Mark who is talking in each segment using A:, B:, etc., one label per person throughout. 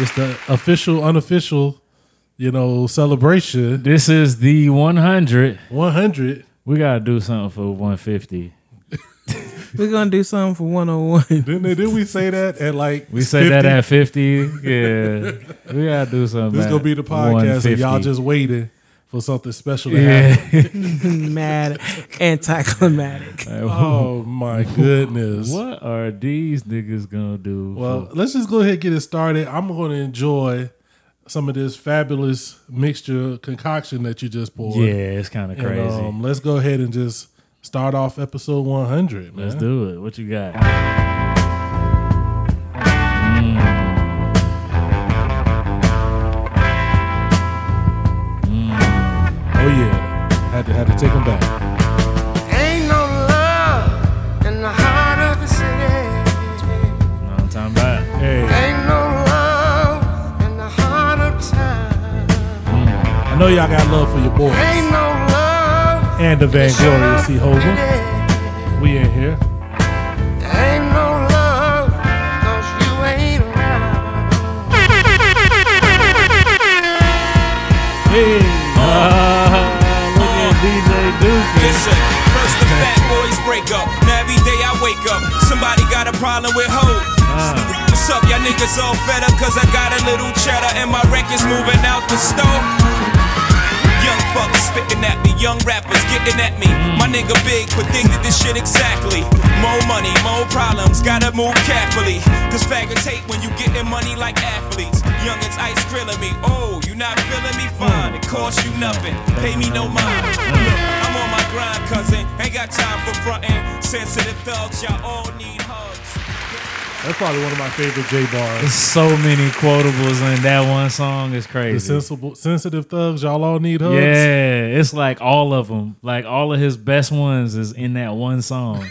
A: It's the official, unofficial, you know, celebration.
B: This is the 100.
A: 100.
B: We gotta do something for 150.
C: We're gonna do something for 101.
A: Didn't they, did we say that at like
B: We say that
A: 50?
B: at 50. Yeah, we gotta do something.
A: This is gonna
B: at
A: be the podcast and
B: 150.
A: y'all just waiting for something special to happen.
B: yeah.
C: Mad, anticlimactic.
A: Oh my goodness.
B: what are these niggas gonna do?
A: Well, let's just go ahead and get it started. I'm going to enjoy some of this fabulous mixture concoction that you just poured.
B: for- yeah, it's kind of
A: And,
B: crazy.
A: um, let's go ahead and just start off episode 100, man.
B: Let's do it. What you got? Mm.
A: Oh yeah, had to had to take them back.
D: Ain't no love in the heart of the city.
B: Know what I'm talking about?
A: Hey,
D: Ain't no love in the heart of time.
A: I know y'all got love for your boy
D: Ain't no love.
A: and the Vainglorious
D: in the
A: Jehovah.
D: city.
A: We in here.
D: Ain't no love 'cause you ain't around.
B: Ah, look at DJ Duke.
E: Listen, first the fat boys break up. Now every day I wake up, somebody got a problem with hoes. What's up, y'all niggas all fed up? Cause I got a little cheddar and my record's moving out the store. Young fuckers spitting at me, young rappers getting at me. My nigga big predicted this shit exactly. More money, more problems, gotta move carefully. Cause faggots hate when you getting money like athletes. Youngins ice grilling me, oh, you not feeling me fine. It costs you nothing, pay me no mind. Look, I'm on my grind, cousin, ain't got time for frontin'. Sensitive thugs, y'all all need hugs.
A: That's probably one of my favorite J bars.
B: There's so many quotables in that one song. It's crazy.
A: The sensible, sensitive thugs, y'all all need hugs.
B: Yeah, it's like all of them. Like all of his best ones is in that one song.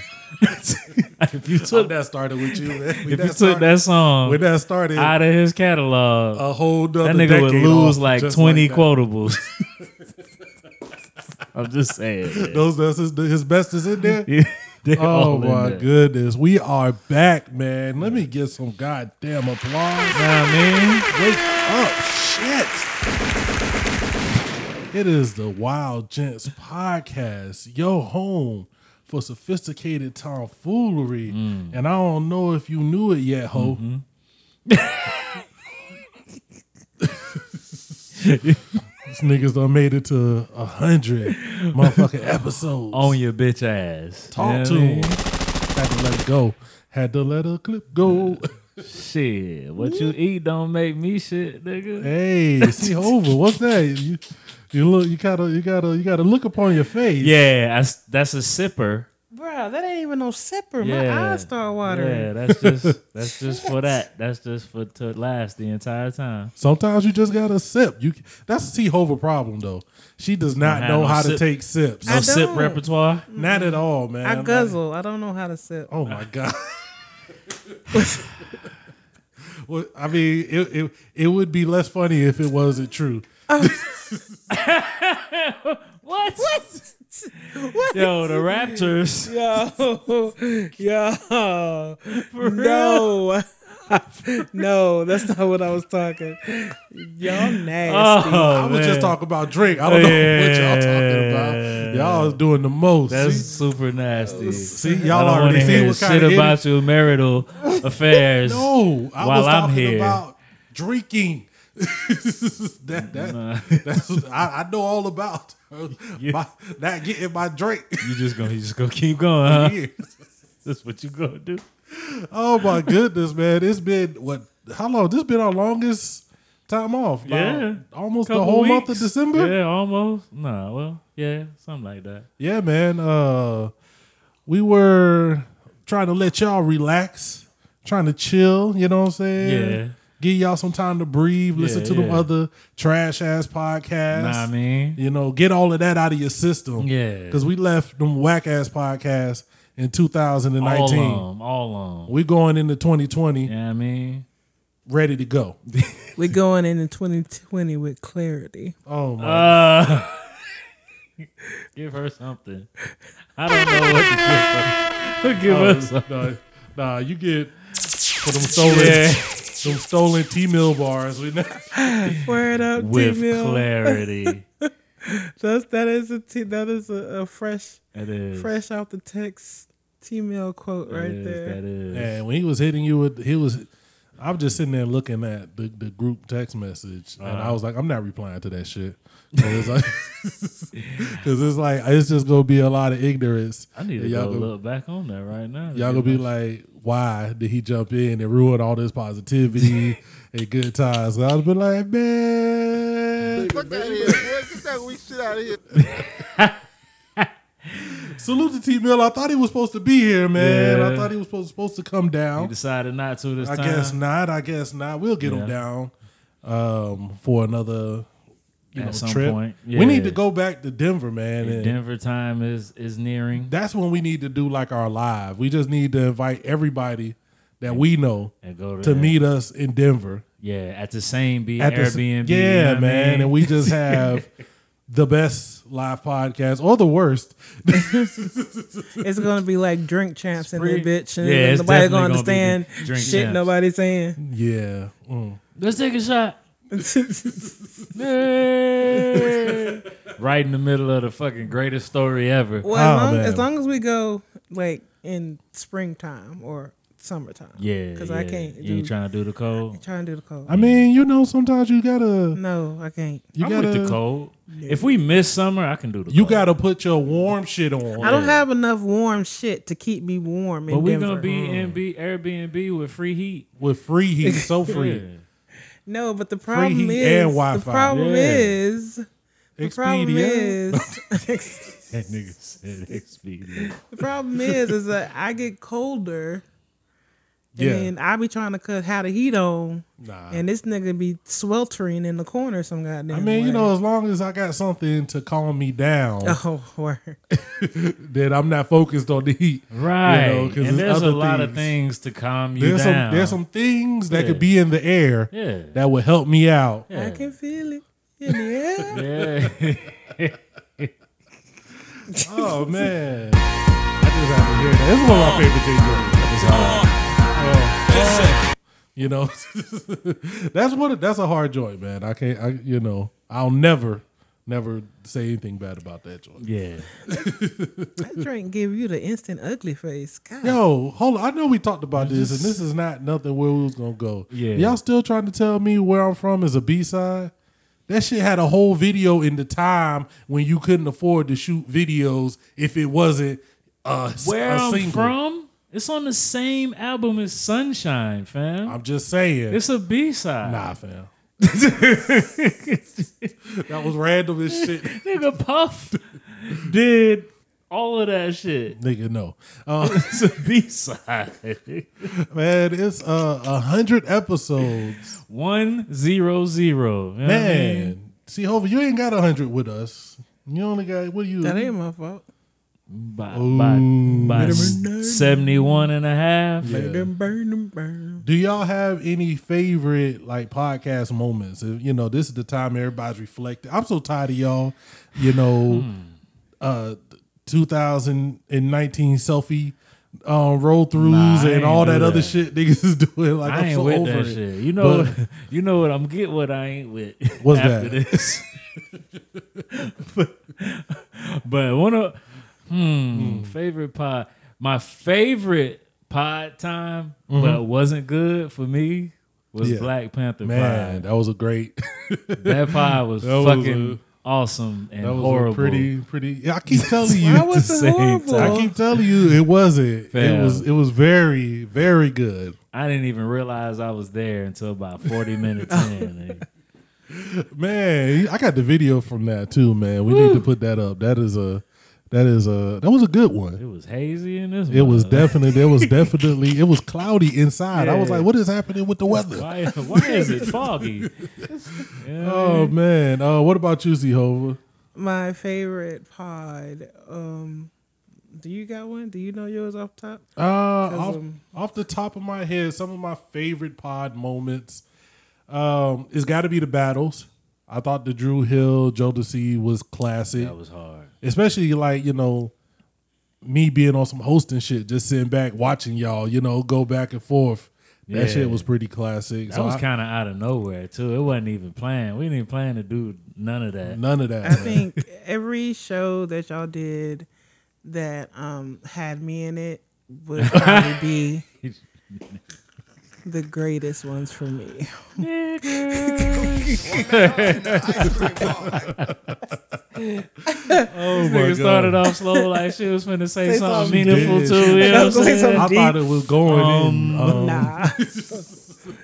B: if you
A: When
B: took that,
A: that started with you, man. When
B: if you
A: that
B: took
A: started,
B: that song
A: when that started,
B: out of his catalog,
A: a whole
B: that
A: nother
B: nigga would
A: decade
B: lose
A: off
B: like
A: just
B: twenty
A: that.
B: quotables. I'm just saying.
A: Those that's his, his best is in there.
B: Yeah, they're all
A: Oh
B: in
A: my
B: there.
A: goodness, we are back, man. Let me get some goddamn applause.
B: Nah, man.
A: Wake up, shit! It is the Wild Gents podcast, your home for sophisticated tomfoolery, and I don't know if you knew it yet, ho. These niggas done made it to a hundred motherfucking episodes.
B: On your bitch ass.
A: Talk
B: You know
A: to
B: what I mean?
A: him. Had to let it go. Had to let a clip go.
B: Shit, what you eat don't make me shit,
A: Eh.
B: nigga.
A: hey, see over. What's that? You, you look. You gotta. You gotta. You gotta look upon your face.
B: Yeah, that's, that's a sipper.
C: Bruh, that ain't even no sipper.
B: Yeah.
C: My eyes start watering.
B: Yeah, that's just that's just for that. That's just for to last the entire time.
A: Sometimes you just gotta sip. You. That's T Hova problem though. She does not
B: have
A: know
B: no
A: how to
B: sip.
A: take sips.
B: No sip
C: don't.
B: repertoire.
A: Not at all, man.
C: I guzzle. I don't know how to sip.
A: oh my god. well, I mean, it, it it would be less funny if it wasn't true.
B: What? What? Yo, the Raptors.
C: Yo, yo, no, no, that's not what I was talking. Y'all nasty.
A: I
B: Oh,
A: was just talking about drink. I don't know what y'all talking
B: Yeah.
A: about. Y'all is doing the most.
B: That's
A: See?
B: super nasty.
A: See,
B: I
A: y'all
B: don't want
A: already
B: to
A: see
B: hear
A: what kind
B: shit
A: of
B: about your marital affairs.
A: No, I
B: while
A: was
B: I'm
A: talking
B: here.
A: about drinking. that, that, That's what I, I know all about. My, not getting my drink.
B: You just gonna you just gonna keep going. Huh?
A: Years.
B: That's what you gonna do.
A: oh my goodness, man! It's been what? How long? This been our longest time off. About
B: Yeah.
A: almost the
B: Couple
A: whole month of
B: weeks.
A: December.
B: Yeah, almost. Nah, well, yeah, something like that.
A: Yeah, man. Uh, we were trying to let y'all relax, trying to chill. You know what I'm saying?
B: Yeah.
A: Give y'all some time to breathe. Listen
B: Yeah,
A: to them
B: yeah.
A: other trash ass podcasts.
B: Nah, I mean,
A: You know, get all of that out of your system.
B: Yeah.
A: Because we left them whack ass podcasts in 2019.
B: all on, all on.
A: we going into 2020
B: Yeah, I mean,
A: ready to go.
C: We're going into 2020 with clarity.
A: Oh my!
B: uh, give her something. I don't know what to give her. Give
A: God.
B: us something.
A: nah, nah, you get for them stolen
B: Yeah.
A: Them stolen T Mill bars. We know.
C: Word up,
B: with
C: T-Mill.
B: clarity.
C: That's, that is a T. That is a, a fresh,
B: That is
C: fresh out the text T-Mill quote
B: that
C: right
B: is,
C: there.
B: That is.
A: And when he was hitting you with he was I'm just sitting there looking at the, the group text message and
B: Uh-huh.
A: I was like, I'm not replying to that shit. Because it's, like, 'cause it's like it's just gonna be a lot of ignorance.
B: I need to
A: And y'all
B: go
A: gonna-
B: look back on that right now.
A: Y'all gonna be like, why did he jump in and ruin all this positivity and good times? So I was be like, man,
F: Fuck out of here, boy. Get that weak shit out of here.
A: salute to T Mill. I thought he was supposed to be here, man. I
B: Yeah.
A: thought he was supposed, supposed to come
B: you
A: down.
B: decided not to this
A: I
B: time.
A: guess not. I guess not. We'll get
B: Yeah.
A: him down um, for another you
B: At
A: know,
B: some
A: trip.
B: point,
A: We
B: yeah.
A: need to go back to Denver, man.
B: The
A: and
B: Denver time is is nearing,
A: That's when we need to do like our live. We just need to invite everybody that we know
B: And go to
A: to
B: that.
A: meet us in Denver
B: yeah, at the same be
A: at the s-
B: Airbnb. you know
A: yeah,
B: what I
A: man.
B: mean?
A: And we just have the best live podcast or the worst.
C: It's gonna be like drink champs in there,
B: Spree-
C: bitch, and
B: Yeah, it's definitely
C: nobody gonna
B: gonna be
C: understand
B: drink
C: shit
B: champs.
C: nobody's saying.
A: Yeah. Mm.
B: let's take a shot. right in the middle of the fucking greatest story ever.
C: Well, as,
A: Oh,
C: long,
A: man.
C: as long as we go like in springtime or summertime,
B: Yeah,
C: because
B: yeah.
C: I can't.
B: You
C: Do,
B: ain't trying to do the cold.
C: trying to do the cold.
A: I mean, you know, sometimes you gotta
C: no, I can't.
A: you
B: I'm
A: gotta
B: with the cold. If we miss summer, I can do the.
A: you
B: cold.
A: gotta put your warm shit on.
C: I don't have enough warm shit to keep me warm in
B: But we're
C: Denver.
B: gonna be in B- Airbnb with free heat.
A: with free heat, so free.
B: Yeah.
C: no, but the problem
A: heat
C: is
A: and Wi-Fi.
C: the problem
B: Yeah.
C: is the problem
A: Expedia.
C: is
B: That nigga said Expedia.
C: the problem is is that I get colder.
A: Yeah.
C: And then I be trying to cut how the heat on,
A: Nah.
C: and this nigga be sweltering in the corner some goddamn.
A: I mean, you
C: way.
A: know, as long as I got something to calm me down,
C: Oh, word.
A: then I'm not focused on the heat.
B: Right.
A: 'cause there's
B: and there's a
A: other
B: lot of
A: things.
B: things to calm you
A: There's
B: down.
A: some there's some things that
B: Yeah.
A: could be in the air
B: Yeah.
A: that would help me out.
C: I
B: Yeah.
C: can feel it in the air.
B: yeah.
A: Oh man, I just have to hear that. It's one of
B: Oh.
A: my favorite things.
E: Listen,
A: You know, that's what that's a hard joint, man. I can't. I you know, I'll never, never say anything bad about that joint.
B: yeah.
C: That drink give you the instant ugly face. God.
A: Yo, hold on. I know we talked about this, and this is not nothing where we was gonna go.
B: Yeah.
A: Y'all still trying to tell me where I'm from is a B side? That shit had a whole video in the time when you couldn't afford to shoot videos if it wasn't a,
B: Where
A: a
B: I'm
A: single.
B: from? It's on the same album as Sunshine, fam.
A: I'm just saying.
B: it's a B side.
A: Nah, fam. that was random as shit.
B: Nigga Puff did all of that shit.
A: Nigga, no. Uh,
B: It's a B side.
A: man, it's a uh, hundred episodes.
B: One zero zero. You know what I mean?
A: Man. See, Hova, you ain't got a hundred with us. You only got what do you
C: That ain't my fault.
B: by, by, by s- 71 and a half.
A: Yeah.
C: Burn them, burn them, burn them.
A: Do y'all have any favorite like podcast moments? If, you know, this is the time everybody's reflecting. I'm so tired of y'all, you know,
B: Hmm.
A: uh 2019 selfie um roll throughs
B: Nah, I
A: and
B: ain't
A: all that
B: do
A: other
B: that.
A: shit niggas is doing. Like
B: I
A: am
B: ain't
A: so
B: with
A: over
B: that
A: it.
B: shit. You know,
A: But-
B: you know what? I'm get what I ain't with.
A: What's
B: after
A: that?
B: This. but, but one of hmm, favorite pod, my favorite pod time, but wasn't good for me. Was
A: Mm-hmm. Yeah.
B: Black Panther
A: man, that was a great
B: pod? That pod was
A: That was
B: fucking
A: a-
B: awesome and
A: that was
B: horrible.
A: a pretty pretty yeah, I keep telling you
C: Why was
B: same
C: it horrible?
B: time.
A: I keep telling you it wasn't. It
B: Fam.
A: was it was very, very good.
B: I didn't even realize I was there until about 40 minutes in. and-
A: Man, I got the video from that too, man. We need to put that up. That is a that is a that was a good
B: It
A: one.
B: was hazy in this.
A: It was
B: mother.
A: definitely there was definitely it was cloudy inside. I was
B: Yeah.
A: like, what is happening with the weather?
B: Why, why is it foggy?
A: Oh man. Uh what about you, Zehova?
C: My favorite pod. Um, do you got one? Do you know yours off top?
A: Uh off,
C: um,
A: off the top of my head, some of my favorite pod moments. Um, it's gotta be the battles. I thought the Drew Hill, Joe DeC was classic.
B: That was hard.
A: especially like you know me being on some hosting shit just sitting back watching y'all you know go back and forth That shit was pretty classic.
B: That
A: so
B: was
A: I-
B: kind of out of nowhere too. It wasn't even planned. We didn't even plan to do none of that.
A: none of that.
C: I
A: man.
C: think every show that y'all did that um had me in it would probably be the greatest ones for me.
A: oh my
B: Nigga
A: God.
B: started off slow, like she was finna say,
C: Say
B: something
C: something.
B: meaningful
A: Yeah,
B: too.
A: she-
B: You know what I'm
C: Say
B: saying?
C: something.
A: I
C: deep.
A: thought it was going in. Um,
C: nah.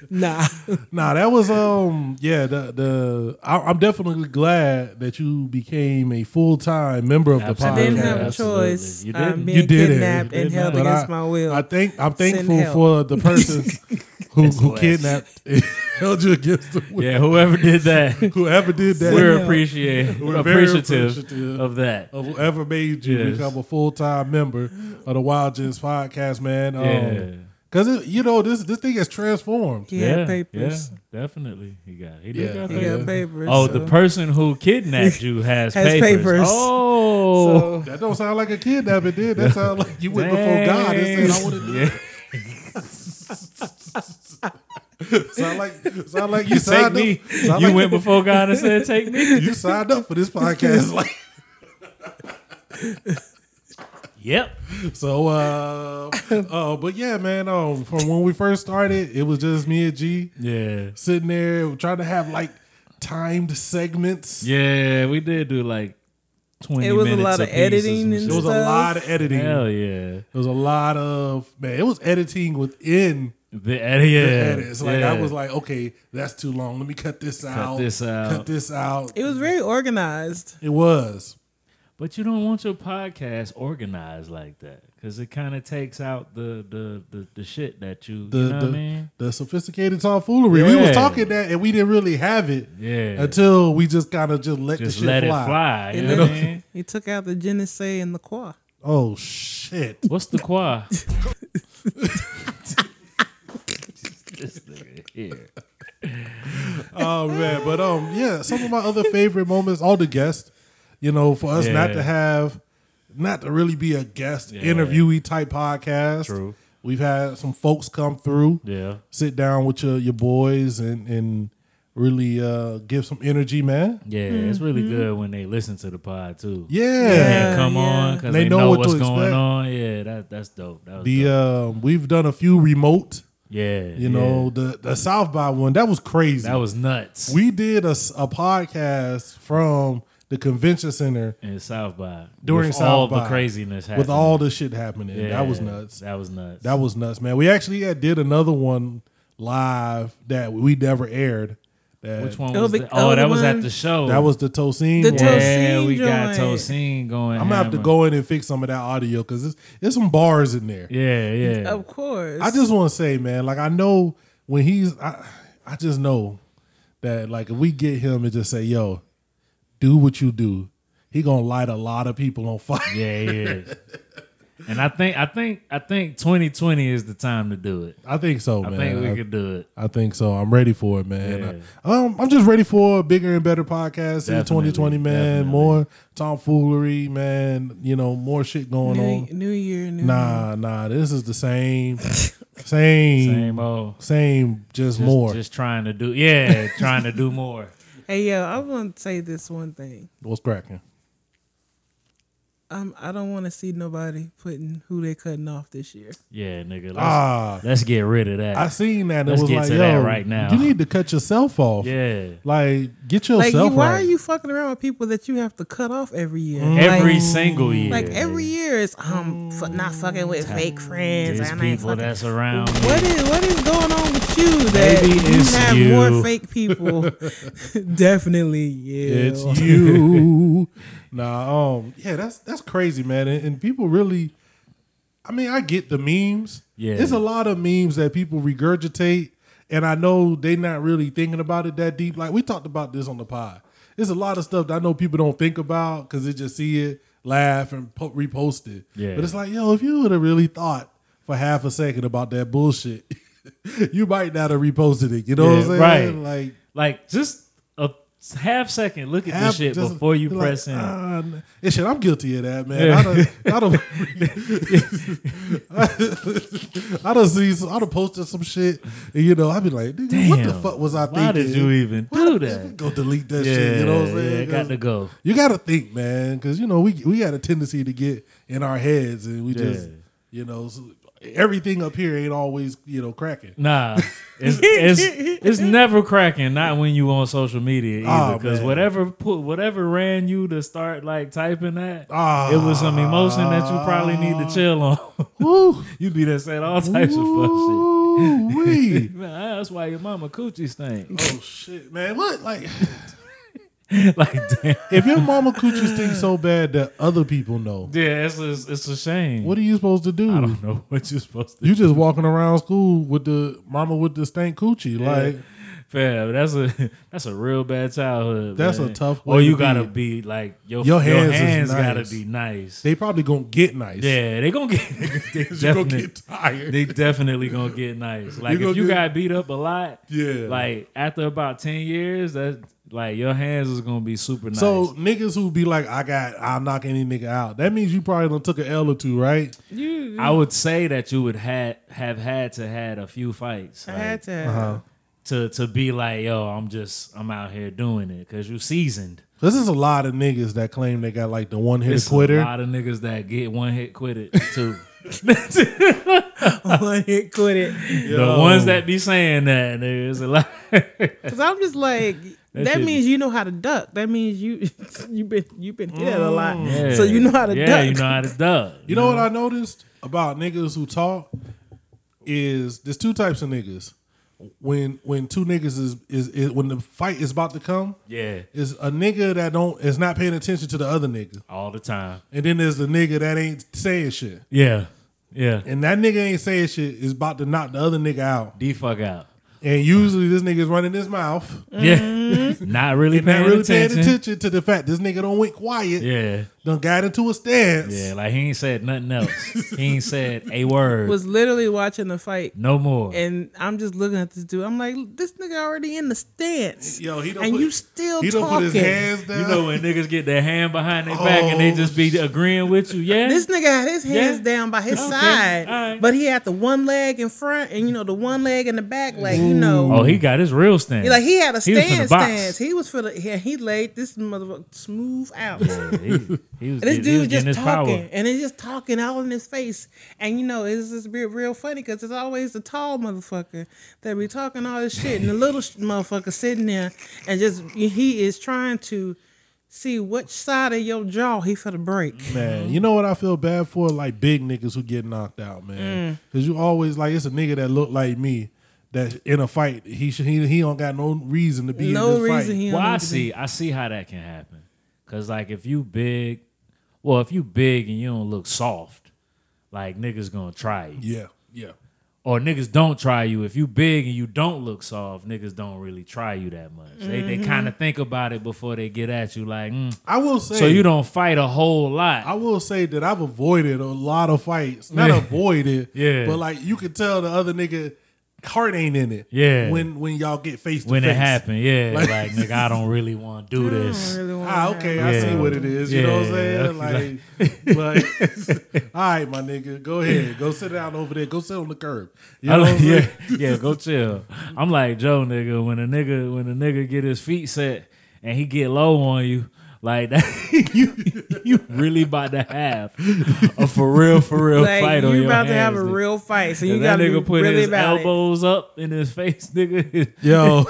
C: nah.
A: Nah, that was um yeah the the I, I'm definitely glad that you became a full time member of the podcast.
B: Absolutely.
C: I didn't have a
B: Absolutely.
C: choice.
B: You
C: I'm
B: didn't.
C: being
A: you did it.
C: kidnapped
A: You
C: and
A: did
C: held
A: it. But
C: against
A: I,
C: my will.
A: I think I'm thankful
C: help.
A: for the person who who
B: Wes.
A: kidnapped held you against the will.
B: Yeah, whoever did that,
A: Whoever did that,
B: we're appreciative,
A: We're very
B: appreciative,
A: appreciative.
B: of that.
A: of whoever made you
B: Yes.
A: become a full time member of the Wild Gents podcast, man. Um,
B: Yeah.
A: Cause it, you know this this thing has transformed.
C: He
B: yeah,
C: had papers.
B: yeah, definitely. He got. He did
A: Yeah.
B: got
C: He
B: papers.
A: Yeah.
C: got papers.
B: Oh,
C: so-
B: the person who kidnapped you has,
C: Has
B: papers.
C: papers.
B: Oh,
C: so
A: That don't sound like a kidnapping, did? That sound like you went before God and said, "I want to do."
B: Yeah.
A: it." Sound like sound like you
B: Take
A: signed
B: me.
A: up.
B: You
A: Sound like
B: went before God and said, "Take me."
A: you signed up for this podcast. Like
B: Yep.
A: so, uh, uh, but yeah, man. Um, from when we first started, it was just me and G
B: Yeah.
A: sitting there trying to have like timed segments.
B: Yeah, we did do like twenty.
C: It was a
B: minutes
C: lot of
B: apiece or
C: editing
B: some
C: and
A: It
B: shit.
A: was a lot of editing.
B: Hell yeah.
A: It was a lot of man. It was editing within
B: The edit. Yeah.
A: the edits. Like
B: yeah.
A: I was like, okay, that's too long. Let me cut this out.
B: this out.
A: Cut this out.
C: it was very organized.
A: It was.
B: But you don't want your podcast organized like that because it kind of takes out the the, the the shit that you
A: The
B: you know
A: the,
B: what I mean.
A: the sophisticated tomfoolery. We was
B: Yeah.
A: talking that and we didn't really have it
B: Yeah.
A: until we just kind of just let
B: Just
A: the shit
B: let
A: fly.
B: it fly. You
C: And
B: know what I mean?
C: then he took out the Genesee and the Qua.
A: Oh shit.
B: What's the qua? this nigga here.
A: Oh man. But um yeah, some of my other favorite moments, all the guests, you know, for us not
B: Yeah.
A: to have not to really be a guest
B: Yeah.
A: interviewee type podcast.
B: True.
A: We've had some folks come through.
B: Yeah.
A: sit down with your your boys and and really uh give some energy, man.
B: Yeah, it's really good when they listen to the pod
A: Mm-hmm.
B: too.
A: Yeah.
B: and come
C: Yeah.
B: on because
A: They
B: they,
A: know
B: know,
A: what
B: what's
A: to
B: going
A: expect.
B: on. Yeah, that that's dope. That was
A: The
B: dope.
A: uh, we've done a few remote,
B: yeah,
A: you know, the the South by one that was crazy.
B: that was nuts.
A: we did a, s- a podcast from the convention center
B: in South by
A: During
B: with
A: South
B: all
A: by.
B: the craziness happening.
A: with all the shit happening.
B: yeah,
A: That was nuts.
B: That was nuts.
A: That was nuts, man. We actually had, did another one live that we never aired. That
B: which one
C: Oh,
B: was
C: the
B: that? Oh, that
C: other
B: was at
C: one?
B: the show.
A: That was the Tocene.
C: The
A: one.
C: Tocene
B: yeah. we got
C: joint.
B: Tosin going.
A: I'm gonna have to
B: hammer.
A: go in and fix some of that audio because it's there's some bars in there.
B: Yeah, yeah.
C: Of course.
A: I just want to say, man, like I know when he's, I, I just know that like if we get him and just say, "Yo, do what you do," he gonna light a lot of people on fire.
B: Yeah, yeah. and I think I think I think 2020 is the time to do it.
A: I think so,
B: I
A: man.
B: think we
A: I,
B: could do it.
A: I think so. I'm ready for it, man.
B: Yeah.
A: I, um, I'm just ready for a bigger and better podcast in
B: Definitely,
A: 2020, man.
B: definitely.
A: More tomfoolery, man. You know, more shit going
C: new,
A: on.
C: new year, new year.
A: Nah, nah. This is the same, same, same,
B: Same old.
A: just,
B: Just-
A: more.
B: Just trying to do. Yeah, trying to do more.
C: Hey yo, I want to say this one thing.
A: What's cracking?
C: Um, I don't want to see nobody putting who they cutting off this year.
B: Yeah, nigga. Let's,
A: Ah,
B: let's get rid of that.
A: I seen that. and
B: Let's
A: it was
B: get
A: like,
B: to
A: yo,
B: that right now.
A: You need to cut yourself off.
B: yeah.
A: Like, get
C: Like,
A: yourself
C: you, why
A: right.
C: are you fucking around with people that you have to cut off every year?
B: Mm. Every
C: like,
B: single year.
C: like every year is um fu- not fucking with fake friends.
B: There's
C: and I ain't
B: people
C: fucking.
B: that's around. me.
C: What is what is going on with you that
B: Maybe
C: you
B: it's
C: have
B: you.
C: more fake people? Definitely you.
A: it's you. nah, um, yeah, that's that's crazy, man. And, and people really, I mean, I get the memes.
B: Yeah.
A: there's a lot of memes that people regurgitate, and I know they're not really thinking about it that deep. Like we talked about this on the pod. There's a lot of stuff that I know people don't think about because they just see it, laugh, and po- repost it.
B: Yeah.
A: but it's like, yo, if you would have really thought for half a second about that bullshit. You might not have reposted it, you know
B: Yeah,
A: what I'm saying?
B: right.
A: Like,
B: Like just a half second. Look at
A: Half
B: this shit
A: doesn't-
B: before you
A: like,
B: press in.
A: ah, n- and shit, I'm guilty of that, man.
B: Yeah.
A: I done, I done, I done seen, some, I done posted some shit, and you know, I be like, "Nigga, what the
B: Damn.
A: fuck was I
B: Why
A: thinking?
B: did you even
A: Why
B: do
A: the fuck
B: that?
A: Go delete that
B: Yeah,
A: shit. You know what I'm
B: yeah,
A: saying?
B: got to go.
A: You got to think, man, because you know we we got a tendency to get in our heads, and we just
B: Yeah.
A: you know so everything up here ain't always you know cracking.
B: Nah, it's, it's it's never cracking. Not when you on social media either,
A: Oh,
B: because
A: man.
B: whatever put whatever ran you to start like typing that,
A: Ah.
B: it was some emotion that you probably need to chill on.
A: Woo,
B: you be that saying all types of
A: Ooh-wee.
B: fuck shit. Man, that's why your mama coochie stink.
A: Oh shit, man! What like
B: like damn,
A: if your mama coochie stinks so bad that other people know?
B: yeah, it's a, it's a shame.
A: What are you supposed to do?
B: I don't know what you're supposed to.
A: You just walking around school with the mama with the stank coochie, like
B: Fam, that's a that's a real bad childhood.
A: That's
B: man.
A: a tough
B: Or
A: way
B: you
A: to be.
B: gotta be like your your
A: Your
B: hands,
A: hands is
B: gotta
A: nice.
B: be nice.
A: they probably gonna get nice.
B: yeah, they gonna get they
A: you gonna
B: definitely
A: get tired.
B: they definitely gonna get nice. Like
A: gonna
B: if you
A: get-
B: got beat up a lot,
A: yeah,
B: like after about ten years, that like your hands is gonna be super nice.
A: So niggas who be like, I got, I'll knock any nigga out. That means you probably done took an L or two, right?
C: You,
B: I would say that you would had have had to had a few fights.
C: I
B: like,
C: had to.
B: Uh-huh. to to be like, yo, I'm just I'm out here doing it because you seasoned.
A: This is a lot of niggas that claim they got like the one hit
B: It's
A: quitter.
B: a lot of niggas that get one hit quit it too.
C: One hit quit it.
B: The ones that be saying that there's a lot.
C: Cause I'm just like that,
B: shit-
C: means you know how to duck. That means you you've been you've been hit at a lot,
B: Yeah.
C: so you know how to
B: Mm. yeah,
C: duck.
B: you know how to duck.
A: You know what I noticed about niggas who talk is there's two types of niggas. When when two niggas is is, is when the fight is about to come,
B: Yeah,
A: is a nigga that don't is not paying attention to the other nigga,
B: all the time.
A: and then there's the nigga that ain't saying shit,
B: Yeah, yeah.
A: and that nigga ain't saying shit is about to knock the other nigga out,
B: D fuck out.
A: and usually this nigga's running his mouth
B: Yeah, Mm-hmm. not really
A: and not
B: paying
A: really
B: Mm. attention.
A: paying attention to the fact this nigga don't went quiet,
B: Yeah,
A: done got into a stance.
B: yeah. Like he ain't said nothing else. he ain't said a word.
C: Was literally watching the fight,
B: no more.
C: and I'm just looking at this dude. I'm like, this nigga already in the stance,
A: Yo, he don't
C: and
A: put,
C: you still
A: he don't
C: talking.
A: put his hands
C: uh,
A: down.
B: you know when niggas get their hand behind their back and they just be agreeing with you. Yeah,
C: Oh, This nigga had his hands
B: Yeah.
C: down by his
B: Okay.
C: side,
B: All right.
C: but he had the one leg in front and you know the one leg in the back, like you know,
B: oh, he got his real stance.
C: like he had a
B: He was finna
C: stand
B: box.
C: stance. He was for the yeah, he laid this motherfucker smooth out.
B: he, he was
C: And this
B: getting, he was
C: dude
B: getting his
C: just talking,
B: power.
C: and it's just talking all in his face. And you know, it's just real, real funny because it's always the tall motherfucker that be talking all this shit, and the little sh- motherfucker sitting there and just he is trying to see which side of your jaw he for the break.
A: Man, you know what I feel bad for? Like big niggas who get knocked out,
C: Mm.
A: man. Cause you always like it's a nigga that look like me that in a fight he should he, he don't got no reason to be
C: No
A: in this
C: reason
A: fight.
C: he. don't
B: Well, I
C: need to be-
B: see, I see how that can happen. Cause like if you big, well, if you big and you don't look soft, like niggas gonna try you,
A: yeah, yeah.
B: or niggas don't try you. If you big and you don't look soft, niggas don't really try you that much. They they
C: Mm-hmm.
B: kind of think about it before they get at you. Like, mm.
A: I will say
B: so you don't fight a whole
A: I
B: lot.
A: will say that I've avoided a lot of fights. Not
B: Yeah.
A: avoided,
B: Yeah.
A: But like you could tell the other nigga heart ain't in it.
B: Yeah.
A: When when y'all get face to
B: When it
A: face.
B: happened, yeah, like,
A: Like-
B: nigga, I don't really want to do
C: I don't
B: this.
C: really wanna
A: Ah, okay,
C: have-
A: I
B: Yeah.
A: see what it is. You know what I'm saying?
B: Yeah.
A: Like, but all right, my nigga, go ahead, go sit down over there, go sit on the curb. You know
B: I
A: what I'm
B: don't, yeah,
A: saying?
B: yeah, go chill. I'm like Joe, nigga. When a nigga, when a nigga get his feet set and he get low on you, like that, you you really about to have a for real, for real
C: Like,
B: fight on
C: you
B: your
C: about to have
B: hands,
C: a
B: nigga.
C: real fight, so
B: And
C: you
B: that
C: got to
B: nigga
C: be
B: put
C: really
B: his
C: about it.
B: elbows up in his face, nigga.
A: Yo,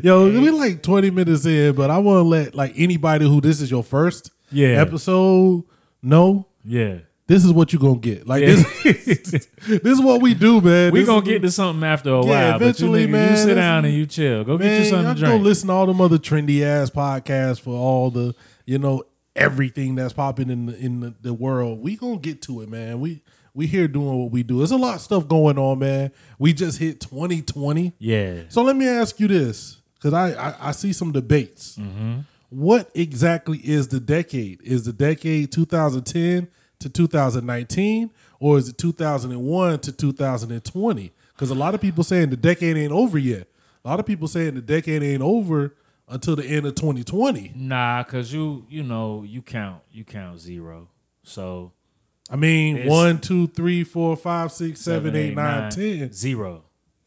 A: yo, we like 20 minutes in, but I want to let like anybody who this is your first
B: Yeah.
A: episode know
B: Yeah,
A: this is what you gonna get. Like
B: Yeah.
A: this, this is what we do, man.
B: we
A: This
B: gonna
A: is-
B: get to something after a
A: Yeah,
B: while. But you,
A: eventually,
B: nigga, you
A: man,
B: sit
A: this-
B: down and you chill. Go get you
A: Man,
B: something
A: y'all
B: to
A: go
B: drink.
A: listen to all them other trendy ass podcasts for all the you know everything that's popping in the, in the, the world. We gonna get to it, man. We we here doing what we do. There's a lot of stuff going on, man. We just hit 2020.
B: Yeah,
A: So let me ask you this, because I, I I see some debates.
B: Mm-hmm.
A: What exactly is the decade? Is the decade 2010 to 2019, or is it 2001 to 2020? Because a lot of people saying the decade ain't over yet. A lot of people saying the decade ain't over until the end of 2020.
B: Nah, cause you you know you count you count zero. So
A: I mean,
B: It's-
A: one, two, three, four, five, six, seven, eight, nine, ten.
B: zero.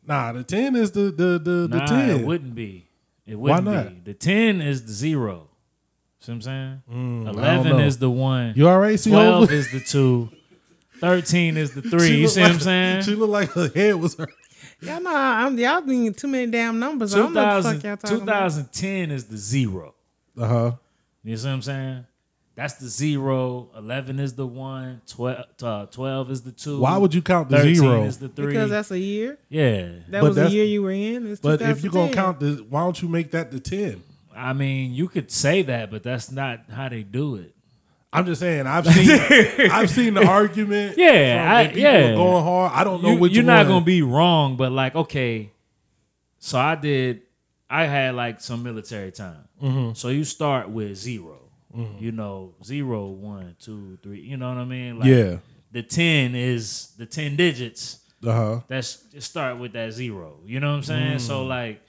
A: Nah, the ten is the the the, the
B: nah, it
A: ten.
B: wouldn't be. It wouldn't be.
A: not?
B: The ten is the zero. See what I'm saying?
A: Mm, don't
B: Eleven
A: know.
B: is the one.
A: you all right, see
B: Twelve
A: over?
B: is the two. Thirteen is the
A: She
B: three. You
A: look
B: see what I'm
A: like-
B: saying?
A: She looked like her head was hurt.
C: Y'all know I- I'm, y'all being too many damn numbers. I don't know what
B: 2000
C: the fuck y'all talking about.
B: 2010 is the zero.
A: Uh huh.
B: You see what I'm saying? That's the zero. 11 is the one. 12, uh, 12 is the two.
A: Why would you count the
B: 13
A: zero?
B: is the three.
C: Because that's a year.
B: yeah.
C: That
A: But
C: was the
A: that's-
C: year you were in. It's
A: But if you're gonna
C: 2010.
A: count the, why don't you make that the ten?
B: I mean, you could say that, but that's not how they do it.
A: I'm just saying. I've seen. I've seen the argument.
B: Yeah,
A: from
B: I-
A: the people
B: yeah.
A: Going hard. I don't know
B: you,
A: which
B: you're not
A: one.
B: gonna be wrong, but like, okay, so I did. I had like some military time,
A: Mm-hmm.
B: so you start with 0 You know, zero, one, two, three. You know what I mean? Like,
A: Yeah.
B: The ten is the ten digits.
A: Uh huh.
B: That's just start with that zero. You know what I'm saying?
C: Mm.
B: So like,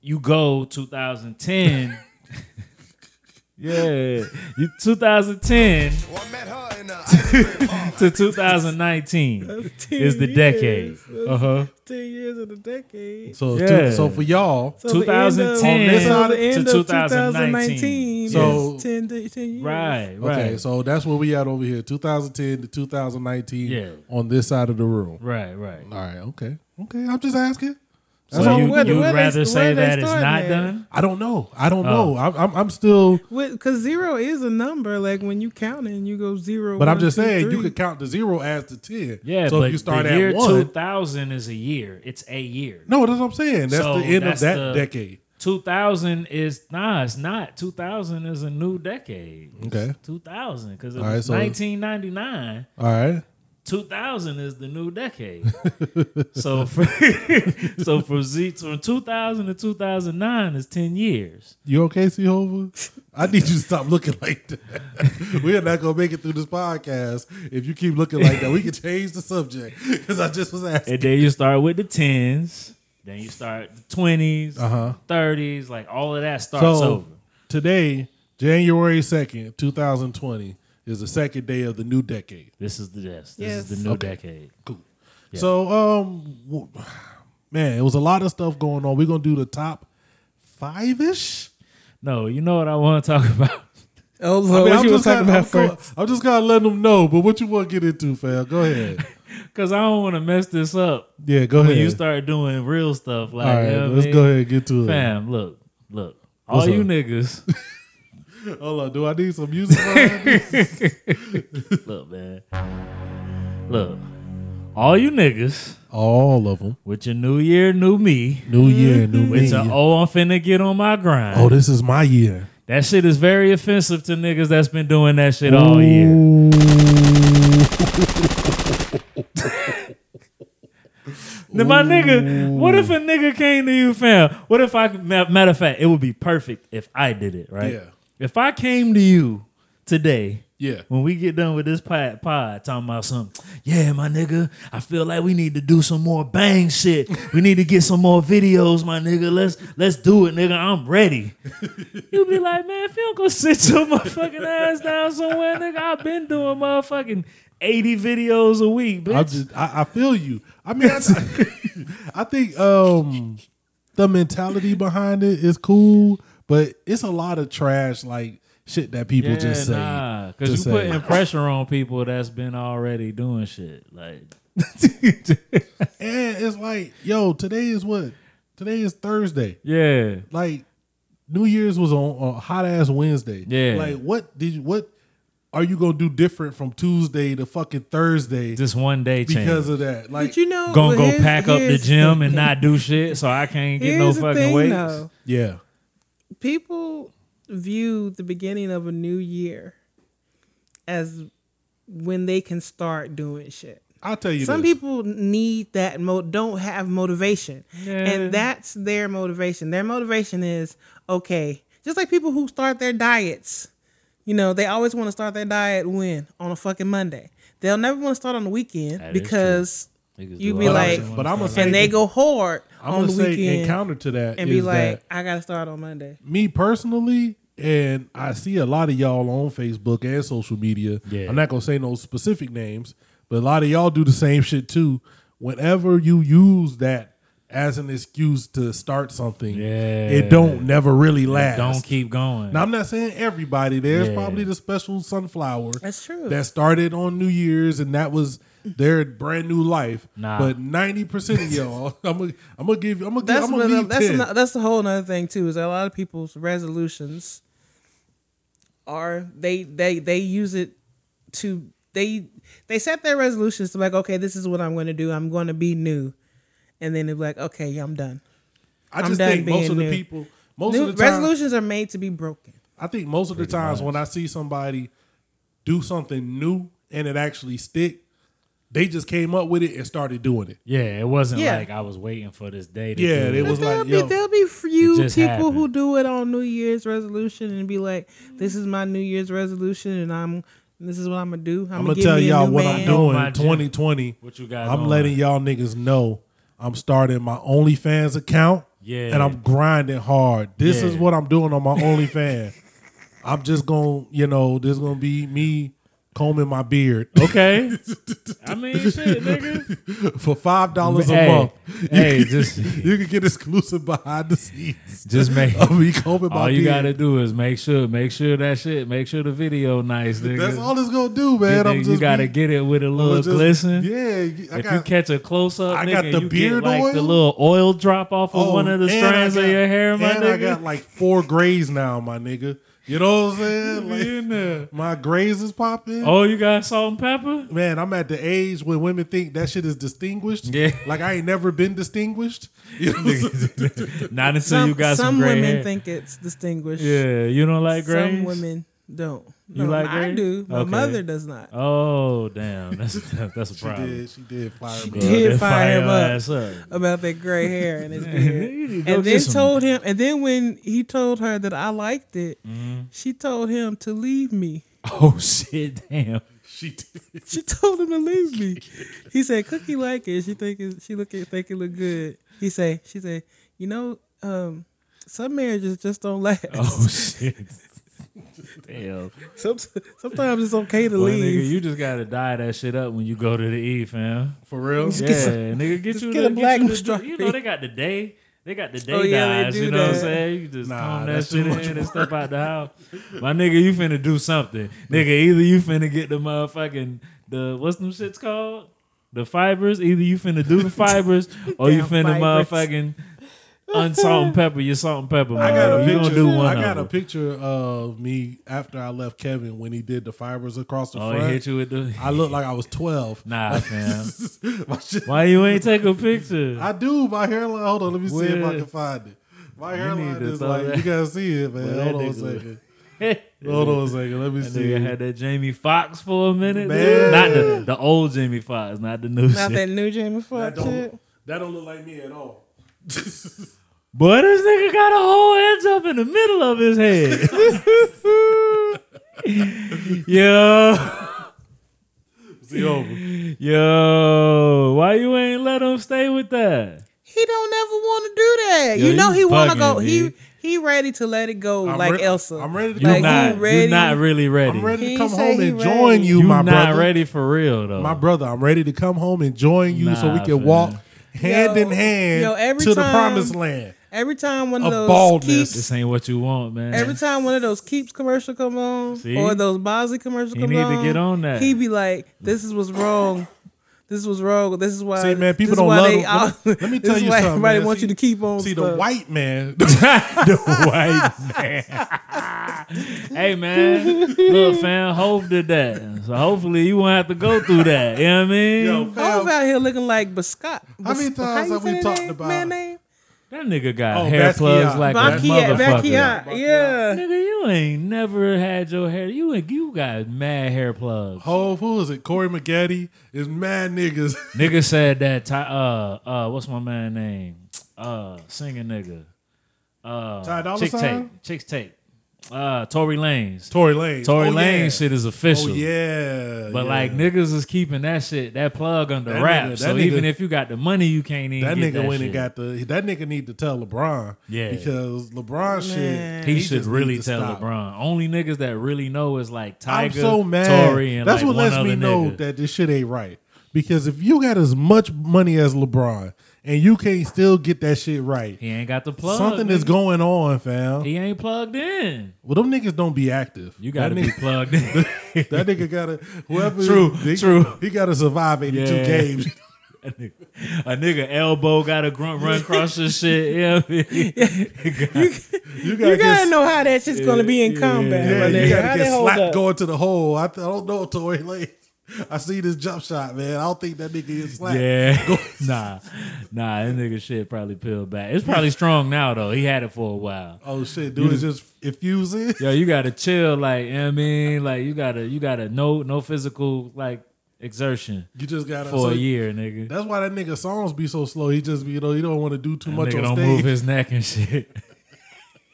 B: you go 2010. yeah, you 2010 to 2019 is the decade. Uh-huh.
A: Uh huh.
C: Ten years of the decade.
A: So
B: Yeah.
A: two- so for y'all.
C: So the end of-
B: 2010
C: so the
B: to
C: end of
B: 2019.
C: 2019
A: So-
C: is 10, da- 10 years.
B: Right, right,
A: Okay, so that's where we at over here, 2010 to 2019
B: Yeah.
A: on this side of the room.
B: right, right.
A: All right, okay, okay. I'm just asking.
B: So
C: So
B: you,
C: where the-
B: you
C: where
B: would
C: they-
B: rather say
C: where they
B: that it's
C: starting
B: not
C: at?
B: done?
A: I don't know. I don't
B: Oh.
A: know. I'm, I'm, I'm still.
C: Because zero is a number. Like when you count it and you go zero.
A: But I'm
C: one,
A: just
C: two,
A: saying you
C: three.
A: could count the zero as the ten.
B: Yeah,
A: So
B: but
A: if you start
B: the year
A: at one.
B: 2000 is a year. It's a year.
A: No, that's what I'm saying. That's
B: So
A: the end
B: that's
A: of that
B: the-
A: decade.
B: 2000 is nah, it's not. 2000 is a new decade. It's
A: Okay.
B: 2000 because it
A: All right,
B: was
A: so-
B: 1999.
A: All right.
B: 2000 is the new decade. so for, so from Z from 2000 to 2009 is 10 years.
A: You okay, Seehova? I need you to stop looking like that. we are not gonna make it through this podcast if you keep looking like that. We can change the subject because I just was asking.
B: And then you start with the tens. Then you start the twenties,
A: Uh-huh.
B: thirties, like all of that starts
A: So
B: over.
A: today, January second, two thousand twenty, is the second day of the new decade.
B: This is the yes. This
C: Yes.
B: is the new decade.
A: Cool. So, um, w- man, it was a lot of stuff going on. We're gonna do the top five ish.
B: No, you know what I want to talk about.
C: Oh, Lord. what you was talking
A: kinda-
C: about
A: I'm,
C: first?
A: go- I'm just gonna let them know. But what you want to get into, fam? Go ahead.
B: Cause I don't want to mess this up
A: Yeah, go
B: when
A: ahead.
B: you start doing real stuff. Like,
A: All right,
B: you know what I
A: let's
B: mean?
A: go ahead and get to it.
B: Fam, look, look, all
A: What's
B: you
A: up?
B: niggas,
A: Hold on, do I need some music? behind this?
B: look, man, look, all you niggas
A: All of them.
B: with your new year, new me.
A: New year, new me.
B: It's a oh, I'm finna get on my grind.
A: Oh, this is my year.
B: That shit is very offensive to niggas that's been doing that shit all year.
A: Ooh.
B: Then My nigga, what if a nigga came to you, fam? What if I, ma- matter of fact, it would be perfect if I did it, right?
A: Yeah.
B: If I came to you today,
A: Yeah.
B: when we get done with this pod, pod talking about something, yeah, my nigga, I feel like we need to do some more bang shit. we need to get some more videos, my nigga. Let's let's do it, nigga. I'm ready. you be like, man, if you don't go sit your motherfucking ass down somewhere, nigga, I've been doing motherfucking 80 videos a week, bitch.
A: I just, I, I feel you. I mean, I, I think um the mentality behind it is cool, but it's a lot of trash, like shit that people just say.
B: Nah,
A: Just
B: because you
A: say.
B: putting pressure on people that's been already doing shit. Like,
A: And it's like, yo, today is what? Today is Thursday.
B: yeah,
A: Like, New Year's was on a hot ass Wednesday.
B: Yeah.
A: Like, what did you, what are you gonna do different from Tuesday to fucking Thursday
B: just one day change.
A: because of that? Like,
C: But you know,
B: Gonna
C: well,
B: go
C: here's-
B: pack up the
C: here's-
B: gym and not do shit, so I can't get no
C: here's the
B: fucking
C: thing,
B: weight.
C: though.
A: yeah,
C: people view the beginning of a new year as when they can start doing shit.
A: I'll tell you.
C: Some
A: this.
C: people need that mo- don't have motivation,
B: Yeah.
C: and that's their motivation. Their motivation is okay. Just like people who start their diets, you know, they always want to start their diet when on a fucking Monday. They'll never want to start on the weekend
B: That is true.
C: because
B: Niggas
C: You
B: do
C: be
B: all
C: like-
B: that shit.
A: but I'm gonna say,
C: and they go hard
A: I'm
C: on
A: gonna
C: the
A: say in
C: weekend
A: counter to that
C: and be
A: is
C: like,
A: that
C: I gotta start on Monday.
A: me personally, and I see a lot of y'all on Facebook and social media.
B: Yeah.
A: I'm not gonna say no specific names, but a lot of y'all do the same shit too. Whenever you use that as an excuse to start something,
B: Yeah.
A: it don't never really last.
B: don't keep going.
A: Now I'm not saying everybody. There's
B: Yeah.
A: probably the special sunflower.
C: That's true.
A: That started on New Year's and that was their brand new life.
B: Nah.
A: But ninety percent of y'all, I'm gonna I'm gonna give you. I'm gonna
C: That's
A: I'm gonna
C: another,
A: leave
C: that's
A: 10.
C: ano- that's the whole other thing too. Is that a lot of people's resolutions are they they they use it to they they set their resolutions to like okay this is what I'm going to do I'm going to be new, and then they're like okay yeah, I'm done.
A: I
C: I'm
A: just
C: done
A: think most
C: being
A: of the
C: new.
A: people, most
C: New
A: of the time,
C: resolutions are made to be broken.
A: I think most of the times when I see somebody do something new and it actually stick, they just came up with it and started doing it.
B: yeah, it wasn't
C: Yeah.
B: like I was waiting for this day. To
A: Yeah,
B: do
A: they
B: it.
A: was
C: But there'll
A: like,
C: be
A: yo,
C: there'll be few
B: It
C: people
B: just happened.
C: who do it on New Year's resolution and be like, "This is my New Year's resolution, and I'm this is what I'm gonna do. I'm,
A: I'm
C: gonna,
A: gonna
C: give
A: tell
C: me a
A: y'all
C: new
A: what
C: man.
A: I'm
B: Oh,
A: doing.
B: my
A: 2020.
B: What you got
A: I'm
B: on?
A: letting y'all niggas know I'm starting my OnlyFans account.
B: Yeah.
A: And I'm grinding hard. This
B: Yeah.
A: is what I'm doing on my OnlyFans. I'm just gonna, you know, this gonna be me combing my beard
B: Okay. I mean, shit, nigga.
A: for five dollars a
B: Hey,
A: month.
B: hey,
A: you,
B: just-
A: you can get exclusive behind the scenes
B: Just make.
A: of me combing my
B: All you
A: beard.
B: gotta do is make sure, make sure that shit, make sure the video nice, nigga.
A: That's all it's gonna do,
B: You
A: man.
B: think
A: I'm just
B: you gotta
A: be-
B: get it with a
A: I'm
B: little
A: just-
B: glisten.
A: Yeah, I
B: if
A: got,
B: you catch a close up,
A: I got
B: nigga,
A: the
B: you
A: beard
B: get, like the
A: oil.
B: little oil drop off of
A: Oh,
B: one of the
A: and I
B: strands
A: got-
B: of your hair, my
A: and
B: nigga.
A: I got like four grays now, my nigga. You know what I'm saying? Like,
B: in there.
A: My grays is popping.
B: Oh, you got salt and pepper?
A: Man, I'm at the age when women think that shit is distinguished.
B: Yeah.
A: Like I ain't never been distinguished. You know what I'm saying?
B: Not until
C: Some,
B: you got some,
C: some
B: gray
C: women
B: hair.
C: think it's distinguished.
B: yeah, you don't like gray.
C: some women don't.
B: You
C: No,
B: like
C: I
B: grays?
C: do. My
B: Okay.
C: mother does not.
B: Oh damn, that's that's a
A: she
B: problem.
A: did. She did fire
C: She
A: me.
C: did.
B: Girl, they
C: fire him
B: your
C: up.
B: ass up.
C: About that gray hair and his
B: You
C: beard,
B: need to go
C: and
B: get
C: then
B: some-
C: told him. And then when he told her that I liked it,
B: Mm-hmm.
C: she told him to leave me.
B: Oh shit, damn.
A: She did.
C: She told him to leave me. He said, "Cookie like it. She think it, she look it, think it look good." He say, "She said, you know, um, some marriages just don't last.
B: Oh shit. Damn.
C: Some, sometimes it's okay to
B: Well, nigga,
C: leave.
B: you just gotta dye that shit up when you go to the E, fam.
A: For real?
B: Yeah, nigga, get you
C: get
B: the,
C: a black
B: you, the,
C: Mustang.
B: you know they got the day. They got the day
C: Oh, yeah, they
B: dyes,
C: do
B: you know what I'm
C: that.
B: saying? You just
A: Nah,
B: comb that
A: that's too
B: shit
A: much
B: in and step out the house. My nigga, you finna do something. Nigga, either you finna get the motherfucking the what's them shits called? The fibers. Either you finna do the fibers or you
C: Damn
B: finna
C: fibers.
B: motherfucking unsalt and pepper your salt and pepper.
A: I got a
B: Uh, you gonna
A: picture.
B: do one
A: I got
B: of
A: a
B: them.
A: picture of me after I left Kevin when he did the fibers across the
B: Oh, he
A: front.
B: hit you with the
A: I looked like I was twelve.
B: Nah, fam.
A: My shit-
B: Why you ain't take a picture?
A: I do. My hairline. Hold on. Let me see if I
B: Where-
A: can find it. My
B: need
A: hairline
B: to
A: is
B: throw
A: like
B: that-
A: you gotta see it, man.
B: Well,
A: Hold
B: that
A: on a
B: nigga-
A: second. Hold on a second. Let me
B: That
A: see.
B: nigga had that Jamie Foxx for a minute.
A: Man.
B: dude. Not the, the old Jamie Foxx, not the new
C: Not
B: shit.
C: that new Jamie Foxx shit.
A: that don't look like me at all.
B: But this nigga got a whole edge up in the middle of his head. yo,
A: see over.
B: yo, why you ain't let him stay with that?
C: He don't ever want to do that.
B: Yo,
C: you know
B: you
C: he want
B: bugging,
C: to go.
B: B.
C: He he ready to let it go
A: I'm
C: like
A: re-
C: Elsa.
A: I'm ready to
B: You
A: come
C: Like,
A: home.
B: not,
C: he
B: you
C: ready.
B: not really ready.
A: I'm ready to
C: He
A: come
C: say
A: home
C: he
A: and join
C: ready.
A: you,
B: You
A: my
B: not
A: brother.
B: ready for real though.
A: My brother, I'm ready to come home and join you so we
B: Nah,
A: can
B: fam.
A: walk hand
C: Yo,
A: in hand
C: yo, every
A: to the
C: time-
A: promised land.
C: Every time one
A: A
C: of those
A: baldness.
C: keeps,
B: this ain't what you want, man.
C: every time one of those keeps commercial come on
B: See?
C: or those Bosley commercial
B: He
C: come
B: need to
C: on,
B: get on that.
C: He be like, "This is what's wrong. This was wrong. This is why.
A: See, man, people
C: this
A: don't
C: is why
A: love
C: they
A: them. Let me-
C: all-
A: let me
C: this
A: tell
C: is
A: you
C: why
A: something,
C: Everybody
A: man.
C: wants you
A: See-
C: to keep on.
A: See,
C: stuff.
A: the white man.
B: the white man. hey man, look fam, Hove did that. So hopefully you won't have to go ththrough that. You know what I mean?
A: Yo,
C: Hov
A: fam,
C: out here looking like Biscott.
A: How many
C: Bis-
A: times
C: you
A: have we
C: say that
A: talked
C: name-
A: about-
C: man name?
B: that nigga got
A: Oh,
B: hair
A: Basquiat.
B: plugs like a
C: Basquiat,
B: motherfucker.
C: Basquiat, yeah.
B: Nigga, you ain't never had your hair. You ain't- you got mad hair plugs.
A: Hov, who is it? Corey McGaddy is mad niggas.
B: Nigga said that. Ty, uh, uh, what's my man name? Uh, singing nigga. Uh,
A: Ty Dolla
B: Chick
A: Sign?
B: Tape. Chick's Tape. uh, Tory Lanez.
A: Tory Lane.
B: Tory
A: oh,
B: Lane
A: yeah.
B: shit is
A: Oh
B: official.
A: yeah.
B: But
A: yeah.
B: like niggas is keeping that shit, that plug under
A: That
B: wraps.
A: nigga-
B: so
A: that
B: even
A: nigga-
B: if you got the money, you can't even.
A: that
B: get
A: nigga
B: that
A: went
B: shit.
A: and got the that nigga need to tell LeBron.
B: Yeah.
A: Because LeBron
C: Man.
A: shit
B: He, should
A: just
B: really
A: need to
B: tell
A: stop.
B: LeBron. Only niggas that really know is like
A: I'm
B: Tiger,
A: so mad.
B: Tory, and
A: That's
B: like
A: what
B: one
A: lets
B: other
A: me know
B: nigga.
A: that this shit ain't right. Because if you got as much money as LeBron and you can't still get that shit right,
B: he ain't got the plug.
A: something is
B: nigga.
A: going on, fam.
B: He ain't plugged in.
A: well, them niggas don't be active.
B: You got to
A: that
B: be
A: nigga,
B: plugged in.
A: That nigga gotta whoever
B: True,
A: he,
B: true.
A: He gotta survive 82
B: Yeah.
A: games.
B: A nigga- a nigga elbow got a grunt run across the shit. Yeah,
A: You gotta,
C: You
A: get,
C: gotta know how that shit's gonna be in combat.
A: yeah,
C: my
A: you
C: nigga.
A: gotta
C: How
A: get
C: they hold
A: slapped
C: up?
A: going to the hole. I, th- I don't know Tory Lane. I see this jump shot, man. I don't think that nigga is slapped.
B: yeah. nah, nah. That nigga shit probably peeled back. It's probably strong now though. He had it for a while.
A: Oh shit, dude is just infusing.
B: Yo, you gotta chill. Like you know what I mean, like you gotta you gotta no no physical like exertion
A: You just gotta
B: for
A: so
B: a year, nigga.
A: That's why that nigga songs be so slow. He just be, you know, he don't want to do too
B: That
A: much
B: nigga
A: on
B: don't
A: stage.
B: move his neck and shit.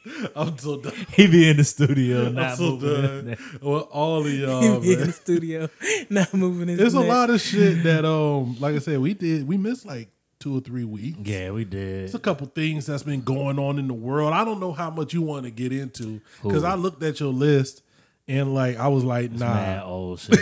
A: I'm so done.
B: he be in the studio
A: I'm
B: not
A: so
B: moving. his
A: done.
B: neck.
A: Well, all of
C: He
A: y'all,
C: be in the
A: man.
C: studio, not moving his.
A: There's a
C: neck.
A: lot of shit that, um, like I said, we did. We missed like two or three weeks.
B: Yeah, we did.
A: There's a couple things that's been going on in the world. I don't know how much you want to get into because
B: Who?
A: I looked at your list and like I was like, nah.
B: Mad old shit.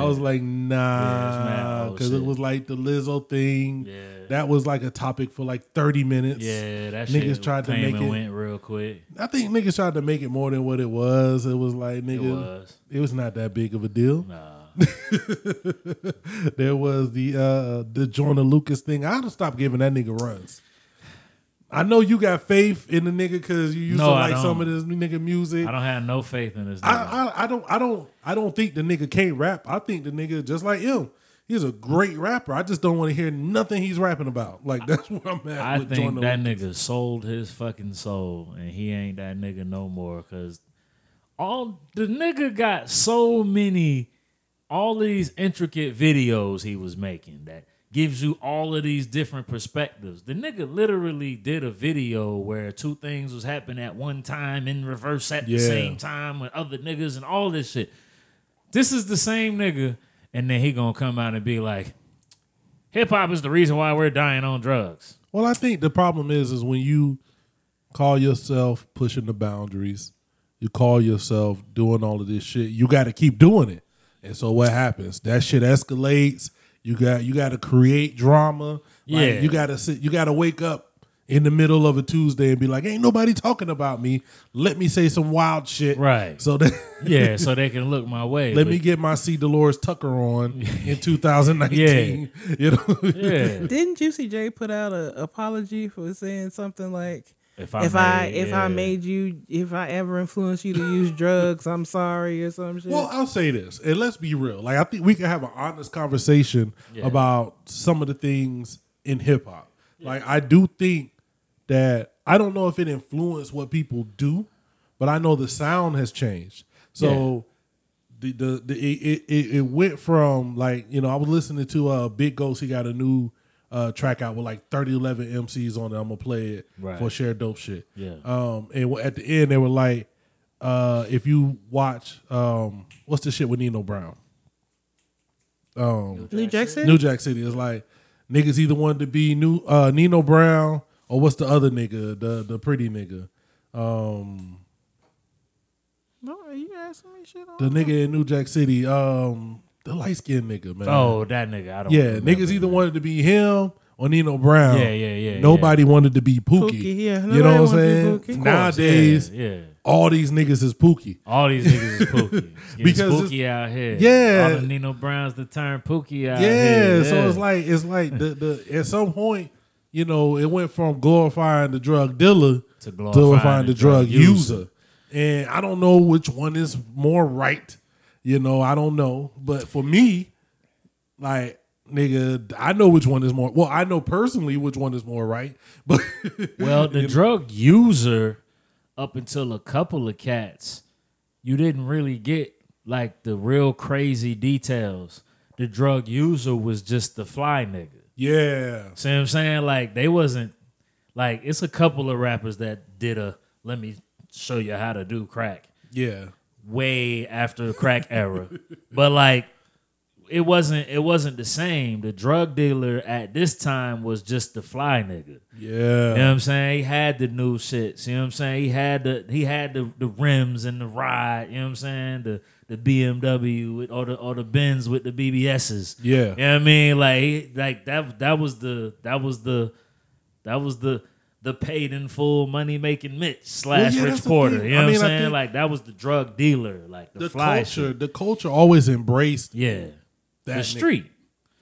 A: I was like,
B: mad
A: nah,
B: old
A: because it
B: shit.
A: was like the Lizzo thing.
B: Yeah.
A: That was like a topic for like 30 minutes.
B: Yeah, that
A: Niggas
B: shit
A: tried to
B: came
A: make
B: and
A: it-
B: went real quick.
A: I think niggas tried to make it more than what it was. It was like nigga,
B: It was.
A: it was not that big of a deal.
B: Nah.
A: There was the uh the Jonah Lucas thing. I had to stop giving that nigga runs. I know you got faith in the nigga because you used
B: No,
A: to
B: I
A: like some of
B: don't.
A: this nigga music.
B: I don't have no faith in this.
A: I,
B: nigga.
A: I I don't I don't I don't think the nigga can't rap. I think the nigga just like him. He's a great rapper. I just don't want to hear nothing he's rapping about. Like that's where I'm at.
B: I
A: with
B: think
A: Jonah
B: that
A: Lucas.
B: nigga sold his fucking soul, and he ain't that nigga no more. Cause all the nigga got so many, all of these intricate videos he was making that gives you all of these different perspectives. The nigga literally did a video where two things was happening at one time in reverse at the
A: Yeah.
B: same time with other niggas and all this shit. This is the same nigga, and then he gonna come out and be like. Hip hop is the reason why we're dying on drugs.
A: Well, I think the problem is is when you call yourself pushing the boundaries, you call yourself doing all of this shit, you got to keep doing it. And so what happens? That shit escalates. You got you got to create drama. Like,
B: Yeah.
A: you got to sit you got to wake up in the middle of a Tuesday and be like, "Ain't nobody talking about me. Let me say some wild shit."
B: Right.
A: So that
B: yeah, so they can look my way.
A: Let
B: but-
A: me get my C. Dolores Tucker on in 2019. You know,
B: Yeah.
C: Didn't Juicy J put out an apology for saying something like,
B: If
C: "If I if
B: yeah.
C: I made you, if I ever influenced you to use drugs, I'm sorry" or some shit.
A: Well, I'll say this, and let's be real. Like I think we can have an honest conversation
B: Yeah.
A: about some of the things in hip hop. Like I do think that I don't know if it influenced what people do, but I know the sound has changed. So the the, the it, it- it it went from like you know I was listening to uh Big Ghost. He got a new uh track out with like 30, 11 MCs on it. I'm gonna play it
B: Right.
A: for share dope shit.
B: Yeah.
A: Um, and w- at the end they were like, uh, if you watch, um, what's the shit with Nino Brown?
C: New Jackson.
A: New Jack City is like niggas either wanted to be new uh, Nino Brown or what's the other nigga, the the pretty nigga, Um,
C: No, are you asking me shit? On?
A: the nigga in New Jack City, um, the light skinned nigga, man.
B: Oh, that nigga, I don't
A: yeah,
B: remember.
A: niggas either wanted to be him. Or Nino Brown.
B: Yeah, yeah, yeah,
A: Nobody wanted to be Pookie.
C: Pookie, yeah.
A: you know
C: Nobody
A: what I'm
C: wanted to be
A: saying?
C: Pookie. Of course,
A: Nowadays,
B: Yeah, yeah.
A: all these niggas is Pookie.
B: All these niggas is pookie. It's getting
A: Because it's-
B: spooky out here.
A: Yeah.
B: All the Nino Browns to turn pookie
A: yeah,
B: out here.
A: so it's like it's like the, the at some point, you know, it went from glorifying the drug dealer
B: To glorifying the drug user.
A: And I don't know which one is more right. You know, I don't know. But for me, like nigga, I know which one is more well, I know personally which one is more right. But
B: Well, the drug user, up until a couple of cats, you didn't really get like the real crazy details. The drug user was just the fly nigga.
A: yeah.
B: See what I'm saying? Like they wasn't like it's a couple of rappers that did a let me show you how to do crack
A: Yeah.
B: way after the crack era. But like it wasn't it wasn't the same. The drug dealer at this time was just the fly nigga. You know
A: Yeah.
B: what I'm saying? He had the new shits. You know what I'm saying? He had the he had the, the rims and the ride. You know what I'm saying? The the BMW with all the all the Benz with the BBSs.
A: Yeah.
B: You know what I mean? Like he- like that that was the that was the that was the the paid in full money making Mitch slash
A: yeah, that's
B: Rich
A: the
B: Porter.
A: thing.
B: You know
A: I
B: what
A: mean,
B: I'm
A: I
B: saying?
A: think-
B: Like that was the drug dealer, like the,
A: The
B: fly
A: culture,
B: shit.
A: the culture always embraced
B: Yeah.
A: that
B: the
A: nigga.
B: street.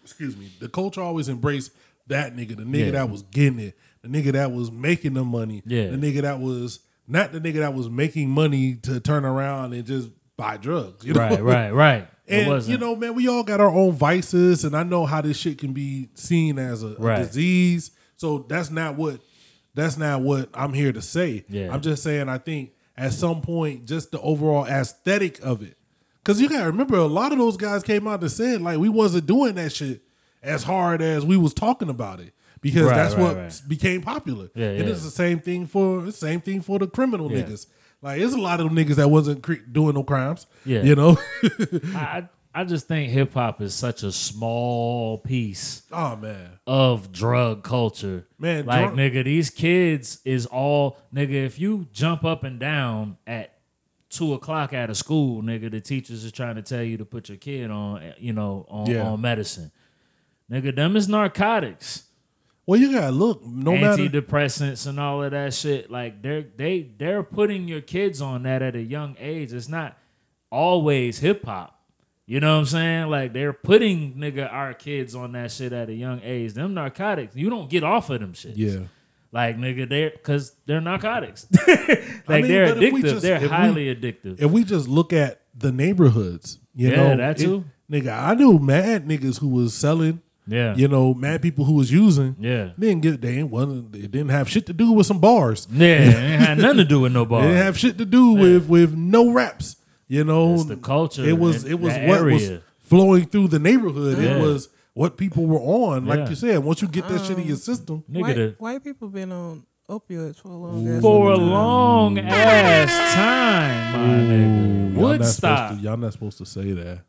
A: Excuse me. The culture always embraced that nigga, the nigga
B: Yeah.
A: that was getting it, the nigga that was making the money,
B: Yeah.
A: the nigga that was not the nigga that was making money to turn around and just buy drugs. You know?
B: Right, right, right. it
A: And
B: wasn't.
A: you know, man, we all got our own vices, and I know how this shit can be seen as a, a
B: Right.
A: disease. So that's not what that's not what I'm here to say.
B: Yeah.
A: I'm just saying I think at some point, just the overall aesthetic of it. Cause you gotta remember a lot of those guys came out and said, like, we wasn't doing that shit as hard as we was talking about it. Because
B: Right,
A: that's
B: right,
A: what
B: right.
A: became popular.
B: Yeah,
A: and
B: yeah.
A: it's the same thing for same thing for the criminal
B: Yeah.
A: niggas. Like, it's a lot of them niggas that wasn't cre- doing no crimes.
B: Yeah.
A: You know?
B: I I I just think hip hop is such a small piece
A: oh man.
B: of drug culture.
A: Man,
B: like
A: drug-
B: nigga, these kids is all nigga. If you jump up and down at two o'clock out of school, nigga, the teachers is trying to tell you to put your kid on, you know, on,
A: Yeah.
B: on medicine. Nigga, them is narcotics,
A: Well, you gotta look. No matter.
B: antidepressants, and all of that shit. Like they're they they're putting your kids on that at a young age. It's not always hip hop. You know what I'm saying? Like they're putting nigga our kids on that shit at a young age. Them narcotics, you don't get off of them shit.
A: Yeah.
B: Like nigga, they're because they're narcotics. like
A: I mean,
B: they're
A: but if we
B: addictive.
A: just- if
B: they're
A: we-
B: highly addictive.
A: If we just look at the neighborhoods, you
B: Yeah,
A: know,
B: that
A: it-
B: too.
A: nigga, I knew mad niggas who was selling.
B: Yeah.
A: You know, mad people who was using.
B: Yeah.
A: Didn't get. They ain't wasn't. It didn't have shit to do with some bars.
B: yeah, it ain't had nothing to do with no
A: It
B: bar.
A: didn't have shit to do with with no raps. You know,
B: It's the culture
A: It was.
B: in
A: It was
B: that
A: what was
B: area.
A: flowing through the neighborhood.
B: Yeah.
A: It was what people were on. Like
B: Yeah. Um,
A: you said, once you get that shit in your system,
B: nigga,
C: white,
B: the-
C: white people been on opioids for a long ass
B: for a
C: time.
B: long ass time, my nigga.
A: Y'all not supposed
B: Woodstock
A: to- Y'all not supposed to say that.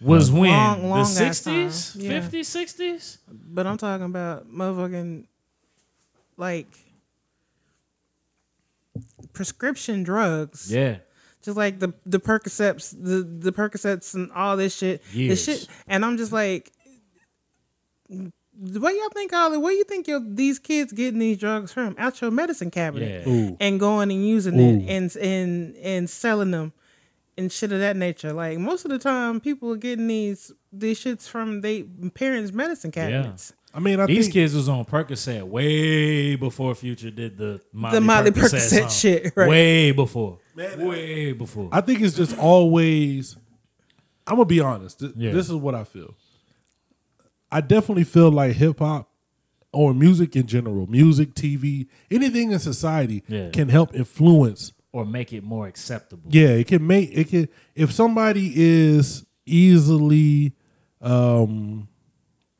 B: was when
C: Long, long
B: the
C: ass time.
B: sixties,
C: Yeah.
B: fifties, sixties.
C: But I'm talking about motherfucking like prescription drugs.
B: Yeah,
C: Just like the the Percocets, the the Percocets and all this shit. The
B: Years.
C: shit and I'm just like what y'all think all the where you think your these kids getting these drugs from? Out your medicine cabinet
B: Yeah.
A: Ooh.
C: and going and using
A: Ooh.
C: it and and and selling them and shit of that nature. Like most of the time people are getting these these shits from their parents' medicine cabinets.
A: I mean, I
B: these
A: think,
B: kids was on Percocet way before Future did the Molly
C: The Molly Percocet
B: song.
C: shit, right.
B: Way before, way before.
A: I think it's just always. I'm gonna be honest. Th-
B: Yeah.
A: This is what I feel. I definitely feel like hip hop or music in general, music, TV, anything in society
B: Yeah.
A: can help influence.
B: or make it more acceptable.
A: Yeah, it can make it can. If somebody is easily, um,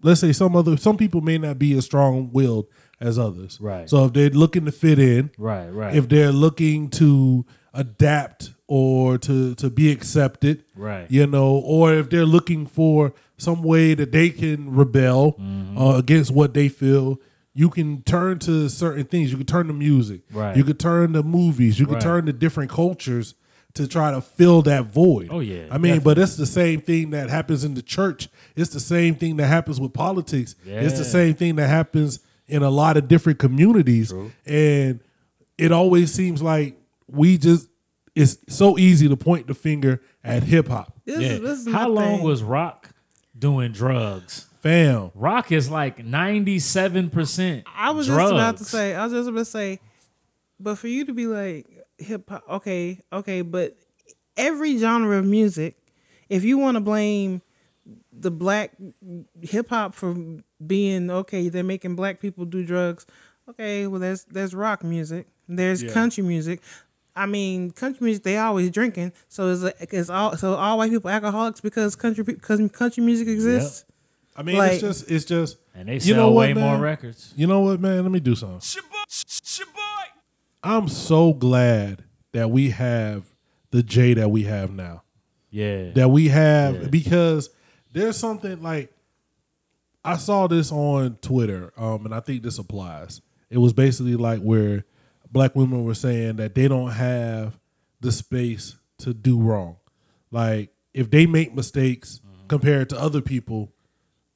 A: let's say some other some people may not be as strong willed as others.
B: Right.
A: So if they're looking to fit in,
B: Right, right.
A: if they're looking to adapt or to to be accepted
B: Right.
A: you know or if they're looking for some way that they can rebel
B: Mm-hmm.
A: uh, against what they feel you can turn to certain things you can turn to music
B: Right.
A: you could turn to movies you could
B: Right.
A: turn to different cultures to try to fill that void
B: Oh, yeah,
A: i mean but it's the same thing that happens in the church it's the same thing that happens with politics it's the same
B: Yeah.
A: same thing that happens in a lot of different communities and it always seems like we just it's so easy to point the finger at hip hop
C: This
B: Yeah.
C: is, this is
B: How
C: my
B: long
C: thing.
B: was Rock doing drugs?
A: fam
B: Rock is like ninety-seven percent.
C: I was just about to say. I was just about to say, but for you to be like hip hop, okay, okay, but every genre of music, if you want to blame the black hip hop for being okay, they're making black people do drugs. Okay, well there's there's rock music, there's country music. I mean, country music they always drinking, so is it's all so all white people alcoholics because country because country music exists.
A: i mean
C: Like-
A: it's just it's just
B: and they
A: you
B: sell
A: know what,
B: way
A: man?
B: more records.
A: you know what man let me do something
E: It's your boy. It's your boy.
A: i'm so glad that we have the J that we have now.
B: Yeah.
A: that we have because there's something like I saw this on Twitter, um, and I think this applies. It was basically like where black women were saying that they don't have the space to do wrong. Like if they make mistakes compared to other people,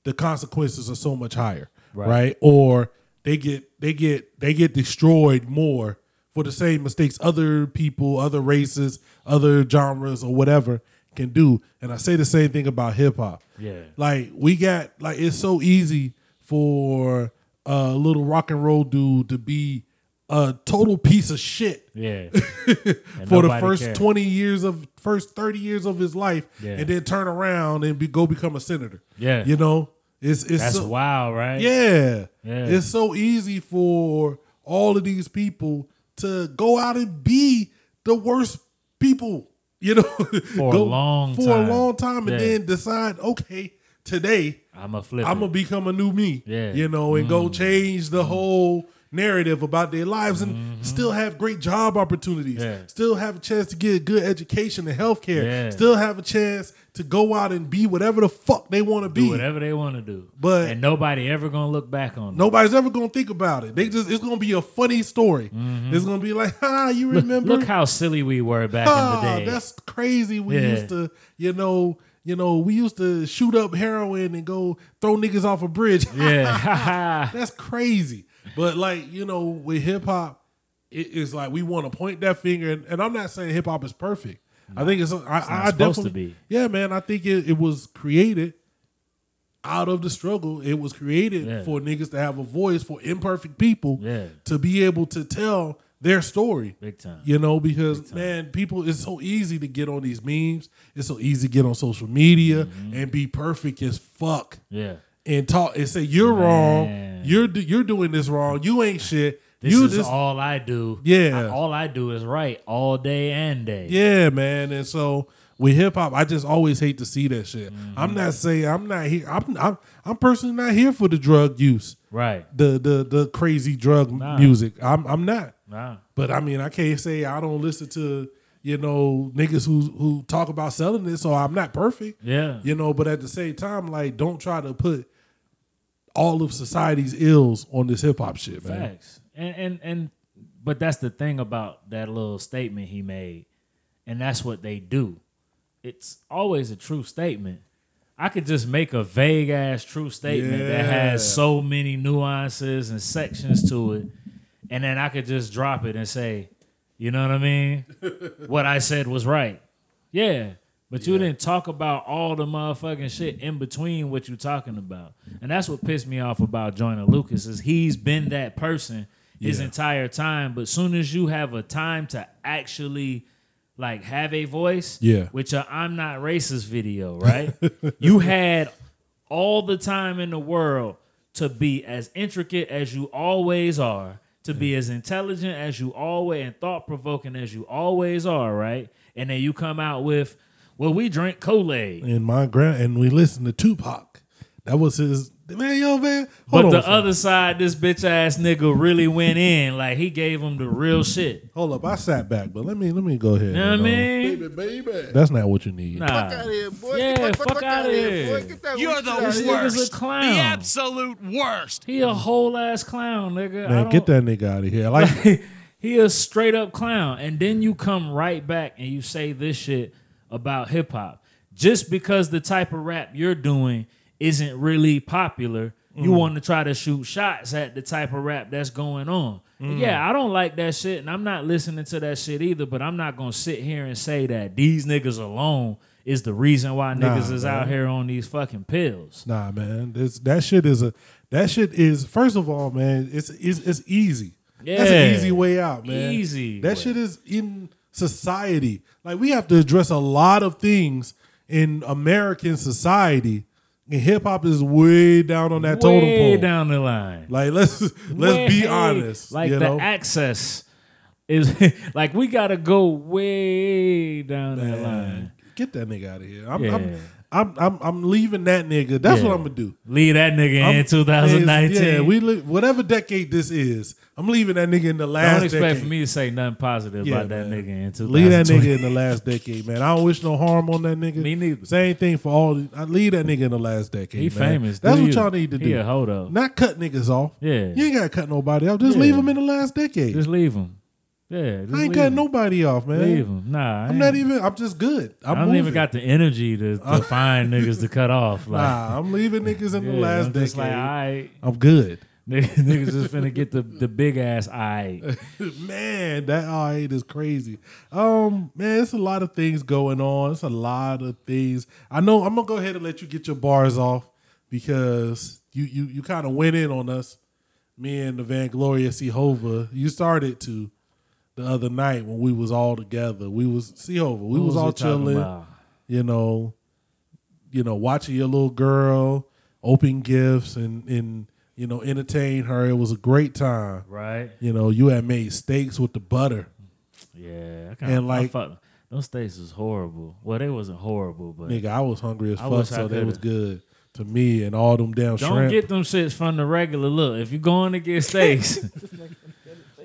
A: the consequences are so much higher,
B: Right.
A: right? Or they get they get they get destroyed more for the same mistakes other people, other races, other genres, or whatever can do. And I say the same thing about hip hop.
B: Yeah.
A: like we got like it's so easy for a little rock and roll dude to be a total piece of shit
B: yeah. And
A: for the
B: nobody
A: first
B: cared.
A: 20 years of first 30 years of his life
B: Yeah.
A: and then turn around and be, go become a senator
B: Yeah.
A: you know it's it's
B: That's
A: so,
B: wild, right?
A: yeah.
B: Yeah.
A: it's so easy for all of these people to go out and be the worst people you know for
B: a long
A: for
B: time.
A: a long time and
B: Yeah.
A: then decide okay today
B: I'm a flip.
A: I'm gonna become a new me.
B: Yeah. Mm.
A: You know, and go change the whole narrative about their lives and still have great job opportunities.
B: Mm-hmm. Yeah.
A: Still have a chance to get a good education and healthcare.
B: Yeah.
A: Still have a chance to go out and be whatever the fuck they want to be.
B: do whatever they want to do.
A: But-
B: and nobody ever gonna look back on them.
A: Nobody's ever gonna think about it. They just it's gonna be a funny story. It's gonna be like, ah, you remember?
B: Mm-hmm. Look how silly we were back
A: ah,
B: in the day.
A: that's crazy. We
B: Yeah.
A: used to, you know, you know, we used to shoot up heroin and go throw niggas off a bridge.
B: yeah.
A: That's crazy. But like you know, with hip hop, it is like we want to point that finger, and, and I'm not saying hip hop is perfect. I think it's, I, I
B: supposed
A: definitely,
B: to be.
A: yeah, man. I think it, it was created out of the struggle. It was created
B: Yeah.
A: for niggas to have a voice for imperfect people
B: Yeah.
A: to be able to tell their story.
B: Big time.
A: You know, because man, people it's so easy to get on these memes. It's so easy to get on social media
B: Mm-hmm.
A: and be perfect as fuck
B: yeah.
A: and talk and say you're
B: Man.
A: wrong, you're do- you're doing this wrong, you ain't shit.
B: This
A: you
B: is
A: just
B: all I do.
A: Yeah.
B: I- all I do is right all day and day.
A: yeah, man. And so with hip hop, I just always hate to see that shit.
B: Mm-hmm.
A: I'm not saying I'm not here. I'm I'm I'm personally not here for the drug use,
B: Right.
A: the the the crazy drug music. I'm I'm not.
B: Nah.
A: But I mean, I can't say I don't listen to you know niggas who who talk about selling it. So I'm not perfect.
B: Yeah.
A: you know. But at the same time, like, don't try to put all of society's ills on this hip hop shit, man.
B: Facts. And and and but that's the thing about that little statement he made. And that's what they do. It's always a true statement. I could just make a vague ass true statement that has
A: Yeah.
B: so many nuances and sections to it. And then I could just drop it and say, you know what I mean? what I said was right. Yeah. But you didn't talk about all the motherfucking shit in between what you talking about. And that's what pissed me off about Joyner Lucas is he's been that person his
A: Yeah.
B: entire time. But soon as you have a time to actually like have a voice,
A: Yeah.
B: with your I'm not racist video, right? you had all the time in the world to be as intricate as you always are, to be as intelligent as you always and thought provoking as you always are, right? And then you come out with, well, we drink Kool Aid,
A: And my grand and we listened to Tupac. That was his man, yo, man. Hold
B: but
A: on,
B: the
A: a second.
B: other side, this bitch ass nigga really went in, like he gave him the real shit.
A: hold up. I sat back, but let me let me go ahead.
B: You know what I
A: you know.
B: mean?
F: Baby, baby.
A: That's not what you need.
F: Fuck out
B: Nah.
F: of here, boy.
B: Ah. Yeah,
F: Get the
B: fuck outta
F: outta
B: here.
F: boy. Get that
G: You're
F: weak shit
G: the
F: outta
G: worst.
B: This
F: here.
B: nigga's a clown.
G: The absolute worst.
B: He a whole ass clown, nigga.
A: Man,
B: I don't-
A: get that nigga out of here. Like
B: he a straight up clown. And then you come right back and you say this shit about hip hop. Just because the type of rap you're doing isn't really popular,
A: Mm.
B: you want to try to shoot shots at the type of rap that's going on.
A: Mm.
B: And Yeah, I don't like that shit, and I'm not listening to that shit either, but I'm not gonna sit here and say that these niggas alone is the reason why niggas is out here on these fucking pills.
A: Nah, man, this that shit is a that shit is first of all, man. It's it's, it's easy. That's
B: Yeah.
A: an easy way out, man.
B: Easy
A: That
B: way.
A: shit is in society. Like we have to address a lot of things in American society, and hip hop is way down on that totem
B: Way
A: pole.
B: down the line.
A: Like let's let's
B: way-
A: be honest.
B: Like
A: you
B: the
A: know?
B: access is like we gotta go way down that line.
A: Get that nigga out of here. I'm,
B: Yeah.
A: I'm I'm I'm I'm leaving that nigga. That's
B: Yeah.
A: what I'm gonna do.
B: Leave that nigga
A: I'm-
B: in 2019.
A: Yeah, we li- whatever decade this is, I'm leaving that nigga in the last.
B: Don't expect
A: decade.
B: for me to say nothing positive
A: Yeah,
B: about that
A: man.
B: nigga in 2020.
A: Leave that nigga in the last decade, man. I don't wish no harm on that nigga.
B: Me neither.
A: Same thing for all. the- I leave that nigga in the last decade.
B: He
A: man.
B: famous.
A: That's
B: Do
A: what
B: you.
A: y'all need to do.
B: He a hold up.
A: Not cut niggas off.
B: Yeah.
A: You ain't gotta cut nobody off. Just
B: Yeah.
A: leave him in the last decade.
B: Just leave him. Yeah, just
A: I ain't
B: leave
A: cut
B: him.
A: nobody off, man.
B: Leave him. Nah, I
A: I'm not
B: ain't-
A: even. I'm just good. I'm
B: I don't
A: moving. Uh,
B: even got the energy to, to find niggas to cut off. Like,
A: Nah, I'm leaving niggas in
B: yeah,
A: the last
B: I'm
A: decade.
B: just like, all right,
A: I'm good.
B: niggas, niggas just finna get the, the big ass eye.
A: man, that R8 is crazy. Um, man, it's a lot of things going on. It's a lot of things. I know I'm gonna go ahead and let you get your bars off because you you you kind of went in on us, me and the Vanglorious Sehova. You started to the other night when we was all together. We was Sehova. We
B: What
A: was,
B: we
A: all
B: talking
A: chilling
B: about?
A: you know, you know, watching your little girl open gifts and and you know entertain her. It was a great time.
B: Right?
A: You know, you had made steaks with the butter.
B: Yeah. I
A: And,
B: like,
A: like-
B: those states was horrible. Well, they wasn't horrible, but
A: Nigga, I was hungry as
B: I
A: fuck,
B: wish I
A: so that was
B: coulda.
A: good to me and all them damn
B: Don't
A: shrimp.
B: get them shits from the regular. Look, if you're going to get steaks,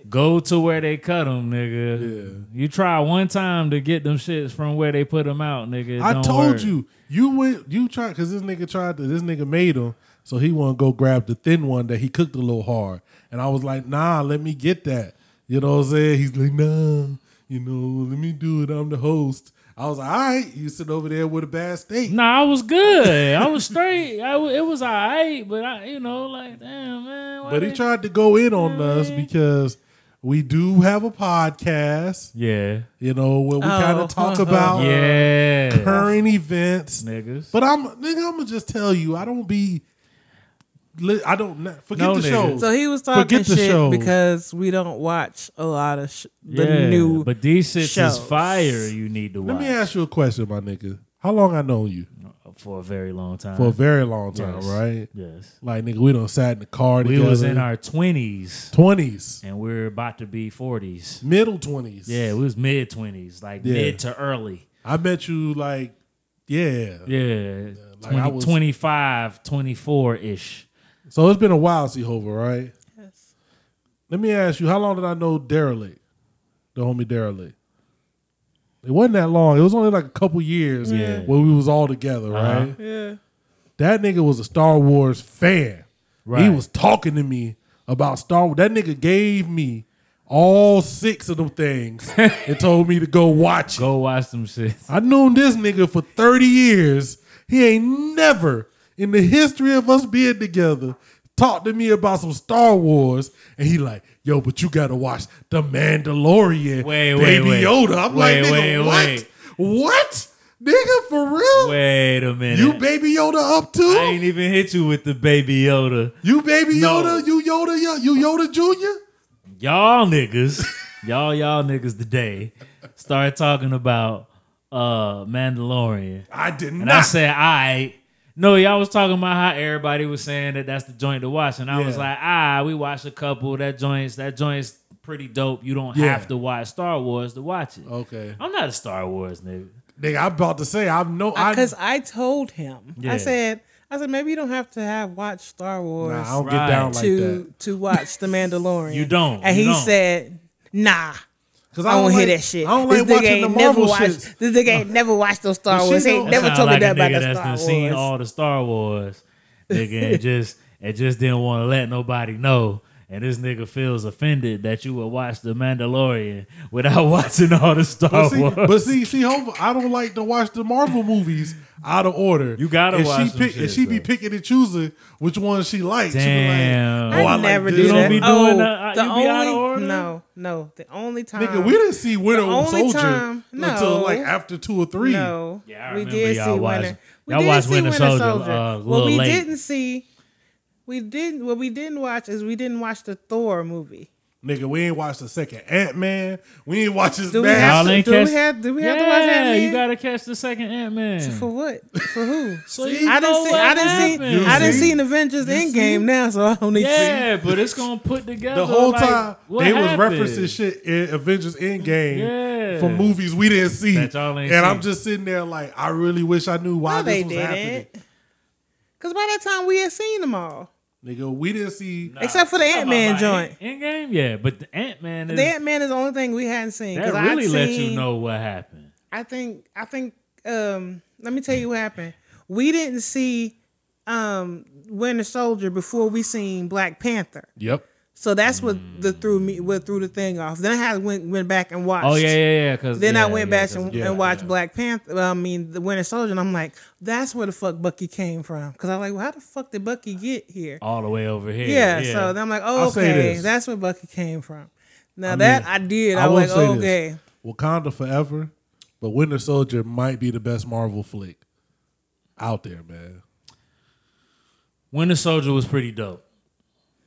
B: go to where they cut them, nigga. You try one time to get them shits from where they put them out, nigga. It
A: I
B: don't
A: told
B: work.
A: you, you went, you tried because this nigga tried to, this nigga made them, so he want to go grab the thin one that he cooked a little hard, and I was like, nah, let me get that. You know what I'm saying? He's like, nah, you know, let me do it. I'm the host. I was like, all right, you sit over there with a bad steak.
B: Nah, I was good. I was straight. I wa- it was all right, but I, you know, like, damn, man. why
A: But he
B: they-
A: tried to go in on us because we do have a podcast,
B: Yeah.
A: you know, where we kind
C: Oh.
A: of talk about
B: Yeah.
A: Uh, current events.
B: Niggas.
A: But I'm nigga. I'm gonna just tell you, I don't be. li- I don't na- forget
B: No,
A: the
B: nigga.
A: show.
C: So he was talking
A: Forget the
C: shit
A: shows.
C: because we don't watch a lot of sh- the
B: yeah.
C: new.
B: But these shits
C: shows.
B: is fire you need to
A: Let
B: watch
A: me ask you a question, my nigga. How long I known you
B: for a very long time.
A: for a very long time,
B: Yes.
A: right?
B: Yes.
A: Like nigga, we done sat in the car
B: We
A: together.
B: was in our 20s.
A: twenties,
B: and we're about to be 40s.
A: middle twenties.
B: Yeah, we was mid 20s, like
A: Yeah.
B: mid to early.
A: I met you like, yeah.
B: Yeah,
A: like
B: 20,
A: I was-
B: 25, 24 ish.
A: So it's been a while, Sehova, right?
C: Yes.
A: Let me ask you, how long did I know Derelict, the homie Derelict? It wasn't that long. It was only like a couple years
B: Yeah.
A: where we was all together,
B: Uh-huh.
A: right?
C: yeah.
A: That nigga was a Star Wars fan. He
B: Right.
A: was talking to me about Star Wars. That nigga gave me all six of them things and told me to go watch it.
B: Go watch some shit.
A: I known this nigga for 30 years. He ain't never in the history of us being together talked to me about some Star Wars. And he like, yo, but you gotta watch The Mandalorian.
B: Wait, wait,
A: Baby
B: wait.
A: Yoda. I'm
B: Wait,
A: like,
B: wait,
A: nigga, what?
B: wait.
A: What? Nigga, for real?
B: Wait a minute.
A: You Baby Yoda up too?
B: I ain't even hit you with the baby Yoda.
A: You baby
B: No.
A: Yoda, you Yoda, Yo- you Yoda Junior.
B: Y'all niggas, y'all, y'all niggas today start talking about uh Mandalorian.
A: I did
B: And I
A: not.
B: said, all right. No, y'all was talking about how everybody was saying that that's the joint to watch. And I was
A: Yeah.
B: like, ah, we watched a couple. That joint's that joint's pretty dope. You don't
A: Yeah.
B: have to watch Star Wars to watch it.
A: okay,
B: I'm not a Star Wars nigga.
A: nigga, I'm about to say I've no. I,
C: Because I, told him.
B: Yeah.
C: I said. I said maybe you don't have to have watched Star Wars.
A: nah, I don't
B: Right.
A: get down like
C: to
A: that
C: to watch The Mandalorian.
B: You don't,
C: And
B: you
C: he
B: don't.
C: said, "Nah,
A: because
C: I don't,
A: like,
C: hear that shit.
A: I don't
C: this
A: like
C: nigga
A: watching the
C: ain't never
A: Marvel shit.
C: watched. This nigga ain't never watched those Star
A: she
C: Wars. He
A: don't-
C: ain't
A: That
C: never
B: Sound
C: told
B: like
C: me
B: a
C: nothing about
B: nigga
C: the
B: that's
C: Star
B: done
C: Wars.
B: seen all the Star Wars, nigga, and just and just didn't want to let nobody know. And this nigga feels offended that you would watch The Mandalorian without watching all the Star
A: But see,
B: Wars.
A: but see, see, Hova, I don't like to watch the Marvel movies out of order.
B: You gotta
A: and
B: watch
A: She
B: them
A: pick, and
B: shit,
A: she be
B: though.
A: picking and choosing which one she likes. She be like,
B: Damn.
A: oh, I,
C: I,
A: like
C: never
A: this
C: do
A: one."
B: don't
C: that.
B: be
C: oh,
B: doing that. Uh,
C: the
B: You
C: only
B: be out of order?
C: no, no. The only time,
A: Nigga, we didn't see Winter
C: only
A: Soldier
C: time-
A: until
C: no.
A: like after two or three.
C: No,
B: Yeah, I
C: we
B: remember
C: did
B: y'all
C: see
B: watched-
C: Winter. We
B: y'all
C: did
B: watched
C: see
B: Winter
C: Winter
B: Soldier,
C: Soldier.
B: uh, a
C: what
B: little
C: we
B: late.
C: didn't see, we didn't. What we didn't watch is we didn't watch is we didn't watch the Thor movie.
A: Nigga, we ain't watched the second Ant Man. We ain't watched his
C: Do we have
A: bad.
B: Y'all
C: to?
B: ain't
C: Do we
B: catch-
C: have? Do we have to watch
B: Yeah,
C: that?
B: you gotta catch the second Ant
C: for
B: Man.
C: what? For who?
B: So you
C: I didn't
B: know
C: see.
B: what
C: I didn't see.
B: happened.
C: I didn't see an Avengers Endgame now, so I don't need to.
B: Yeah, but it's gonna put together
A: The whole
B: like,
A: time
B: what
A: they
B: happened?
A: was referencing shit in Avengers Endgame
B: Yeah.
A: for movies we didn't see.
B: That y'all ain't
A: and I'm
B: seen.
A: just sitting there like, I really wish I knew why
C: No,
A: this
C: they
A: was happening.
C: didn't. Because by that time we had seen them all,
A: Nigga, we didn't see
C: except for the Ant Man joint.
B: In game, yeah, but the Ant Man is
C: The Ant Man is the only thing we hadn't seen.
B: that
C: 'cause I'd
B: really let you
C: seen-
B: know what happened.
C: I think. I think. Um, let me tell you what happened. We didn't see um, Winter Soldier before we seen Black Panther.
A: Yep.
C: So that's what the threw me what threw the thing off. Then I had went went back and watched.
B: Oh yeah, yeah, yeah. Cause
C: Then
B: yeah,
C: I went
B: yeah,
C: back
B: 'cause-
C: and,
A: yeah,
C: and watched
A: yeah.
C: Black Panther. well, I mean, The Winter Soldier, and I'm like, that's where the fuck Bucky came from. Because I'm like, well, how the fuck did Bucky get here?
B: all the way over here.
C: yeah, So then I'm like, oh,
A: Oh, I'll say
C: okay,
A: this.
C: that's where Bucky came from. Now
A: I
C: that
A: mean,
C: I did,
A: I
C: I,
A: will
C: was
A: say
C: like, "Oh,
A: this.
C: okay,
A: Wakanda Forever, but Winter Soldier might be the best Marvel flick out there, man.
B: Winter Soldier was pretty dope.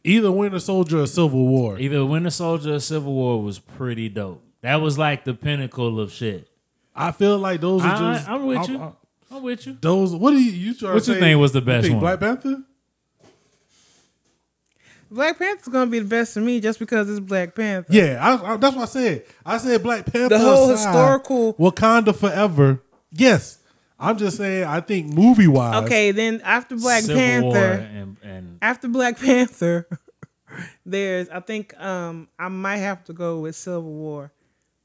A: Either Winter Soldier or Civil War.
B: Either Winter Soldier or Civil War was pretty dope. That was like the pinnacle of shit.
A: I feel like those are
B: I,
A: just.
B: I'm with you.
A: I-
B: I'm with you.
A: those. What do you, you trying
B: What
A: to
B: you
A: say?
B: think was the best
A: think
B: one?
A: Black Panther?
C: Black Panther's gonna be the best for me just because it's Black Panther.
A: Yeah, I, I, that's what I said. I said Black Panther.
C: The whole
A: aside,
C: historical-
A: Wakanda Forever. Yes, I'm just saying. I think movie wise.
C: Okay, then after Black
B: Civil
C: Panther,
B: War and, and
C: after Black Panther, there's I think um I might have to go with Civil War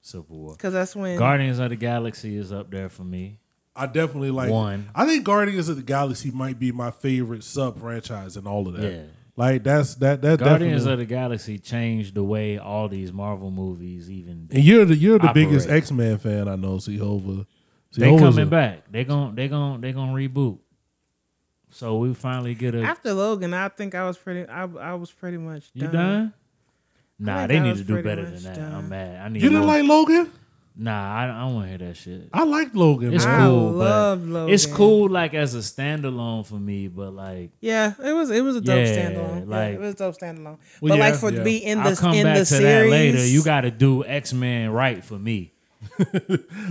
B: Civil War.
C: because that's when
B: Guardians of the Galaxy is up there for me.
A: I definitely like
B: One.
A: I think Guardians of the Galaxy might be my favorite sub franchise and all of that.
B: Yeah.
A: Like that's that that
B: Guardians
A: definitely.
B: of the Galaxy changed the way all these Marvel movies even
A: and you're the you're the biggest
B: Operate.
A: X Men fan I know, Sehova.
B: they coming back. They gon' they gon' they gon' reboot. So we finally get a
C: after Logan, I think I was pretty I I was pretty much
B: you
C: done.
B: done? Nah,
C: think
B: they
C: I
B: need
C: was
B: to do
C: pretty
B: better
C: much
B: than that.
C: done.
B: I'm mad. I need
A: You didn't
B: more-
A: like Logan?
B: Nah, I, I want to hear that shit.
A: I liked Logan.
B: It's
A: man.
C: I
B: cool,
C: love
B: but
C: Logan.
B: it's cool like as a standalone for me. But like,
C: Yeah, it was it was a dope
B: Yeah,
C: standalone.
B: like-
C: yeah, it was a dope standalone.
A: Well,
C: but
A: yeah,
C: like for
A: yeah.
C: to be in
B: I'll
C: the
B: come
C: in
B: back
C: the
B: to
C: series
B: that later. You got to do X Men right for me.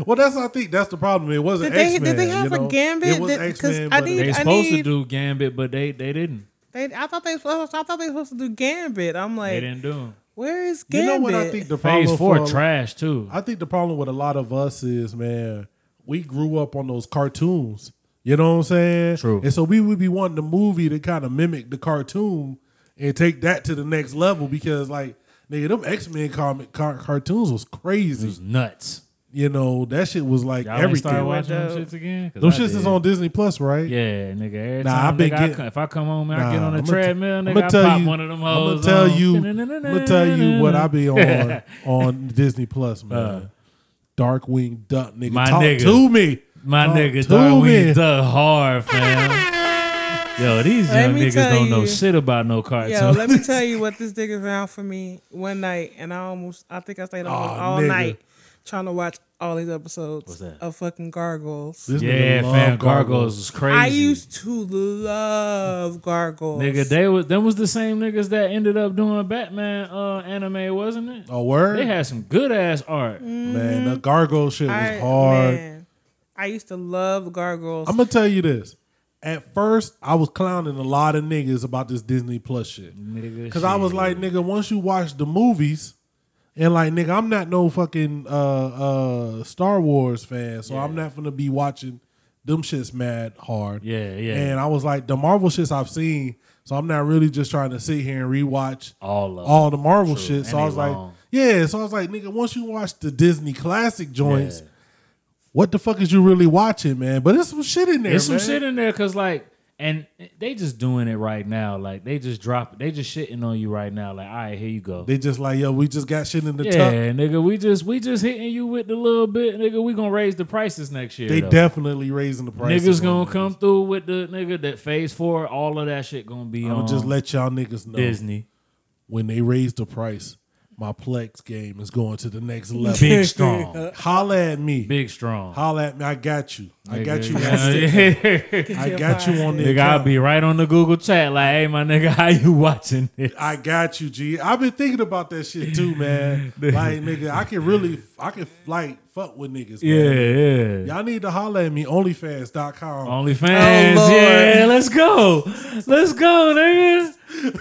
A: Well, that's I think that's the problem. It wasn't
C: Did they-
A: X Men.
C: did they have
A: you
C: a
A: know?
C: Gambit?
A: It was
C: Did- 'cause
A: X Men.
C: I
A: but
C: need-
B: They
C: I
B: supposed
C: need-
B: to do Gambit, but they they didn't.
C: they, I thought they I thought they were supposed to do Gambit. I'm
B: They
C: like,
B: didn't do 'em.
C: where is
A: you
C: Gambit?
A: know what I think the problem
B: Phase four
A: for,
B: trash too.
A: I think the problem with a lot of us is, man, we grew up on those cartoons. You know what I'm saying?
B: True.
A: And so we would be wanting the movie to kind of mimic the cartoon and take that to the next level because, like, nigga, them X Men comic car- cartoons was
B: it
A: crazy.
B: was nuts.
A: you know, that shit was like
B: Y'all ain't
A: everything.
B: started watching
C: Dope.
B: them shits again. 'Cause
A: Those
B: I
A: shits is
B: did.
A: on Disney Plus, right?
B: Yeah, nigga. Every
A: Nah,
B: time,
A: I've been
B: nigga, I
A: getting-
B: co- if I come home, man, I
A: Nah,
B: get on the
A: I'ma t-
B: treadmill, nigga,
A: I'ma
B: I
A: tell
B: pop
A: you-
B: one of them
A: I'ma
B: hoes.
A: tell
B: on.
A: you, I'm gonna tell you what I be on on Disney Plus, man. Darkwing Duck, nigga,
B: Uh. My
A: talk
B: nigga.
A: to me.
B: My
A: Talk
B: nigga,
A: to
B: Darwin
A: me.
B: dug hard, fam. Yo, these
C: Let
B: young
C: me
B: niggas
C: tell
B: don't know
C: you.
B: shit about no cartoons.
C: Yo, let me tell you what this nigga found for me one night, and I almost I think I stayed up
A: Aw,
C: all
A: nigga.
C: night trying to watch all these episodes
B: What's that?
C: of fucking Gargoyles.
A: This
B: yeah,
A: nigga love
B: fam, gargoyles was crazy.
C: I used to love Gargoyles.
B: nigga, they was them was the same niggas that ended up doing Batman uh, anime, wasn't it?
A: A Oh, word,
B: They had some good ass art.
C: Mm.
A: man. The gargoyle shit was
C: I,
A: hard.
C: man, I used to love Gargoyles.
A: I'm gonna tell you this. At first, I was clowning a lot of niggas about this Disney Plus shit. Cause I was like, nigga, once you watch the movies, and like, nigga, I'm not no fucking uh uh Star Wars fan, so I'm not gonna be watching them shits mad hard.
B: Yeah, yeah.
A: And I was like, the Marvel shits I've seen, so I'm not really just trying to sit here and rewatch
B: all of
A: all the Marvel shit. So
B: And
A: I
B: they
A: was like,
B: long.
A: yeah. So I was like, nigga, once you watch the Disney classic joints,
B: Yeah.
A: what the fuck is you really watching, man? But there's some shit in there.
B: There's some
A: man.
B: shit in there because like, and they just doing it right now. Like they just drop, they just shitting on you right now. Like, all right, here you go.
A: They just like, yo, we just got shit in the
B: yeah,
A: tuck.
B: nigga, we just we just hitting you with the little bit, nigga. We gonna raise the prices next year.
A: They
B: though.
A: definitely raising the price.
B: niggas gonna come through with the nigga that phase four. All of that shit gonna be
A: I'm
B: on
A: gonna just let y'all niggas know
B: Disney.
A: when they raise the price. my Plex game is going to the next level.
B: Big strong.
A: Holla at me.
B: Big strong.
A: Holla at me. I got you. I got you.
B: Nigga,
A: I got you on the
B: Nigga, I'll
A: account.
B: be right on the Google chat like, hey, my nigga, how you watching this?
A: I got you, G. I've been thinking about that shit too, man. like, nigga, I can really, I can like fuck with niggas. Man.
B: yeah, yeah.
A: Y'all need to holla at me. OnlyFans.com.
B: OnlyFans.
C: Oh, Lord.
B: yeah, let's go. Let's go, nigga.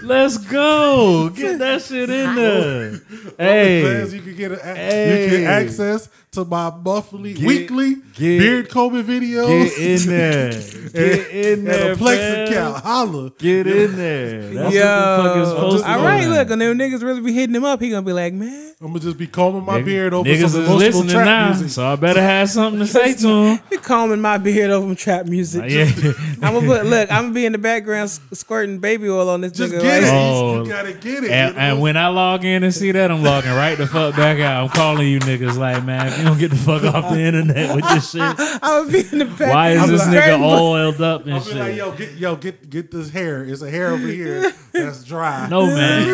B: Let's go. Get that shit in there.
A: OnlyFans,
B: Hey.
A: you can get a,
B: Hey.
A: you can access to my monthly,
B: Get-
A: weekly
B: get-
A: beard combing videos.
B: Get in there. Get in there.
A: and a Plex
B: fam.
A: account. Holla.
B: Get in there. That's what the fuck is
C: Yo,
B: supposed to
C: all
B: go
C: right,
B: down.
C: look, and them niggas really be hitting him up. He gonna be like, man,
A: I'm gonna just be combing my
B: Nigga-
A: beard over
B: Niggas
A: some
B: is
A: emotional
B: listening
A: trap
B: now,
A: music.
B: so I better have something to say to them.
C: you combing my beard over from trap music.
B: yeah.
C: I'm gonna put look. I'm gonna be in the background squ- squirting baby oil on this
A: just
C: nigga.
A: get it.
C: right?
B: Oh.
A: You gotta get it.
B: And,
A: you know?
B: and when I log in and see that, I'm logging right the fuck back out. I'm calling you niggas like, man, if you don't get the fuck off the internet with this shit,
C: I'm gonna be in the back.
B: why is
A: I'm
B: this
A: like-
B: nigga
C: Squirting-
B: oiled up and
A: I'll be like,
B: shit?
A: yo, get yo, get get this hair. It's a hair over here that's dry.
B: No, man.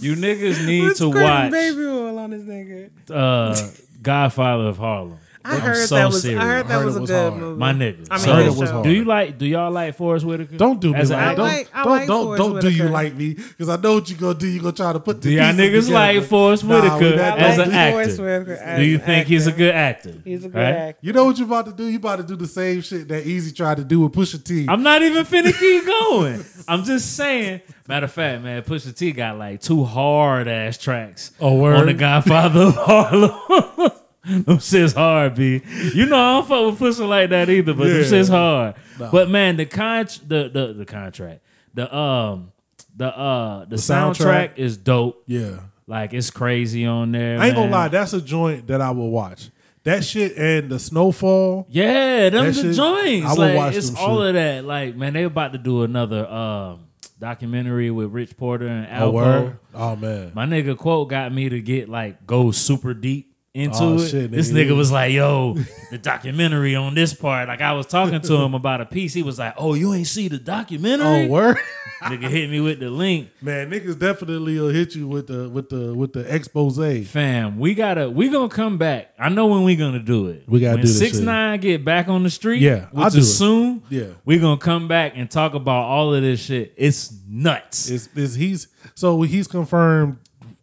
B: You niggas need
C: Who's
B: to
C: squirting
B: watch
C: baby oil on this nigga.
B: uh, Godfather of Harlem.
C: I
B: I'm
C: heard
B: so
C: that was.
B: serious.
C: I heard that
A: Heard
C: was
A: it
C: a
A: was
C: good
A: hard.
C: movie.
B: My nigga.
C: I mean,
A: Heard
C: his
A: it was
C: show.
A: hard.
B: do you like do y'all like Forrest Whitaker?
A: Don't do me
B: As an
A: like
B: actor?
A: don't
C: like- I
A: don't
C: like
A: don't,
C: Forrest
A: don't do you
C: Whitaker.
A: like me because I know what you gonna do. You gonna try to put the
B: Do y'all
A: pieces
B: niggas
A: together.
B: like Forrest
A: Nah, we
B: Whitaker
A: not
B: as
A: gonna
B: an
A: do
C: Forrest
B: actor?
C: Whitaker as
B: do you
C: an
B: think he's a
C: actor.
B: good actor?
C: He's a good
B: Right?
C: actor.
A: You know what you about to do? You about to do the same shit that Easy tried to do with Pusha T.
B: I'm not even finna keep going. I'm just saying. Matter of fact, man, Pusha T got like two hard ass tracks
A: Oh, word?
B: on the Godfather of Harlem. them shit's hard, b. You know I don't fuck with Pusha like that either, but them
A: Yeah.
B: shit's hard. But man, the con the, the the contract, the um, the uh, the, soundtrack,
A: soundtrack?
B: is dope.
A: yeah,
B: Like it's crazy on there.
A: I ain't gonna
B: man.
A: lie. That's a joint that I will watch. That shit and the snowfall.
B: Yeah, them
A: That
B: the
A: shit-
B: joints.
A: I would
B: like
A: watch
B: it's
A: them
B: all
A: shit.
B: of that. Like man, they about to do another um, documentary with Rich Porter and
A: Oh,
B: Alpo.
A: word. Oh man.
B: My nigga quote got me to get like go super deep into
A: Oh,
B: it.
A: shit,
B: this
A: nigga.
B: nigga was like, "Yo, the documentary on this part." Like I was talking to him about a piece. He was like, "Oh, you ain't see the documentary?"
A: Oh word.
B: Nigga hit me with the link.
A: Man, niggas definitely will hit you with the with the with the expose.
B: Fam, we gotta we gonna come back. I know when we gonna do it.
A: We gotta
B: when
A: do this
B: six
A: shit.
B: nine get back on the street.
A: Yeah,
B: which
A: I'll do it.
B: is soon.
A: Yeah.
B: we gonna come back and talk about all of this shit. It's nuts.
A: Is is he's so he's confirmed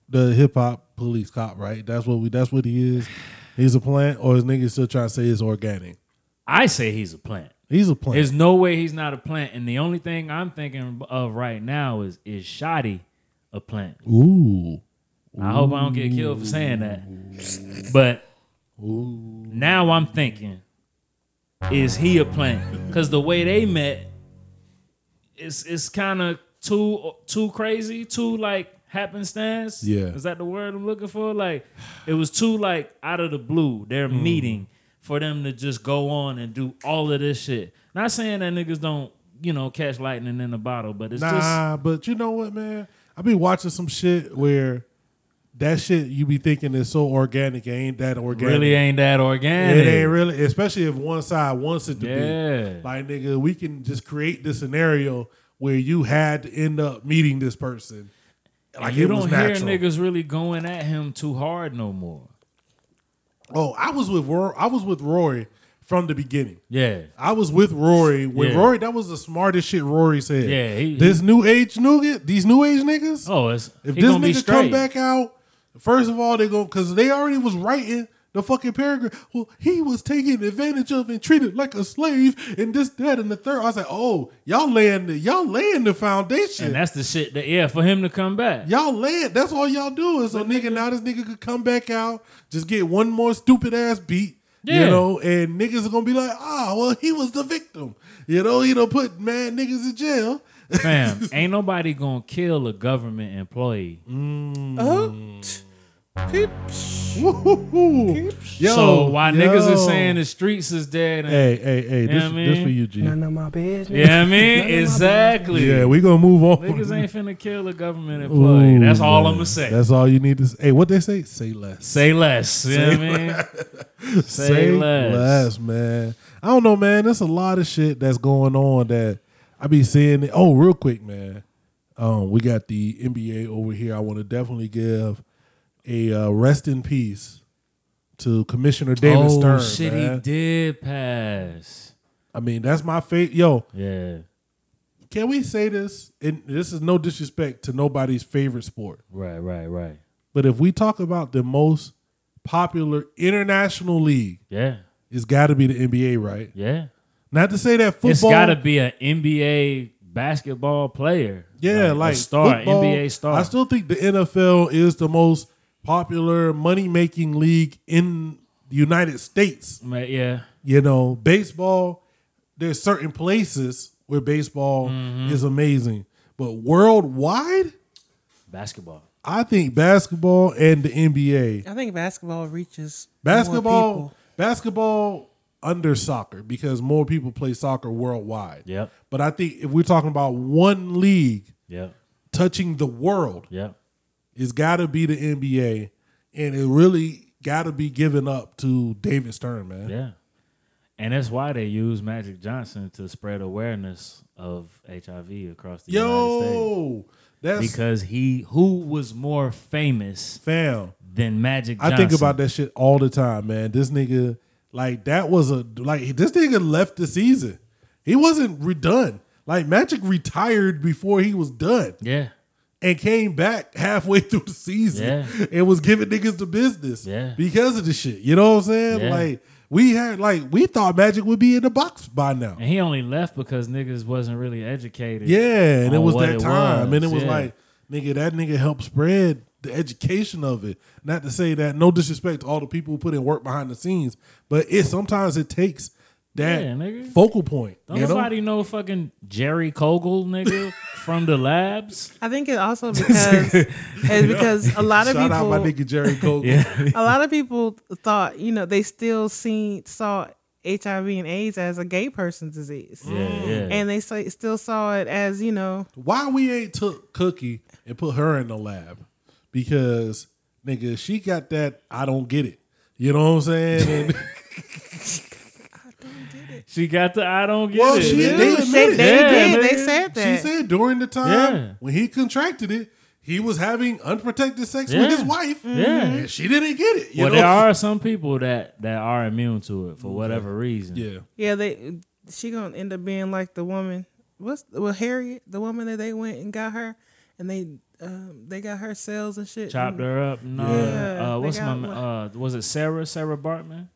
A: the hip hop police cop, right? That's what we that's what he is. He's a plant, or his niggas still trying to say it's organic.
B: I say he's a plant.
A: He's a plant.
B: There's no way he's not a plant. And the only thing I'm thinking of right now is is Shoddy a plant?
A: Ooh.
B: I hope I don't get killed for saying that. But now I'm thinking, is he a plant? Because the way they met, it's it's kind of too too crazy, too like happenstance.
A: Yeah.
B: is that the word I'm looking for? Like, it was too like out of the blue. Their
A: Mm.
B: meeting for them to just go on and do all of this shit. Not saying that niggas don't you know catch lightning in a bottle, but it's just
A: Nah, but you know what, man? I be watching some shit where that shit you be thinking is so organic, it ain't that organic.
B: really ain't that organic.
A: It ain't really, especially if one side wants it to
B: Yeah.
A: be. Like, nigga, we can just create this scenario where you had to end up meeting this person. Like,
B: you
A: it was
B: don't hear
A: natural.
B: niggas really going at him too hard no more.
A: Oh, I was with Rory, I was with Rory from the beginning.
B: Yeah.
A: I was with Rory when
B: Yeah.
A: Rory. That was the smartest shit Rory said.
B: Yeah, he-
A: this new age nougat, these new age niggas.
B: Oh, it's
A: if
B: he
A: this
B: gonna be
A: nigga come
B: straight.
A: back out, first of all they go because they already was writing the fucking paragraph. Well, he was taken advantage of and treated like a slave, and this, that, and the third. I was like, oh, y'all laying the y'all laying the
B: and
A: foundation.
B: that's the shit that yeah, for him to come back.
A: Y'all laying. That's all y'all do. is so nigga, now this nigga could come back out, just get one more stupid ass beat.
B: Yeah.
A: You know, and niggas are gonna be like, ah, well, he was the victim. You know, he done put mad niggas in jail.
B: Fam, ain't nobody gonna kill a government employee.
C: Oh,
A: Mm.
C: t- peeps.
A: Woo-hoo-hoo. Yo,
B: so why niggas
A: yo.
B: is saying the streets is dead and
A: Hey, hey, hey,
B: know
A: this,
B: what I
A: this
B: mean?
A: for you, G.
D: None of my business.
B: you know what I mean? exactly.
A: Yeah, we gonna move on.
B: niggas ain't finna kill a government employee. that's all
A: man.
B: I'm gonna say.
A: That's all you need to say. Hey, what they say? Say less.
B: say less. You know what I mean?
A: Say,
B: less.
A: man. I don't know, man. There's a lot of shit that's going on that I be seeing. It. Oh, real quick, man. Um, we got the NBA over here. I want to definitely give a uh, rest in peace to Commissioner David
B: oh
A: Stern.
B: shit, he
A: man.
B: did pass.
A: I mean, that's my fate. Yo,
B: Yeah,
A: can we say this? And this is no disrespect to nobody's favorite sport,
B: right, right, right.
A: but if we talk about the most popular international league,
B: Yeah,
A: it's got to be the NBA, right?
B: yeah.
A: Not to say that football.
B: It's got to be an NBA basketball player.
A: Yeah,
B: a
A: like,
B: star,
A: football,
B: NBA star.
A: I still think the NFL is the most popular money making league in the United States.
B: Ma- yeah,
A: You know, baseball. There's certain places where baseball
B: Mm-hmm.
A: is amazing, but worldwide,
B: basketball.
A: I think basketball and the NBA.
C: I think basketball reaches more
A: Basketball,
C: people.
A: basketball under soccer because more people play soccer worldwide.
B: Yep,
A: But I think if we're talking about one league
B: yep,
A: touching the world,
B: yep.
A: it's got to be the NBA, and it really got to be given up to David Stern, man.
B: Yeah. And that's why they use Magic Johnson to spread awareness of HIV across the United
A: Yo,
B: States.
A: that's
B: Because he who was more famous
A: fam.
B: than Magic
A: I
B: Johnson.
A: think about that shit all the time, man. This nigga, like that was a like this nigga left the season. He wasn't redone. Like Magic retired before he was done
B: Yeah.
A: and came back halfway through the season
B: Yeah.
A: and was giving niggas the business
B: Yeah.
A: because of the shit. You know what I'm saying?
B: Yeah.
A: Like we had like we thought Magic would be in the box by now.
B: And he only left because niggas wasn't really educated.
A: Yeah, and it
B: on
A: was
B: what
A: that time,
B: was,
A: and it was
B: yeah.
A: like, nigga, that nigga helped spread the education of it. Not to say that, no disrespect to all the people who put in work behind the scenes, but it sometimes it takes that
B: Yeah, nigga.
A: focal point.
B: Don't
A: you know?
B: nobody know fucking Jerry Kogel, nigga, from the labs.
C: I think it also because it's because a lot of
A: Shout out
C: people
A: my nigga Jerry Cole.
B: Mm.
C: a lot of people thought you know they still seen saw HIV and AIDS as a gay person's disease,
B: Yeah, yeah.
C: and they say, still saw it as you know
A: Why we ain't took Cookie and put her in the lab? Because nigga, she got that. I don't get it. You know what I'm saying? And,
B: she got the I don't get
A: well,
B: it.
A: she
B: nigga.
A: they
C: They-
A: admitted it.
C: they
B: Yeah,
C: did they
B: nigga.
C: said that
A: She said during the time
B: Yeah.
A: when he contracted it, he was having unprotected sex
B: Yeah.
A: with his wife.
B: Yeah.
A: And she didn't get it. You
B: well,
A: know?
B: there are some people that that are immune to it for whatever reason.
A: Yeah.
C: yeah they she gonna end up being like the woman what's well Harriet the woman that they went and got her and they um, they got her cells and shit Mm.
B: chopped her up. No,
C: Yeah.
B: uh, what's
C: They
B: my
C: got
B: uh, was it Sarah Sarah Bartman?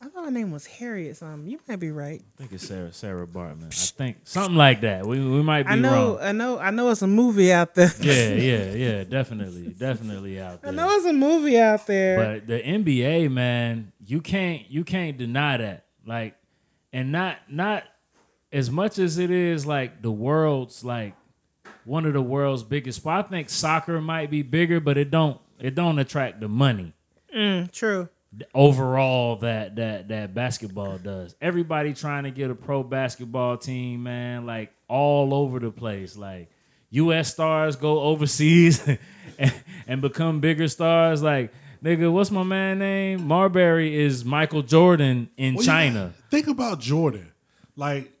C: I thought her name was Harriet something you might be right
B: I think it's Sarah Sarah Bartman. I think something like that. We we might be
C: I
B: wrong.
C: know uh, I know I know it's a movie out there
B: Yeah, yeah, yeah. Definitely, definitely out
C: I
B: there.
C: know it's a movie out there
B: But the NBA, man, you can't you can't deny that. Like, and not not as much as it is like the world's like one of the world's biggest. Well, I think soccer might be bigger, but it don't it don't attract the money.
C: Mm, true
B: overall that that that basketball does. Everybody trying to get a pro basketball team, man, like all over the place. Like US stars go overseas and, and become bigger stars. Like, nigga, what's my man name? Marbury is Michael Jordan in
A: Well, you
B: China.
A: know, think about Jordan. Like,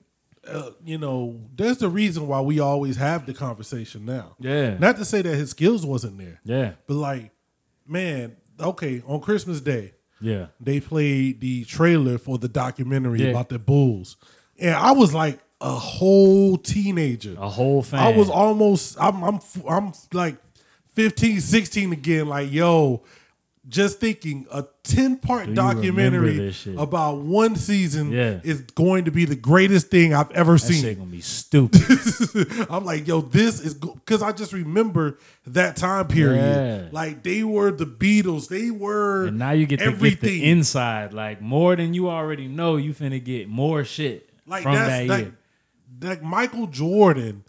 A: uh, you know, there's the reason why we always have the conversation now.
B: Yeah.
A: Not to say that his skills wasn't there.
B: Yeah.
A: But like, man, okay, on Christmas Day,
B: Yeah.
A: they played the trailer for the documentary
B: Yeah.
A: about the Bulls. And I was like a whole teenager.
B: A whole fan.
A: I was almost I'm I'm I'm like 15, 16 again like yo just thinking a 10 part
B: remember
A: documentary
B: this shit?
A: about one season
B: Yeah.
A: is going to be the greatest thing I've ever
B: that
A: seen.
B: shit gonna be stupid.
A: I'm like, yo, this is because I just remember that time period.
B: Yeah.
A: Like they were the Beatles, they were
B: and now you get to get
A: everything.
B: the inside. Like more than you already know, you finna get more shit
A: like
B: from
A: that's
B: that year.
A: like, like Michael Jordan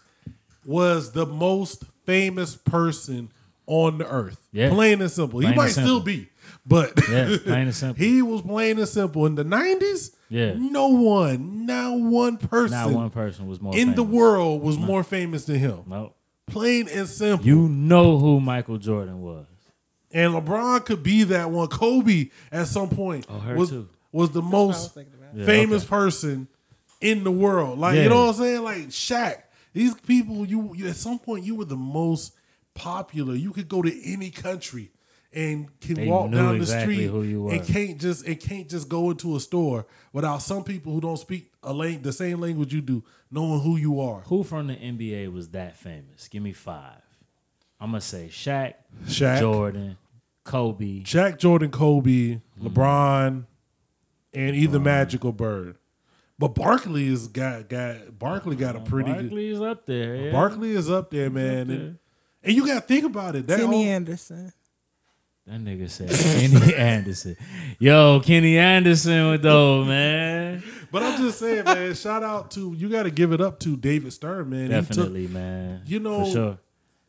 A: was the most famous person on the earth.
B: Yeah.
A: Plain and simple. he
B: Plain and
A: might still
B: simple.
A: be, but
B: Yeah, plain and simple.
A: he was plain and simple in the nineties.
B: Yeah.
A: no one, not one person,
B: Not one person was more
A: in the
B: famous.
A: world was more famous than him.
B: Nope.
A: Plain and simple.
B: You know who Michael Jordan was.
A: and LeBron could be that one. Kobe at some point
B: Oh, her
A: was
B: too.
A: was the most
C: thinking about.
A: famous person in the world. Like
B: Yeah.
A: you know what I'm saying? Like Shaq. These people, you, you at some point you were the most popular. You could go to any country and can
B: They
A: walk
B: knew
A: down
B: exactly
A: the street
B: who you
A: and
B: were.
A: can't just and can't just go into a store without some people who don't speak a lang- the same language you do knowing who you are.
B: Who from the NBA was that famous? Give me five. I'm gonna say Shaq,
A: Shaq,
B: Jordan, Kobe.
A: Shaq, Jordan, Kobe, LeBron, and either Magic or Bird. But Barkley is got got Barkley got a pretty good.
B: Barkley's up there. Yeah.
A: Barkley is up there, man. And, and you got to think about it. That
C: Kenny
A: whole-
C: Anderson.
B: That nigga said Kenny Anderson. Yo, Kenny Anderson with those man.
A: but I'm just saying, man. Shout out to you. Got to give it up to David Stern, man. He took-
B: Definitely, man.
A: you know-
B: for sure.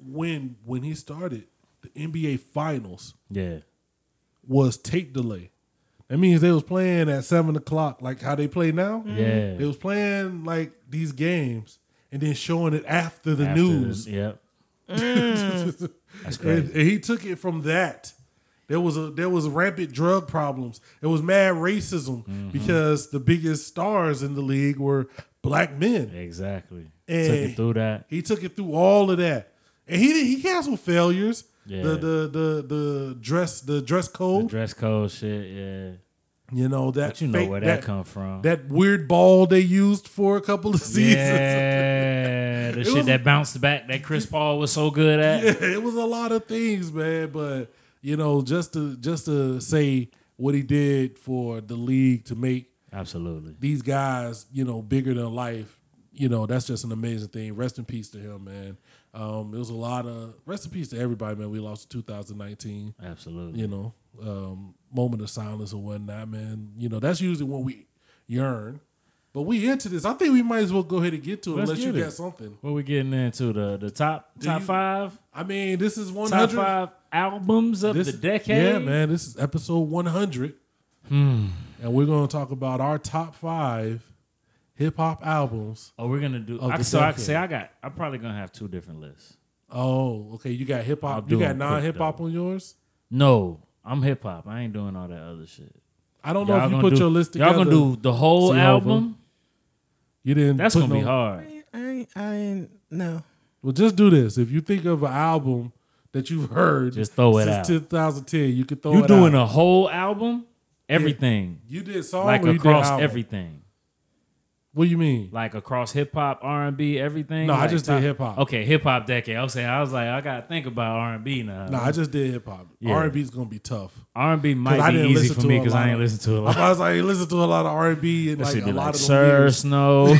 A: when when he started the NBA Finals
B: Yeah,
A: was tape delay. That means they was playing at seven o'clock, like how they play now.
B: yeah.
A: They was playing like these games and then showing it after the
B: After
A: news.
B: the- Yep. That's
A: and,
B: crazy.
A: and he took it from that. There was a there was rampant drug problems. It was mad racism
B: Mm-hmm.
A: because the biggest stars in the league were black men.
B: Exactly. Took
A: And-
B: it through that.
A: He took it through all of that, and he did, he canceled failures.
B: Yeah.
A: The, the the the dress the dress
B: The
A: code.
B: dress code shit. Yeah.
A: you know that.
B: But you know
A: fake-
B: where that, come from.
A: That weird ball they used for a couple of seasons.
B: Yeah, the shit
A: was-
B: that bounced back that Chris Paul was so good at.
A: it was a lot of things, man. But you know, just to just to say what he did for the league to make
B: Absolutely.
A: these guys, you know, bigger than life. You know, that's just an amazing thing. Rest in peace to him, man. Um, it was a lot of rest in peace to everybody, man. We lost in 2019.
B: Absolutely.
A: You know, um, moment of silence or whatnot, man. You know, that's usually when we yearn. But we into this. I think we might as well go ahead and get to it
B: Let's
A: unless you
B: get it.
A: got something.
B: What we getting into the the top top
A: you-
B: five
A: I mean, this is one
B: top
A: hundred.
B: five albums of the decade. Hmm.
A: Yeah, man. This is episode 100. And we're going to talk about our top five hip hop albums.
B: Oh, we're gonna do.
A: Of
B: I,
A: the
B: so I can
A: decade.
B: say I got. I'm probably gonna have two different lists.
A: Oh, okay. You got hip
B: I'll
A: hop.
B: do
A: You got
B: them quick,
A: non hip hop
B: though.
A: on yours?
B: No, I'm hip hop. I ain't doing all that other shit.
A: I don't know
B: Y'all
A: if you
B: gonna
A: put
B: do,
A: your list together.
B: Y'all gonna do the whole
A: See all of 'em.
B: album?
A: You didn't.
B: That's
A: put
B: gonna be
A: no-
B: hard.
C: I ain't, I ain't no.
A: Well, just do this. If you think of an album that you've heard,
B: Just throw it
A: since
B: out.
A: 2010, you could throw
B: You
A: it
B: doing
A: out.
B: a whole album? Everything.
A: You did song
B: Like
A: or you did
B: across
A: album?
B: everything.
A: What do you mean?
B: Like across hip hop, R and B, everything.
A: No, I
B: Like
A: just did hip-hop.
B: Okay, hip hop decade. I was saying, I was like, I gotta think about R and B now.
A: No, I just did hip hop.
B: Yeah.
A: R and B is gonna be tough.
B: R and B
A: I
B: might be
A: didn't
B: easy
A: listen
B: for
A: to
B: me
A: a
B: because
A: lot
B: I ain't
A: of-
B: listen to a lot.
A: I was like, you listen to a lot of R and B and
B: That
A: like
B: should
A: a
B: be
A: lot
B: like
A: of
B: Sir
A: the
B: Snow.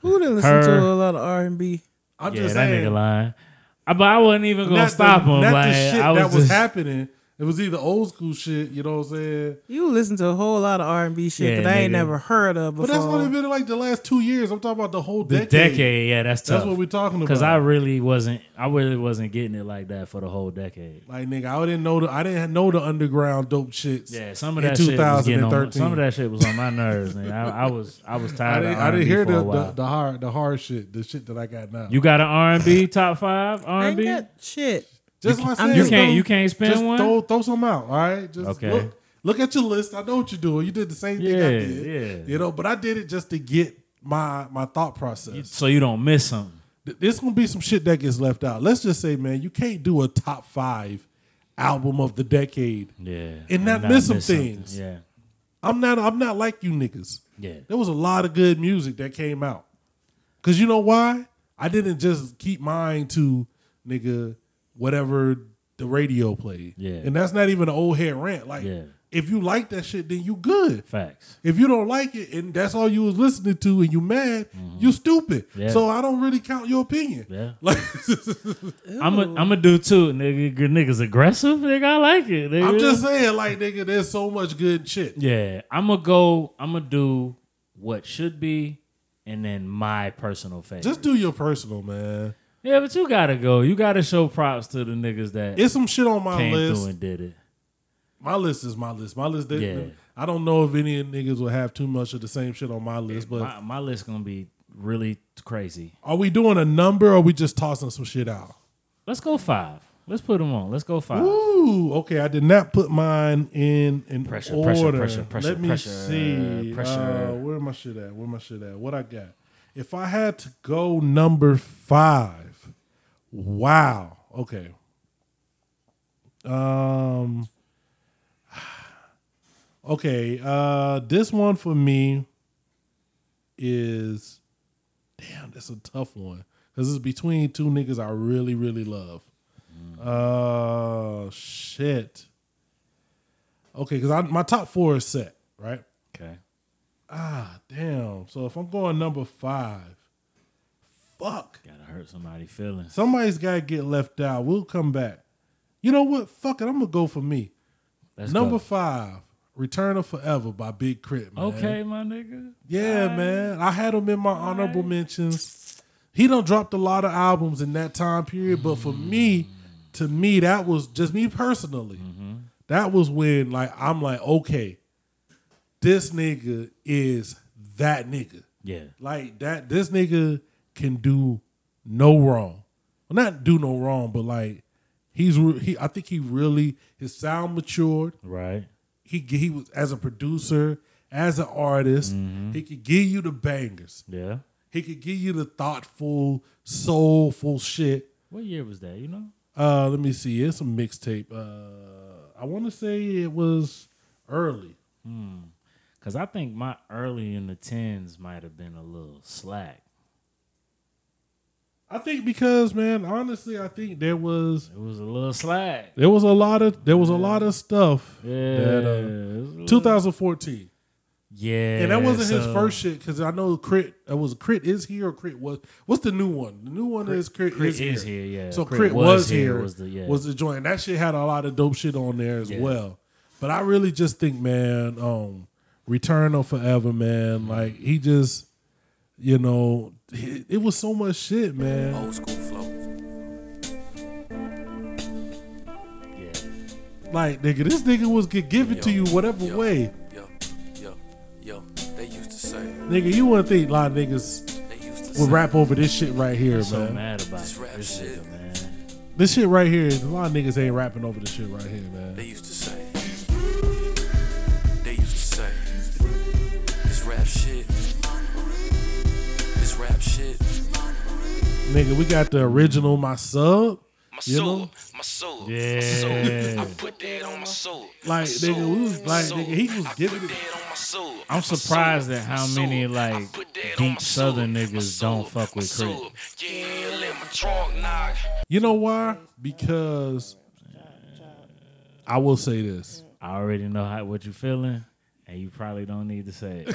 C: Who done listen
B: Her.
C: to a lot of R and B?
A: I'm
B: yeah,
A: just
B: that
A: saying.
B: nigga lying. I, but I wasn't even gonna
A: not
B: stop
A: the,
B: him.
A: Not
B: Like
A: the shit
B: I was,
A: that was
B: just,
A: happening. It was either old school shit, you know what I'm saying?
C: You listen to a whole lot of R and B shit
B: Yeah,
C: that I ain't
B: nigga.
C: never heard of
A: But
C: before.
A: that's only been like the last two years. I'm talking about the whole
B: the
A: decade.
B: decade. Yeah, that's tough.
A: That's what we're talking about.
B: Because I really wasn't. I really wasn't getting it like that for the whole decade.
A: like nigga, I didn't know the I didn't know the underground dope shits.
B: Yeah, some of
A: in
B: that shit was getting on.
A: 2013.
B: Some of that shit was on my nerves, man. I, I was I was
A: I
B: tired.
A: didn't,
B: of
A: I didn't hear
B: for
A: the,
B: a while.
A: the the hard the hard shit, the shit that I got now.
B: You got an R and B top five R and
C: I ain't
B: B.
C: got shit.
A: just like I said,
B: You
A: just
B: can't
A: throw-
B: you can't spin
A: just
B: one.
A: throw throw some out. All right, just
B: Okay.
A: Look, look at your list. I know what you're doing. You did the same thing I
B: Yeah,
A: did.
B: yeah.
A: You know, but I did it just to get my my thought process.
B: so you don't miss something.
A: Th- There's gonna be some shit that gets left out. Let's just say, man, you can't do a top five album of the decade.
B: Yeah,
A: And not miss some things.
B: Yeah,
A: I'm not. I'm not like you niggas.
B: Yeah.
A: There was a lot of good music that came out. Cause you know why? I didn't just keep mine to nigga whatever the radio played.
B: Yeah.
A: And that's not even an old head rant. Like,
B: Yeah.
A: if you like that shit, then you good.
B: facts.
A: If you don't like it and that's all you was listening to and you mad, you stupid.
B: Mm-hmm. Yeah.
A: So I don't really count your opinion.
B: Yeah.
A: Like
B: I'm a I'm a do too, nigga. Good niggas aggressive, nigga. I like it. Nigga.
A: I'm just saying, like, nigga, there's so much good shit.
B: Yeah, I'm gonna go. I'm gonna do what should be, and then my personal favorite.
A: Just do your personal, man.
B: yeah, but you gotta go. You gotta show props to the niggas that
A: It's some shit on my
B: came
A: list.
B: through and did it.
A: My list is my list. My list. They,
B: Yeah.
A: I don't know if any niggas will have too much of the same shit on my list. But
B: My, my list gonna be really crazy.
A: are we doing a number? or Are we just tossing some shit out?
B: Let's go five. Let's put them on. Let's go five.
A: Ooh, okay. I did not put mine in in
B: Pressure, pressure,
A: order.
B: pressure, pressure,
A: Let me
B: pressure,
A: see.
B: pressure.
A: Uh, where my shit at? Where my shit at? What I got? If I had to go number five, wow. Okay. Um. Okay. Uh, this one for me is damn. That's a tough one because it's between two niggas I really, really love. Uh, shit. Okay, because my top four is set right.
B: Okay.
A: Ah, damn. So if I'm going number five, fuck.
B: Gotta hurt somebody's feelings.
A: Somebody's got to get left out. We'll come back. You know what? Fuck it. I'm going to go for me.
B: Let's
A: Number
B: go.
A: five, Return of Forever by Big Crit, man.
B: Okay, my nigga.
A: Yeah, man. I had him in my honorable mentions. He done dropped a lot of albums in that time period, but for me, to me, that was just me personally. That was when like I'm like, okay, this nigga is that nigga.
B: Yeah.
A: Like that, this nigga can do no wrong. Well, not do no wrong, but like he's re- he. I think he really his sound matured.
B: Right.
A: He g- he was as a producer, as an artist,
B: Mm-hmm.
A: he could give you the bangers.
B: Yeah.
A: He could give you the thoughtful, soulful shit.
B: What year was that? You know.
A: Uh, let me see. It's a mixtape. Uh, I want to say it was early.
B: Cause I think my early in the tens might have been a little slack.
A: I think because man, honestly, I think there was
B: It was a little slack.
A: there was a lot of there was a lot of stuff
B: Yeah.
A: that, uh,
B: it was a little-
A: 2014.
B: Yeah.
A: And that wasn't his
B: so-
A: first shit because I know Crit. It was Crit is here or Crit was. What's the new one? The new one is Crit,
B: Crit
A: is,
B: is
A: here.
B: here, yeah.
A: So
B: Crit
A: Crit, was, here. Was
B: the-
A: the,
B: yeah.
A: joint. That shit had a lot of dope shit on there as
B: Yeah.
A: well. But I really just think, man, um, Return of Forever, man. Like he just, you know, it, it was so much shit, man.
E: Old school flow.
B: Yeah.
A: Like nigga, this nigga was could give it to you whatever
E: Yeah.
A: way,
E: Yo, yo, yo. They used to say.
A: nigga. You wouldn't think a lot of niggas
E: They used to
A: would
E: say.
A: rap over this shit right here,
B: So
A: man.
B: mad about
E: This
B: this,
E: rap
B: shit,
E: shit.
B: man.
A: This shit right here, a lot of niggas ain't rapping over this shit right here, man.
E: They used to say. They used to say. This rap shit. This rap shit.
A: Nigga, we got the original My Sub. You know?
H: my soul.
B: Yeah.
H: Put that on my soul.
A: Like, nigga, we was like, nigga, he was giving it.
H: That on my soul.
B: I'm surprised at how many like deep Southern niggas don't fuck with Crit.
H: Yeah, let my trunk knock.
A: You know why? Because I will say this.
B: I already know how what you feeling, and you probably don't need to say it.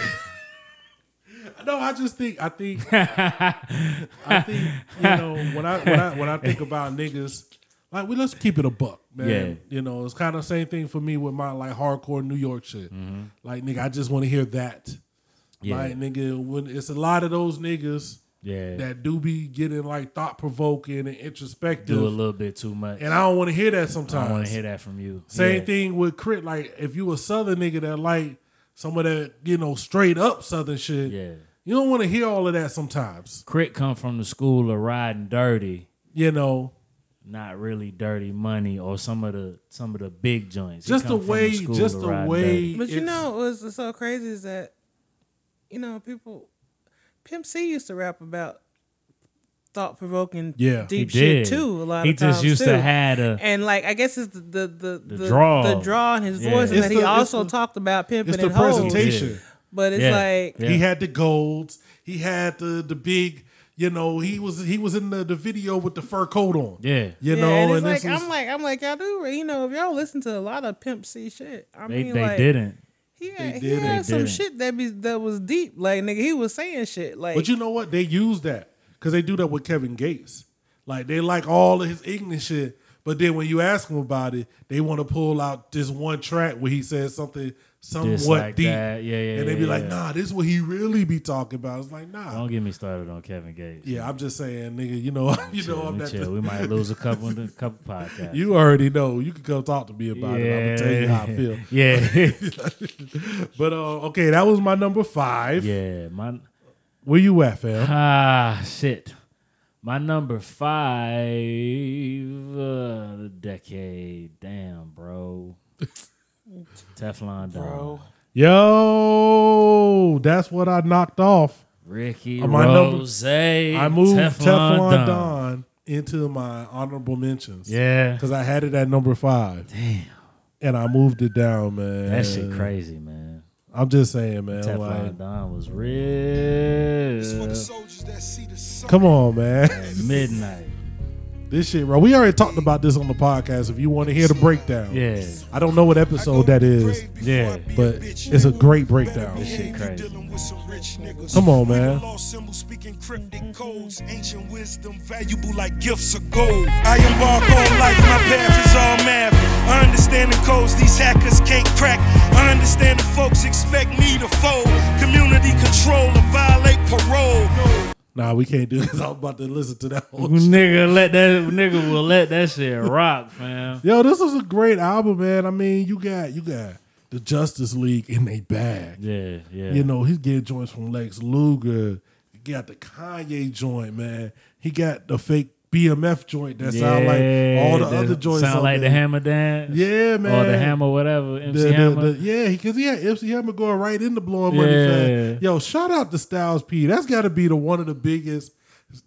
A: No, I just think I think I think you know when I when I when I think about niggas, like we let's keep it a buck, man.
B: Yeah.
A: You know, it's kind of same thing for me with my like hardcore New York shit. Like nigga, I just want to hear that.
B: Yeah.
A: Like nigga, when it's a lot of those niggas
B: Yeah.
A: that do be getting like thought provoking and introspective,
B: Do a little bit too much.
A: and I don't want to hear that
B: I
A: sometimes.
B: don't want to hear that from you.
A: Same
B: Yeah.
A: thing with Crit. Like if you a Southern nigga that like some of that, you know, straight up Southern shit.
B: Yeah.
A: You don't want to hear all of that sometimes.
B: Crit come from the school of riding dirty,
A: You know,
B: not really dirty money or some of the some of the big joints. He
A: just the
B: come from
A: way,
B: school
A: just
B: of
A: the
B: riding
A: way.
B: dirty.
C: But you
A: it's-
C: know, what's so crazy is that, you know, people, Pimp C used to rap about thought provoking,
A: Yeah.
B: He
C: deep
B: did
C: shit too. A lot
B: He
C: of times
B: just used
C: too.
B: to had a
C: and like I guess it's the the the, the,
B: draw.
C: the draw in his
B: Yeah.
C: voice, and
A: It's
C: that
A: the-
C: he
A: it's
C: also
A: the-
C: talked about pimping
A: it's the
C: and hoes.
A: presentation.
C: But it's
B: Yeah.
C: like
B: Yeah.
A: He had the golds. He had the the big. You know, he was he was in the, the video with the fur coat on.
B: yeah.
A: You
C: Yeah,
A: know,
C: and it's
A: this
C: like
A: was-
C: I'm like I'm like y'all do you know if y'all listen to a lot of Pimp C shit, I
B: They
C: mean
B: they
C: like
B: didn't.
C: he had, he
A: didn't.
C: had
B: They
C: some
B: didn't.
C: shit that be that was deep like nigga he was saying shit like
A: But you know what? They use that because they do that with Kevin Gates. Like they like all of his ignorant shit, but then when you ask him about it, they want to pull out this one track where he says something somewhat
B: Just like
A: deep,
B: that. Yeah, yeah.
A: and they
B: yeah,
A: be like,
B: yeah.
A: "Nah, this is what he really be talking about." It's like, "Nah."
B: Don't get me started on Kevin Gates.
A: yeah, I'm just saying, nigga. You know, you know,
B: Chill,
A: I'm
B: we
A: not.
B: chill.
A: The,
B: We might lose a couple a couple podcasts.
A: you already know. You can come talk to me about it. I'm gonna tell you how I feel.
B: Yeah,
A: But uh, okay, that was my number five.
B: yeah. My
A: Where you at, fam?
B: ah shit. My number five uh, the decade. Damn, bro. Teflon Don.
A: Yo, that's what I knocked off.
B: Ricky
A: Uh, my number-
B: Rose.
A: I moved Teflon,
B: Teflon,
A: Don into my honorable mentions.
B: Yeah.
A: Because I had it at number five. Damn. And I moved it down, man.
B: That shit crazy, man.
A: I'm just saying, man.
B: Teflon
A: Like,
B: Don was real.
A: come on, man.
B: At midnight.
A: this shit, bro. We already talked about this on the podcast. If you want to hear the breakdown,
B: Yeah.
A: I don't know what episode that is,
B: Yeah.
A: but it's a great breakdown.
B: This shit crazy.
A: Come on, man.
I: Law symbols speaking cryptic codes, ancient wisdom valuable like gifts of gold. I embark on life, my path is all math. I understand the codes these hackers can't crack. I understand the folks expect me to fold. Community control or violate parole.
A: Nah, we can't do this. I'm about to listen to that whole shit.
B: Nigga, let that nigga will let that shit rock, fam.
A: Yo, this was a great album, man. I mean, you got you got the Justice League in they bag.
B: Yeah, yeah.
A: You know, he's getting joints from Lex Luger. He got the Kanye joint, man. He got the fake BMF joint that sound like all the
B: that
A: other joints.
B: Sound
A: on
B: like
A: there.
B: the hammer dance.
A: Yeah, man.
B: Or the hammer, whatever.
A: The-
B: MC
A: the-
B: Hammer.
A: the- yeah, because he had MC Hammer going right into blowing money
B: Yeah.
A: fast. Yo, shout out to Styles P. That's got to be the one of the biggest.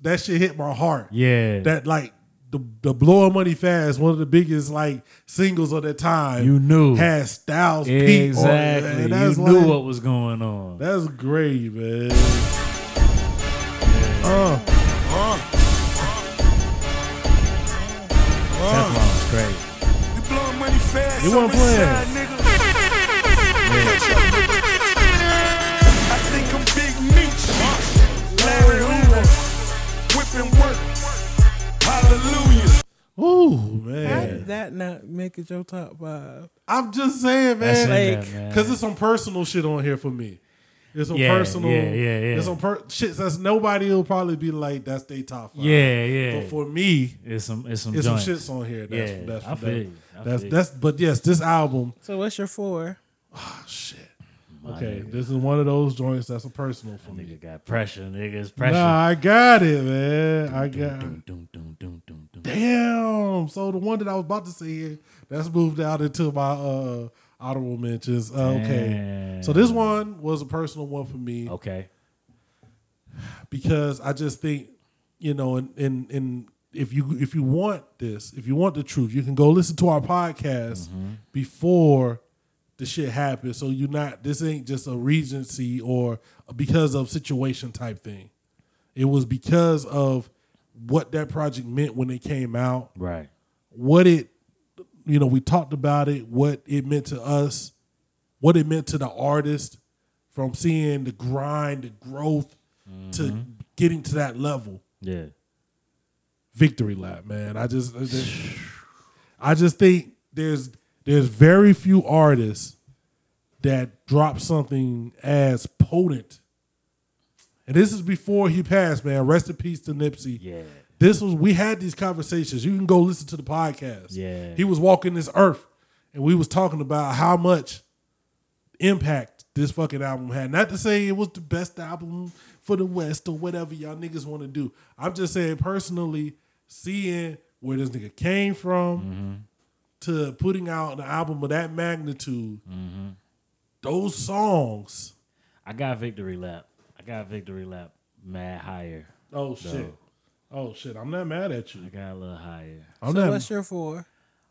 A: That shit hit my heart.
B: yeah.
A: That like the the blowing money fast. One of the biggest like singles of that time.
B: You knew.
A: has Styles P. on it, man.
B: exactly.
A: That's
B: you knew
A: like-
B: what was going on.
A: That's great, man.
B: Teflon was great.
I: We blowing money fast.
A: He wasn't
I: I'm inside, nigga. I think I'm Big Meech. Larry Hoover. Whipping work. Hallelujah.
A: Ooh,
B: Oh,
C: How
A: man.
C: did that not make it your top five?
A: I'm just saying,
B: That's in
A: man.
B: there,
C: like,
B: man.
A: Because it's some personal shit on here for me. It's some
B: Yeah,
A: personal.
B: yeah, yeah, yeah.
A: It's some per- shit that's nobody will probably be like, that's they top five.
B: Yeah, yeah.
A: But for me,
B: it's some it's some
A: it's
B: joints.
A: some shits on here. That's,
B: Yeah,
A: that's,
B: I
A: that-
B: feel you. I
A: that's,
B: feel you.
A: that's, but yes, this album,
C: So what's your four?
A: shit. Okay, this is one of those joints that's a personal for me.
B: Nigga got pressure, nigga. It's pressure.
A: Nah, I got it, man. I got
B: Dun, dun, dun, dun, dun, dun.
A: Damn. So the one that I was about to say here, that's moved out into my uh honorable mentions. Uh, okay.
B: Damn.
A: So this one was a personal one for me
B: Okay.
A: because I just think, you know, and and and if you if you want this, if you want the truth, you can go listen to our podcast
B: Mm-hmm.
A: before the shit happens. So you're not this ain't just a regency or because of situation type thing. It was because of what that project meant when it came out
B: Right.
A: what it you know we talked about it what it meant to us what it meant to the artist from seeing the grind the growth to getting to that level
B: Yeah.
A: victory lap man i just I just- i just think there's there's very few artists that drop something as potent and this is before he passed man rest in peace to nipsey
B: Yeah.
A: this was we had these conversations. You can go listen to the podcast.
B: Yeah.
A: He was walking this earth and we was talking about how much impact this fucking album had. Not to say it was the best album for the West or whatever y'all niggas want to do. I'm just saying personally, seeing where this nigga came from to putting out an album of that magnitude, those songs.
B: I got victory lap. I got victory lap. Mad higher.
A: Oh shit. Oh shit. I'm not mad at
B: I
A: you.
B: got a little higher.
A: I'm
C: So
A: not
C: what's your four?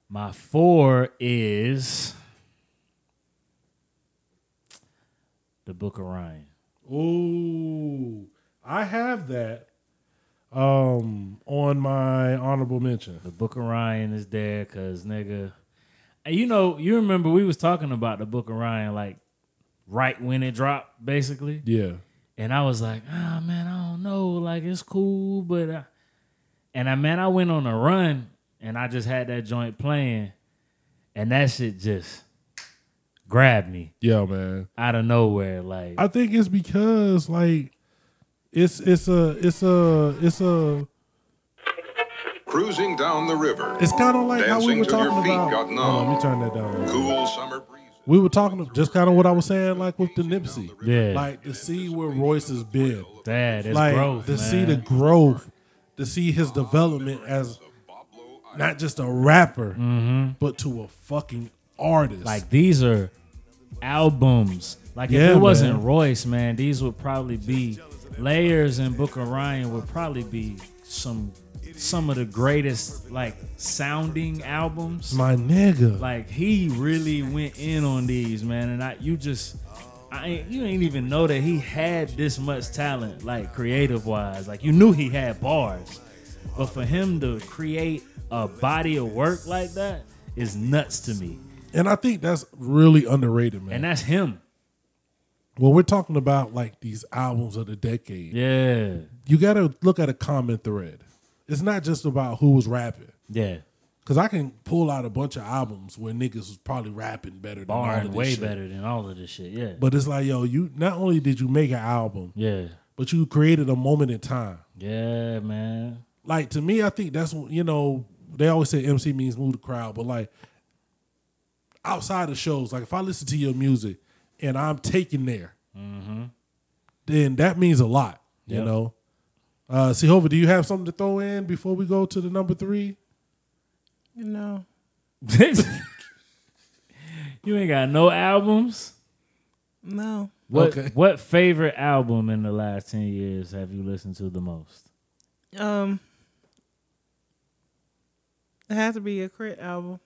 B: My four is the Book of Ryan.
A: Ooh, I have that um on my honorable mention.
B: The Book of Ryan is there because nigga, and you know, you remember we was talking about the Book of Ryan like right when it dropped, basically,
A: Yeah.
B: and I was like, ah man, I don't know, like it's cool, but I, and I man, I went on a run and I just had that joint playing, and that shit just grabbed me
A: Yeah, man.
B: out of nowhere, like
A: I think it's because like it's it's a it's a it's a
J: Cruising down the river.
A: it's kind of like how we
J: Dancing
A: were
J: till your
A: talking
J: feet
A: about.
J: got numb.
A: Hold on, let me turn that down. a little bit.
J: Cool summer breeze.
A: We were talking just kind of what I was saying, like with the Nipsey,
B: yeah,
A: like to see where Royce has been,
B: Dad, it's
A: like
B: growth,
A: to
B: man.
A: see the growth, to see his development as not just a rapper, but to a fucking artist.
B: Mm-hmm. like these are albums. Like
A: Yeah,
B: if it wasn't
A: man.
B: Royce, man, these would probably be layers and Book of Ryan would probably be some some of the greatest like sounding albums.
A: My nigga.
B: Like he really went in on these, man, and I you just I ain't, you didn't even know that he had this much talent, like creative wise. Like you knew he had bars, but for him to create a body of work like that is nuts to me,
A: and I think that's really underrated, man.
B: and that's him.
A: when we're talking about like these albums of the decade,
B: Yeah,
A: you got to look at a common thread. It's not just about who was rapping.
B: yeah,
A: Cause I can pull out a bunch of albums where niggas was probably rapping better than all of
B: barring
A: this
B: way
A: shit.
B: better than all of this shit. Yeah,
A: But it's like, yo, you not only did you make an album,
B: yeah,
A: but you created a moment in time.
B: yeah, man.
A: Like to me, I think that's what you know, they always say MC means move the crowd, but like outside of shows, like if I listen to your music and I'm taken there,
B: Mm-hmm.
A: then that means a lot, you
B: Yep.
A: know. Uh Sehova, do you have something to throw in before we go to the number three?
C: You know.
B: you ain't got no albums.
C: No.
B: What
A: Okay.
B: what favorite album in the last ten years have you listened to the most?
C: Um it has to be a crit album.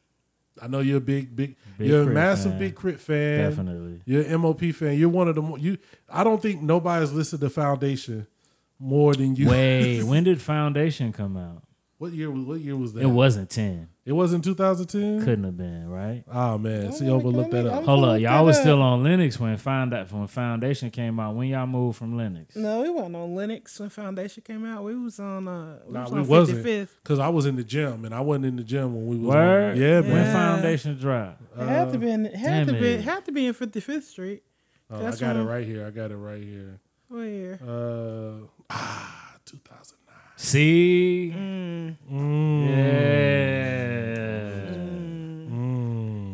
A: I know you're a big, big,
B: Big
A: you're a
B: Crit
A: massive
B: fan.
A: big crit fan.
B: Definitely.
A: You're an MOP fan. You're one of the mo- you. I don't think nobody's listed the foundation more than you.
B: Wait, when did Foundation come out?
A: what year? was What year was that?
B: It wasn't ten.
A: It wasn't 2010.
B: Couldn't have been right.
A: Oh man, see over look that up.
B: Hold up, y'all was still on Linux when found out when Foundation came out. When y'all moved from Linux?
C: No, we wasn't on Linux when Foundation came out. We was on uh we
A: Nah,
C: was
A: we
C: on
A: wasn't
C: 55th.
A: because I was in the gym and I wasn't in the gym when we was. on-
B: Word.
A: Yeah,
B: When
A: man.
B: Foundation dropped.
C: It had to be in, it had to
B: damn
C: be
B: it.
C: had to be in 55th Street. Oh,
A: Oh, I
C: That's
A: got it
C: when-
A: right here. I got it right here.
C: Where?
A: Uh, ah, 2009.
B: See.
A: Mm.
B: Mm. Yeah.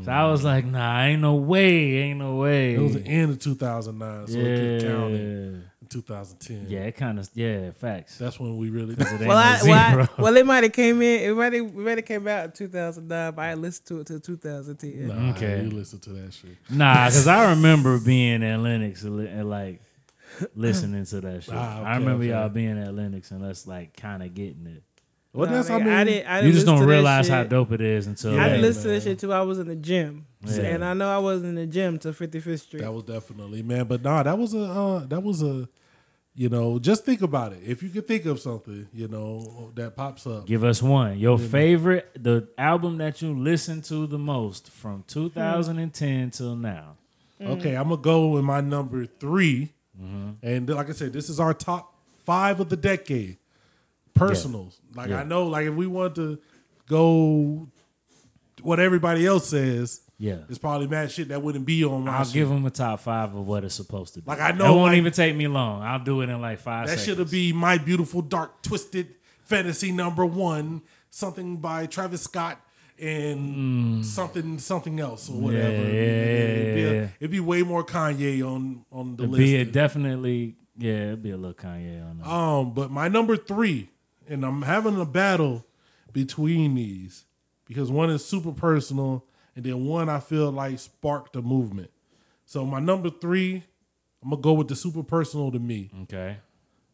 B: So I was like, nah, ain't no way, ain't no
A: Mm.
B: way.
A: It was the end of 2009, so it could count in
B: yeah.
A: 2010.
B: Yeah, it kind of yeah, facts.
A: that's when we really.
B: It ain't
C: Well, I,
B: no
C: well,
B: zero.
C: I, well, it might have came in. It might have, it might have came out in 2009, but I listened to it till 2010.
A: Nah,
B: Okay.
A: you listen to that shit.
B: nah, because I remember being at Linux and li- and like listening to that shit.
A: Ah, okay,
B: I remember
A: okay.
B: y'all being at Linux and us like kind of getting it.
A: Well,
C: Nah,
A: that's
C: nigga,
A: I mean.
C: I didn't, I didn't
B: You just
C: listen
B: don't
C: to that
B: realize how
C: shit.
B: dope it is until
C: I
B: like,
C: didn't listen to this shit till I was in the gym,
B: Yeah.
C: and I know I wasn't in the gym till 55th Street.
A: That was definitely man, but nah, that was a uh, that was a you know just think about it. If you could think of something, you know that pops up.
B: Give us one. Your favorite, the album that you listen to the most from 2010 till now.
A: Okay, I'm gonna go with my number 3
B: Mm-hmm.
A: and like I said, this is our top five of the decade. Personals, like I know, like if we want to go what everybody else says,
B: Yeah.
A: it's probably mad shit that wouldn't be on my.
B: I'll
A: shit.
B: give them a top five of what it's supposed to be.
A: Like, I know,
B: it won't
A: like-
B: even take me long. I'll do it in like five
A: That
B: seconds.
A: should have be my beautiful dark twisted fantasy number one, something by Travis Scott and something something else or whatever.
B: Mm. Yeah,
A: it'd, be
B: yeah, yeah.
A: it'd be way more Kanye on on the
B: It'd
A: list.
B: be a definitely, yeah, it'd be a little Kanye on that.
A: um, but my number three, and I'm having a battle between these because one is super personal, and then one I feel like sparked a movement. So my number three, I'm gonna go with the super personal to me.
B: Okay.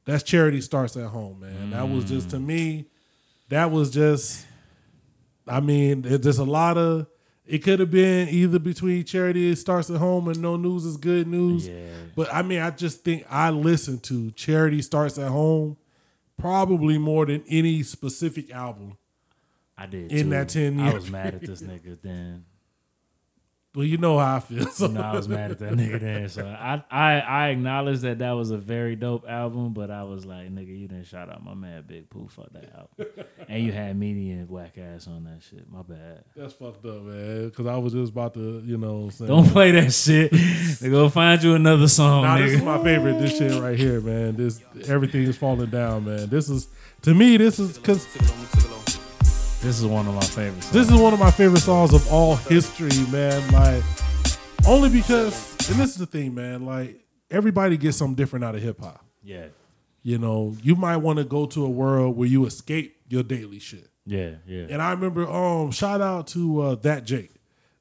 A: that's charity starts at home, man. That was just
B: Mm.
A: to me, that was just I mean, it- there's a lot of it could have been either between charity starts at home and no news is good news.
B: Yeah.
A: But I mean, I just think I listen to charity starts at home probably more than any specific album.
B: I did.
A: In
B: too.
A: that 10
B: I
A: year
B: was mad at this nigga then.
A: Well, you know how I feel. So
B: No, I was mad at that nigga then. So I, I, I acknowledge that that was a very dope album, but I was like, nigga, you didn't shout out my man Big Pooh for that album, and you had Meanie and whack ass on that shit. My bad.
A: that's fucked up, man. Because I was just about to, you know, say,
B: Don't play that shit. They go find you another song,
A: Nah, this is
B: nigga.
A: my favorite. This shit right here, man. This everything is falling down, man. This is to me. This is because
B: This is one of my favorites.
A: this is one of my favorite songs of all history, man. Like only because, and this is the thing, man. Like everybody gets something different out of hip hop.
B: yeah,
A: You know, you might want to go to a world where you escape your daily shit.
B: yeah, yeah.
A: And I remember, um, shout out to uh, that Jake,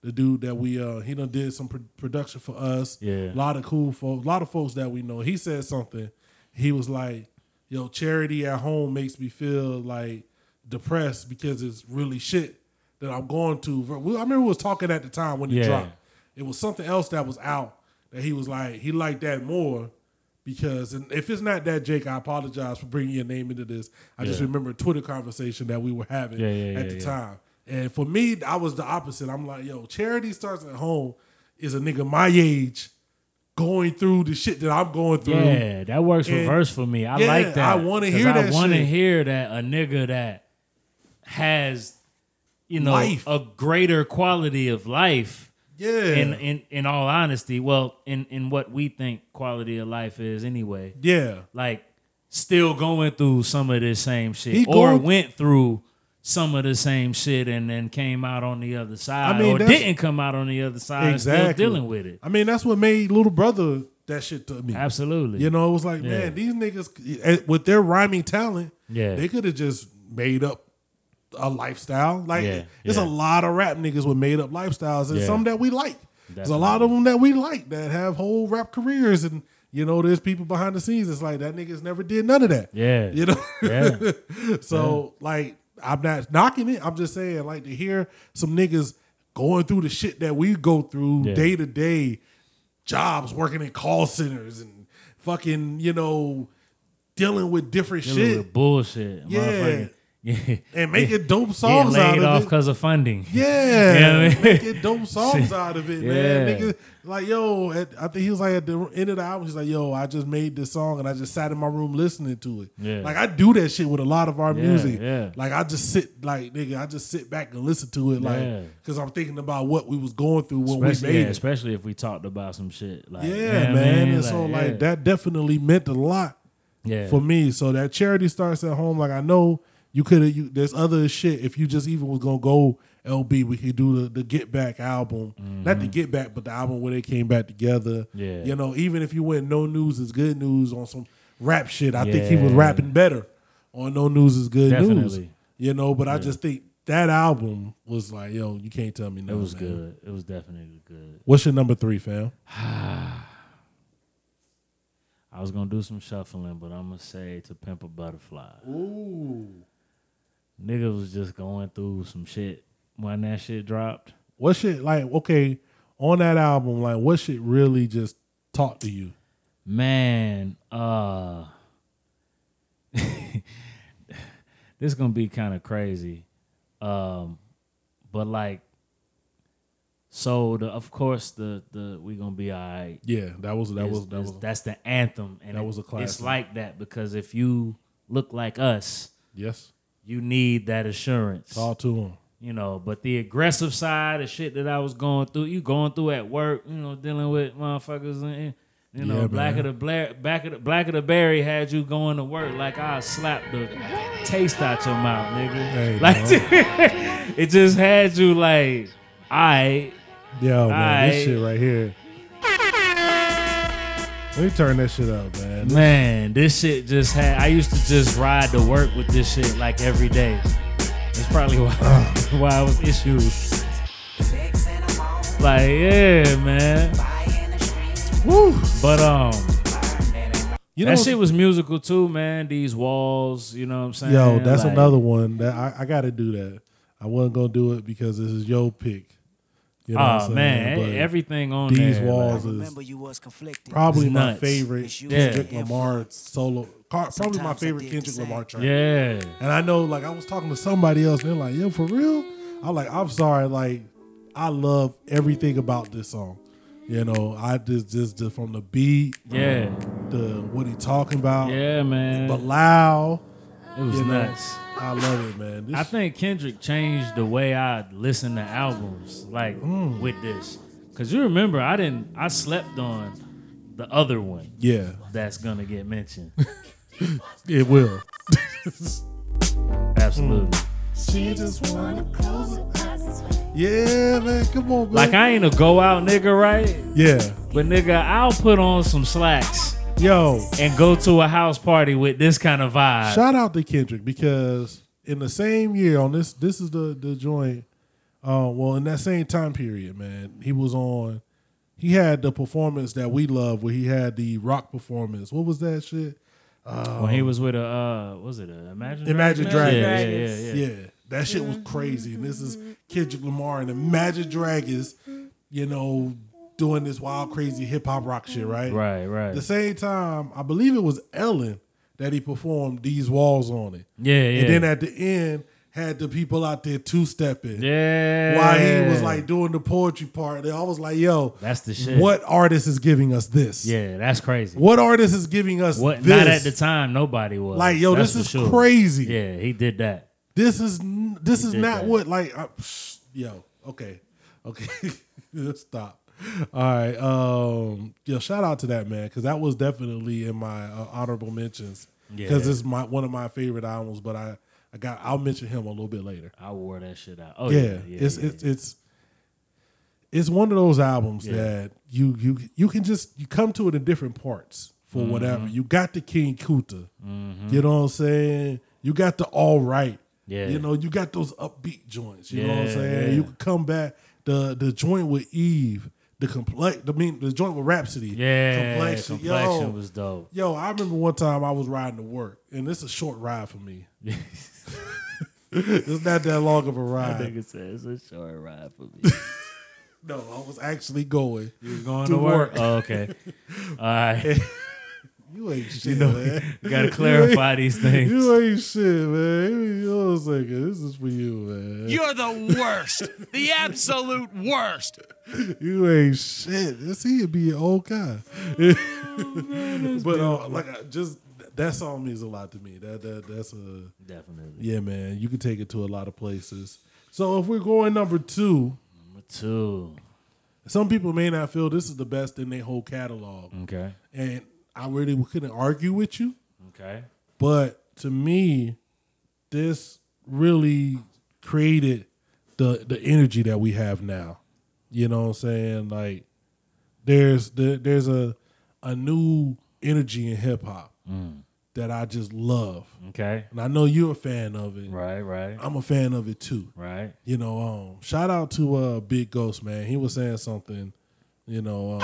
A: the dude that we uh, he done did some pro- production for us.
B: Yeah.
A: a lot of cool folks, a lot of folks that we know. He said something. He was like, "Yo, charity at home makes me feel like depressed because it's really shit that I'm going to. We- I remember we was talking at the time when it
B: Yeah.
A: dropped. It was something else that was out that he was like he liked that more because and if it's not that Jake, I apologize for bringing your name into this. I just
B: Yeah.
A: remember a Twitter conversation that we were having
B: Yeah, yeah,
A: at
B: yeah,
A: the
B: yeah.
A: time. And for me, I was the opposite. I'm like, yo, charity starts at home. Is a nigga my age going through the shit that I'm going through?
B: Yeah, that works
A: And-
B: reverse for me. I
A: Yeah,
B: like that.
A: I wanna
B: 'Cause
A: hear
B: I
A: that
B: want to
A: shit.
B: hear that a nigga that has, you know,
A: Life.
B: a greater quality of life.
A: Yeah.
B: In, in in all honesty, well, in in what we think quality of life is anyway.
A: yeah.
B: like still going through some of this same shit
A: He
B: or
A: going-
B: went through some of the same shit and then came out on the other side
A: mean,
B: or
A: that's-
B: didn't come out on the other side and
A: Exactly.
B: still dealing with it.
A: I mean, that's what made Little Brother that shit to me.
B: Absolutely.
A: You know, it was like,
B: Yeah.
A: man, these niggas eh, with their rhyming talent,
B: Yeah.
A: they could have just made up a lifestyle. Like,
B: Yeah,
A: there's
B: yeah.
A: a lot of rap niggas with made up lifestyles, and
B: Yeah.
A: some that we like. There's a lot of them that we like that have whole rap careers, and you know, there's people behind the scenes. It's like that niggas never did none of that.
B: Yeah.
A: you know.
B: Yeah.
A: so like, I'm not knocking it. I'm just saying, like, to hear some niggas going through the shit that we go through
B: Yeah.
A: day to day, jobs working in call centers and fucking, you know, dealing with different
B: Dealing
A: shit
B: with bullshit.
A: Yeah.
B: motherfucker. Yeah.
A: and making dope
B: Getting
A: songs out
B: laid
A: of
B: off
A: it.
B: because of funding.
A: Yeah,
B: You know what I mean?
A: making dope songs out of it,
B: Yeah.
A: man. Nigga, like yo, at, I think he was like at the end of the album, he's like, "Yo, I just made this song and I just sat in my room listening to it."
B: Yeah.
A: Like I do that shit with a lot of our
B: Yeah,
A: music.
B: yeah.
A: Like I just sit, like nigga, I just sit back and listen to it, like
B: Yeah.
A: because I'm thinking about what we was going through when we
B: Especially,
A: made
B: yeah,
A: it.
B: especially if we talked about some shit. Like,
A: yeah,
B: you know what I
A: man.
B: mean?
A: And so like
B: yeah.
A: that definitely meant a lot
B: yeah.
A: for me. So that charity starts at home. Like I know you could have. You, there's other shit. If you just even was gonna go LB, we could do the, the Get Back album, not the Get Back, but the album where they came back together.
B: Mm-hmm. Yeah.
A: you know, even if you went No News is Good News on some rap shit, I think he was
B: Yeah.
A: rapping better on No News is Good News.
B: Definitely.
A: You know, but I just think that album was like, yo, you can't tell me no.
B: It was
A: man.
B: good. It was definitely good.
A: What's your number three, fam?
B: I was gonna do some shuffling, but I'm gonna say to pimp a butterfly.
A: Ooh,
B: Nigga was just going through some shit when that shit dropped.
A: what shit? Like, okay, on that album, like, what shit really just talked to you?
B: Man, uh this gonna be kind of crazy. Um but like so the of course the the we gonna be alright.
A: Yeah, that was that
B: is-
A: was that
B: is-
A: was
B: that's the anthem and
A: that
B: it-
A: was a
B: It's
A: classic.
B: like that because if you look like us,
A: yes.
B: you need that assurance.
A: All to him.
B: you know. But the aggressive side, the shit that I was going through, you going through at work, you know, dealing with motherfuckers, and you know,
A: Yeah,
B: black
A: man.
B: of the blair, back of the black of the berry had you going to work like I slap the taste out your mouth, nigga.
A: Hey,
B: like it just had you like, I
A: Yo, man,
B: Aight.
A: this shit right here. Let me turn that shit up, man.
B: man, this shit just had. I used to just ride to work with this shit like every day. That's probably why
A: Uh.
B: why I was issued. Like yeah, man.
A: Woo.
B: But um,
A: You know,
B: that shit was musical too, man. These walls, you know what I'm saying?
A: yo, that's
B: Like,
A: another one that I, I got to do that. I wasn't gonna do it because this is your pick. You know what I'm
B: Oh
A: saying?
B: man,
A: But
B: everything on
A: these
B: there,
A: walls
B: like,
A: is
D: you was conflicted.
A: probably
B: It's
A: my
B: nuts.
A: favorite
D: you
B: Yeah.
A: Kendrick Lamar solo. car- Probably my
D: Sometimes I
A: favorite
D: did the
A: Kendrick
D: same.
A: Lamar track.
B: yeah,
A: And I know, like, I was talking to somebody else, and they're like, "Yo, for real?" I'm like, "I'm sorry, like, I love everything about this song. You know, I just, just, just from the beat,
B: yeah,
A: the what he talking about,
B: yeah, man.
A: Uh, but loud.
B: it was
A: you know,
B: nuts.
A: I love it, man. This,
B: I think Kendrick changed the way I listen to albums, like
A: Mm.
B: with this, because you remember I didn't, I slept on the other one
A: yeah,
B: that's gonna get mentioned.
A: Mm. it will.
B: Absolutely.
A: She just wanna close her eyes. Yeah, man. Come on, man.
B: Like I ain't a go out nigga, right?
A: yeah,
B: But nigga, I'll put on some slacks.
A: yo.
B: and go to a house party with this kind of vibe.
A: Shout out to Kendrick because in the same year on this, this is the the joint. Uh, well, in that same time period, man, he was on. He had the performance that we love, where he had the rock performance. What was that shit?
B: when he was with a uh, what was it a Imagine
A: Imagine Dragons.
B: Yeah, yeah,
C: Dragons.
B: yeah, yeah.
A: Yeah, that shit was crazy. And this is Kendrick Lamar and the Magic Dragons, you know, doing this wild, crazy hip hop rock shit, right?
B: Right, right.
A: The same time, I believe it was Ellen that he performed These Walls on it.
B: yeah, yeah.
A: And then at the end, had the people out there two stepping.
B: yeah,
A: While he was like doing the poetry part, I was like, yo,
B: That's the shit.
A: What artist is giving us this?
B: yeah, that's crazy.
A: What artist is giving us
B: What?
A: this?
B: Not at the time. Nobody was
A: Like, yo,
B: That's
A: this
B: for
A: is
B: sure.
A: crazy.
B: Yeah, he did that.
A: This is n- this is
B: did
A: not
B: that.
A: what like I, psh, yo okay okay stop all right um yo shout out to that man because that was definitely in my uh, honorable mentions because
B: Yeah.
A: it's my one of my favorite albums but I I got I'll mention him a little bit later
B: I wore that shit out. Oh
A: yeah,
B: yeah, yeah,
A: it's
B: yeah,
A: it's it's it's one of those albums
B: Yeah.
A: that you you you can just you come to it in different parts for
B: Mm-hmm.
A: whatever you got the King Kuta, you know what I'm saying? You got the All Right,
B: Yeah.
A: You know you got those upbeat joints, you know what I'm
B: Yeah,
A: saying?
B: yeah.
A: You can come back the the joint with Eve, the complex, I mean the joint with Rhapsody,
B: yeah. Complexion,
A: complexion, yo.
B: was dope.
A: Yo, I remember one time I was riding to work, and it's a short ride for me. it's not that long of a
B: I
A: ride.
B: think it's a, it's a short ride for me.
A: No, I was actually going.
B: Going
A: To
B: to
A: work.
B: work. Oh, okay. All right.
A: You ain't shit, man.
B: Got to clarify these things.
A: You ain't shit, man. You know what I'm saying? This is for you, man. You,
G: You're the worst. the absolute worst.
A: ain't shit. This here be your old guy.
G: Oh,
A: but uh, like, I just that song means a lot to me. That that that's a
B: Definitely.
A: yeah, man. You can take it to a lot of places. So if we're going number two,
B: Number two.
A: some people may not feel this is the best in their whole catalog,
B: Okay.
A: and I really couldn't argue with you.
B: Okay.
A: But to me, this really created the the energy that we have now. You know what I'm saying? Like there's there, there's a a new energy in hip hop that I just love.
B: Okay.
A: And I know you're a fan of it.
B: Right. Right.
A: I'm a fan of it too.
B: Right.
A: You know, um, shout out to uh Big Ghost, man. He was saying something, you know, um,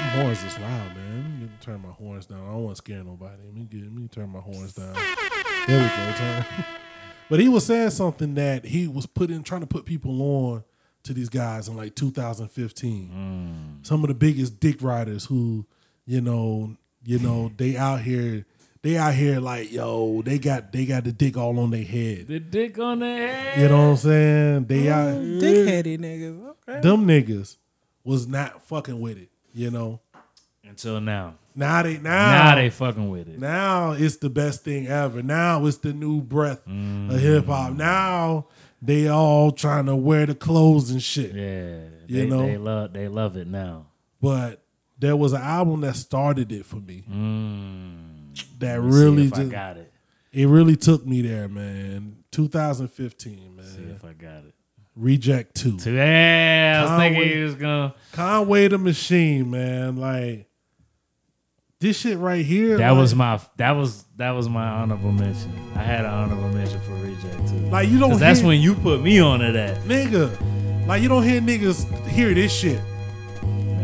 A: my horns is loud, man. Let me turn my horns down. I don't want to scare nobody. Let me get let me turn my horns down. There we go, turn. But he was saying something that he was putting trying to put people on to these guys in like 2015. Some of the biggest dick riders who, you know, you know, they out here, they out here like, yo, they got they got the dick all on their head.
B: The dick on the head.
A: You know what I'm saying? They out
C: Dickheady niggas. Okay.
A: them niggas was not fucking with it, you know.
B: Until now.
A: Now they now
B: Now they fucking with it.
A: now it's the best thing ever. Now it's the new breath
B: Mm.
A: of hip hop. Now they all trying to wear the clothes and shit.
B: Yeah.
A: You
B: they,
A: know?
B: They love. They love it now.
A: But there was an album that started it for me. That
B: Let's
A: really
B: Mm. See if I
A: just
B: got it.
A: it really took me there, man. 2015, man.
B: See if I got it.
A: Reject 2.
B: Yeah. I was
A: Conway-
B: thinking he was gonna.
A: Conway the Machine, man. Like this shit right here.
B: That
A: like-
B: was my that was that was my honorable mention. I had an honorable mention for reject too.
A: like you don't.
B: Cause that's
A: hear,
B: when you put me on to that.
A: nigga. Like you don't hear niggas hear this shit.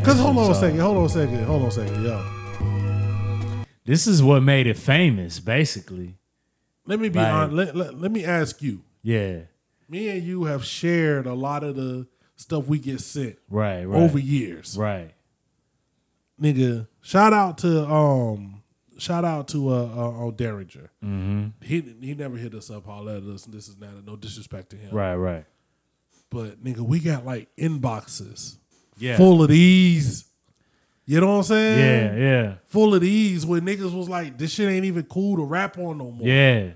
A: Cause hold on a
B: So,
A: second, hold on a second, hold on a second, yo.
B: This is what made it famous, basically.
A: Let me be
B: Like-
A: hon- Let, let, let me ask you.
B: Yeah.
A: Me and you have shared a lot of the stuff we get sent
B: Right. Right.
A: over years,
B: Right.
A: nigga. Shout out to um, shout out to uh, uh, uh Derringer.
B: Mm-hmm.
A: He he never hit us up, all at us. and This is not no disrespect to him,
B: Right. Right.
A: But nigga, we got like inboxes
B: Yeah.
A: full of these. You know what I'm saying?
B: Yeah. Yeah.
A: Full of these where niggas was like, this shit ain't even cool to rap on no more.
B: Yeah.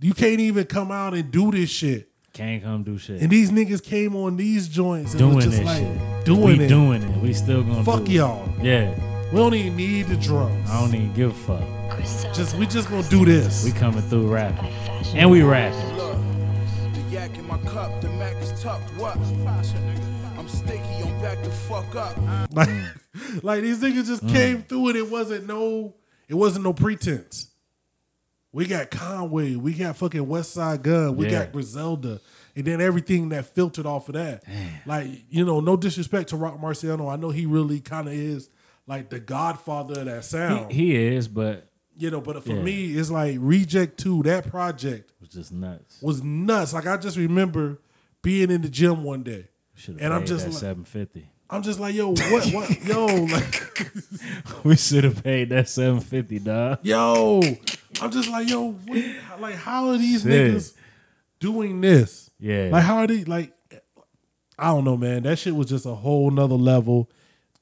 A: You can't even come out and do this shit.
B: Can't come do shit.
A: And these niggas came on these joints and
B: doing
A: was just
B: this
A: like
B: shit.
A: doing
B: we
A: it.
B: doing it. We still gonna
A: Fuck
B: do it.
A: y'all.
B: Yeah.
A: We don't even need the drums.
B: I don't even give a fuck.
A: just we just gonna do this.
B: We coming through rapping. And we rapping.
J: Look, the yak in my cup, the Mac is tucked. What? I'm sticky, I'm back the fuck up.
A: like, like these niggas just came through it. It wasn't no it wasn't no pretense. We got Conway, we got fucking West Side Gun, we
B: Yeah.
A: got Griselda, and then everything that filtered off of that. Like, you know, no disrespect to Rock Marciano. I know he really kind of is like the godfather of that sound.
B: He, he is, but
A: You know, but for
B: Yeah.
A: me, it's like Reject 2, that project
B: was just nuts.
A: was nuts. Like I just remember being in the gym one day.
B: Should
A: And I'm just like,
B: seven fifty.
A: I'm just like, yo, what what yo, like
B: We should have paid that seven fifty, dog.
A: yo. I'm just like, yo, what, like how are these
B: Shit.
A: niggas doing this?
B: Yeah.
A: Like how are they like I don't know, man. That shit was just a whole nother level.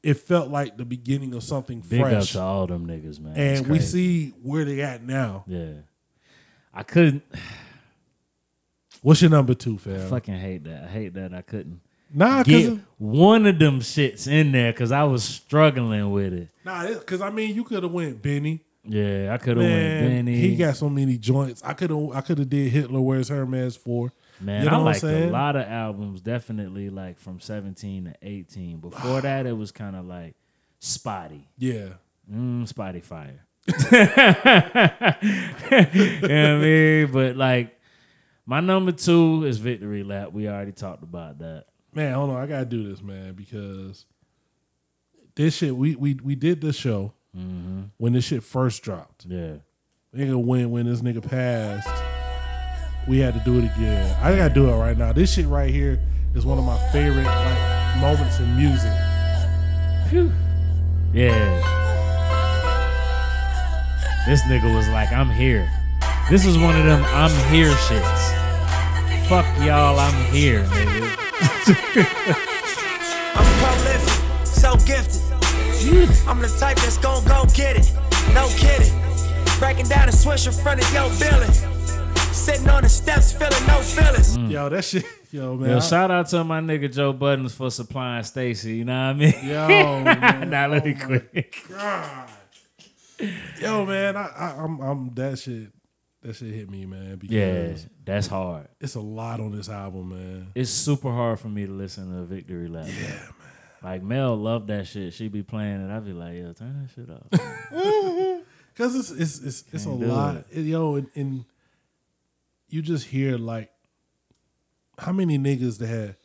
A: It felt like the beginning of something
B: Big up
A: fresh.
B: to all them niggas, man. It's
A: and we
B: crazy.
A: see where they at now.
B: Yeah. I couldn't
A: What's your number two, fam?
B: I fucking hate that. I hate that I couldn't
A: Nah, 'cause
B: get
A: of-
B: one of them shits in there because I was struggling with it.
A: Nah, because I mean, you could have went Benny.
B: Yeah, I could have went
A: Man,
B: Benny.
A: He got so many joints. I could have. I could have did Hitler. Where's Hermes for?
B: Man,
A: you know
B: I
A: what
B: liked
A: I'm saying?
B: a lot of albums, definitely like from 17 to 18. Before that, it was kind of like spotty.
A: Yeah.
B: Mm, spotty fire. you know what I mean? But like, my number two is Victory Lap. We already talked about that.
A: Man, hold on. I gotta do this, man, because this shit. We we we did this show
B: Mm-hmm.
A: when this shit first dropped.
B: Yeah.
A: Nigga, when when this nigga passed, we had to do it again. I gotta do it right now. This shit right here is one of my favorite like moments in music.
B: Yeah. This nigga was like, I'm here. This is one of them I'm here shits. Fuck y'all, I'm here, nigga.
K: I'm prolific, so gifted. I'm the type that's gon' go get it. No kidding. Breaking down a swish in front of your building. Sitting on the steps, feeling no feelings.
A: Yo, that shit. Yo, man.
B: Mm. Yo,
A: I-
B: shout out to my nigga Joe Buttons for supplying Stacy, you know what I mean?
A: Yo, man.
B: nah, let
A: Oh
B: me
A: my
B: quit.
A: God. Yo, man, I, I, I'm, I'm that shit. That shit hit me, man.
B: Yeah,
A: Because
B: that's hard.
A: it's a lot on this album, man.
B: It's super hard for me to listen to Victory Lap. Yeah, man. Like Mel loved that shit. She be playing it. I be like, yo, turn that shit off.
A: Because it's it's it's, it's a
B: Can't do
A: lot, yo, and, and you just hear like how many niggas that had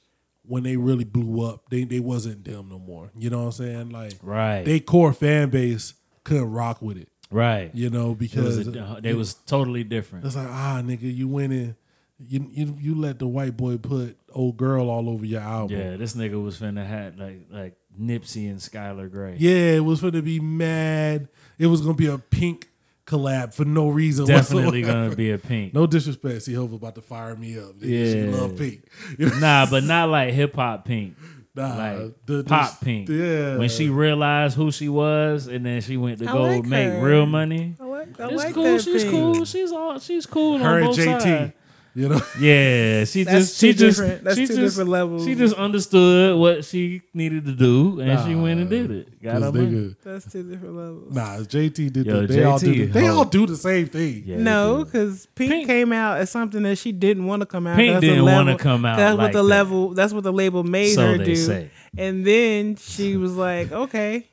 A: when they really blew up, they they wasn't them no more. You know what I'm saying? Like,
B: Right.
A: They core fan base couldn't rock with it,
B: right.
A: You know
B: It was
A: because
B: a- uh, they was totally different.
A: It's like ah, nigga, you went in, you you you let the white boy put old girl all over your album.
B: Yeah, this nigga was finna had like like Nipsey and Skylar Gray.
A: Yeah, it was gonna be mad. It was gonna be a pink collab for no reason.
B: Definitely
A: whatsoever.
B: gonna be a pink.
A: No disrespect, see Hova about to fire me up. Yeah, she
B: Yeah.
A: love pink.
B: nah, but not like hip hop pink.
A: Nah,
B: like
A: the-
B: pop
A: this-
B: pink.
A: yeah.
B: When she realized who she was, and then she went to
A: I
B: go
A: like
B: make
A: her.
B: real money.
C: I like, I
B: It's
C: like
B: cool,
C: that
B: she's
C: pink.
B: cool, she's all she's cool
A: Her and JT, you know.
B: Yeah, she
C: That's
B: just she
C: two
B: just
C: different- that's
B: she
C: two
B: just,
C: different levels.
B: She just understood what she needed to do, and she went and did it. Got
A: this
B: her
A: nigga-
B: money.
C: That's two different levels.
A: Nah, JT did.
B: Yo,
A: the, they all do. The,
B: JT,
A: they all
B: Hov.
A: do the same thing.
B: Yeah,
C: no, because Pink, came out as something that she didn't want to come out.
B: Pink
C: That's the
B: didn't
C: level-
B: wanna come out
C: That's what
B: like that.
C: the level. That's what the label made
B: So
C: her
B: they
C: do.
B: say.
C: And then she was like, "Okay,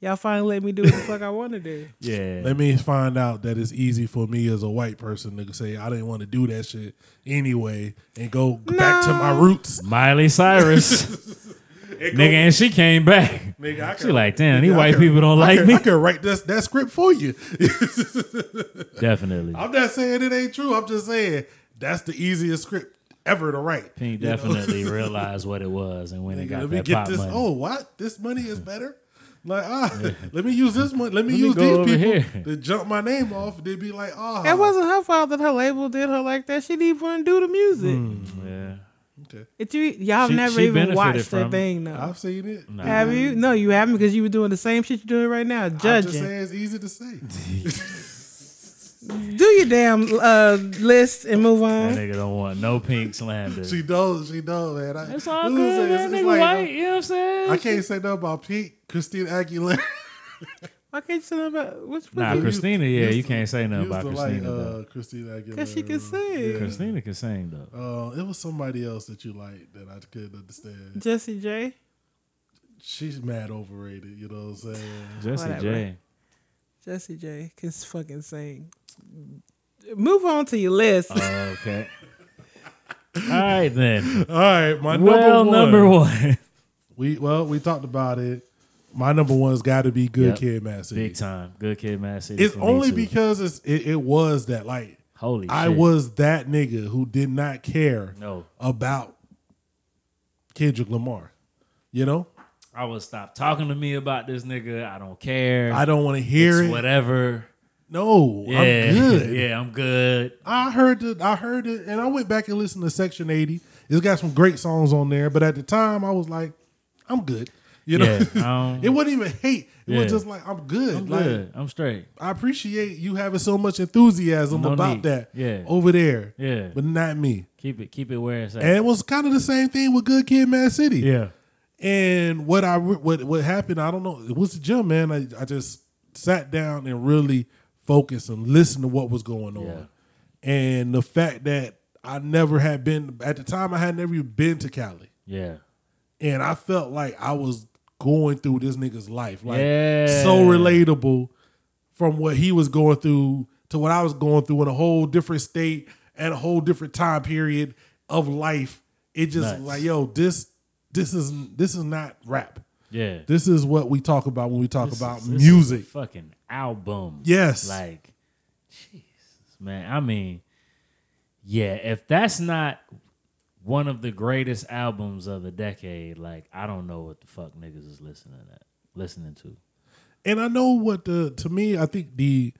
C: y'all finally let me do what the fuck I want to do."
B: Yeah.
A: Let me find out that it's easy for me as a white person to say I didn't want to do that shit anyway and go back to my roots.
B: Miley Cyrus. nigga, and she came back.
A: Nigga, I
B: she
A: can-
B: like, damn,
A: nigga,
B: these
A: I
B: white
A: can-
B: people don't
A: I
B: like
A: can-
B: me.
A: I could write this, that script for you.
B: Definitely.
A: I'm not saying it ain't true. I'm just saying that's the easiest script ever to write.
B: Pink
A: you know?
B: definitely realized what it was and when it
A: Nigga,
B: got
A: let me
B: that
A: get
B: pop
A: this.
B: money.
A: Oh, what? This money is better. Like ah, let me use this money. Let me
B: Let me
A: use
B: go over
A: these people
B: here.
A: to jump my name off. They'd be like, ah,
C: It wasn't her fault that her label did her like that. She didn't even want to do the music.
B: Hmm. Yeah.
A: Okay.
C: It, you, y'all
B: She-
C: never
B: she
C: even
B: benefited
C: watched
B: from
C: that
B: it.
C: thing, though.
A: I've seen it. Nah.
C: Have you? No, you haven't because you were doing the same shit you're doing right now,
A: Um, I'm just
C: judging.
A: saying it's easy to say.
C: Do your damn uh, list and move
B: That
C: on.
B: nigga don't want no pink slander.
A: she knows. She knows, man. I,
B: It's all
A: this is-
B: good.
A: it's-
B: That
A: it's
B: nigga
A: like, uh,
B: white, you know what I'm saying?
A: I can't say nothing about Pete, Christine Aguilera.
C: Why can't you tell them about which
B: Nah,
C: one?
B: Christina, yeah,
A: used
B: you
A: to-
B: can't say nothing
A: used
B: about
A: to like,
B: Christina.
A: uh,
B: though.
A: Christina Aguilera.
C: Because she can sing.
B: Christina can sing though.
A: Uh, it was somebody else that you liked that I couldn't understand.
C: Jesse J.
A: She's mad overrated. You know what I'm saying?
B: Jesse
C: Whatever.
B: J.
C: Jesse J can s- fucking sing. Move on to your list.
B: Uh, Okay. All right then.
A: All right, my
B: well,
A: number one.
B: number one.
A: We well, we talked about it. My number one's got to be Good
B: Yep.
A: Kid, Mad City.
B: Big time. Good Kid, Mad City.
A: It's
B: for me,
A: only
B: too.
A: because it's it, it was that like
B: Holy
A: I
B: shit.
A: was that nigga who did not care
B: No.
A: about Kendrick Lamar. You know,
B: I would stop talking to me about this nigga. I don't care.
A: I don't wanna hear
B: It's
A: it.
B: Whatever.
A: No, I'm
B: yeah,
A: good.
B: Yeah, I'm good.
A: I heard it. I heard it, and I went back and listened to Section Eighty. It's got some great songs on there, but at the time, I was like, I'm good. You know,
B: Yeah, um,
A: it wasn't even hate. It
B: yeah.
A: was just like I'm good.
B: I'm
A: like,
B: good. I'm straight.
A: I appreciate you having so much enthusiasm
B: No
A: about
B: need.
A: that.
B: Yeah.
A: over there.
B: Yeah.
A: but not me.
B: Keep it. Keep it where it's at.
A: And it was kind of the same thing with Good Kid, Mad City.
B: Yeah.
A: And what I re- what what happened, I don't know. It was the gym, man. I, I just sat down and really focused and listened to what was going on. And the fact that I never had been at the time, I had never even been to Cali,
B: yeah.
A: and I felt like I was going through this nigga's life, like
B: Yeah.
A: so relatable from what he was going through to what I was going through in a whole different state and a whole different time period of life. It just
B: Nuts.
A: like yo, this this is this is not rap.
B: Yeah.
A: This is what we talk about when we talk
B: This
A: about
B: is- this is a
A: music.
B: fucking album.
A: Yes.
B: Like, Jesus, man. I mean, yeah. If that's not one of the greatest albums of the decade, like, I don't know what the fuck niggas is listening at, listening to.
A: And I know what the to me, I think the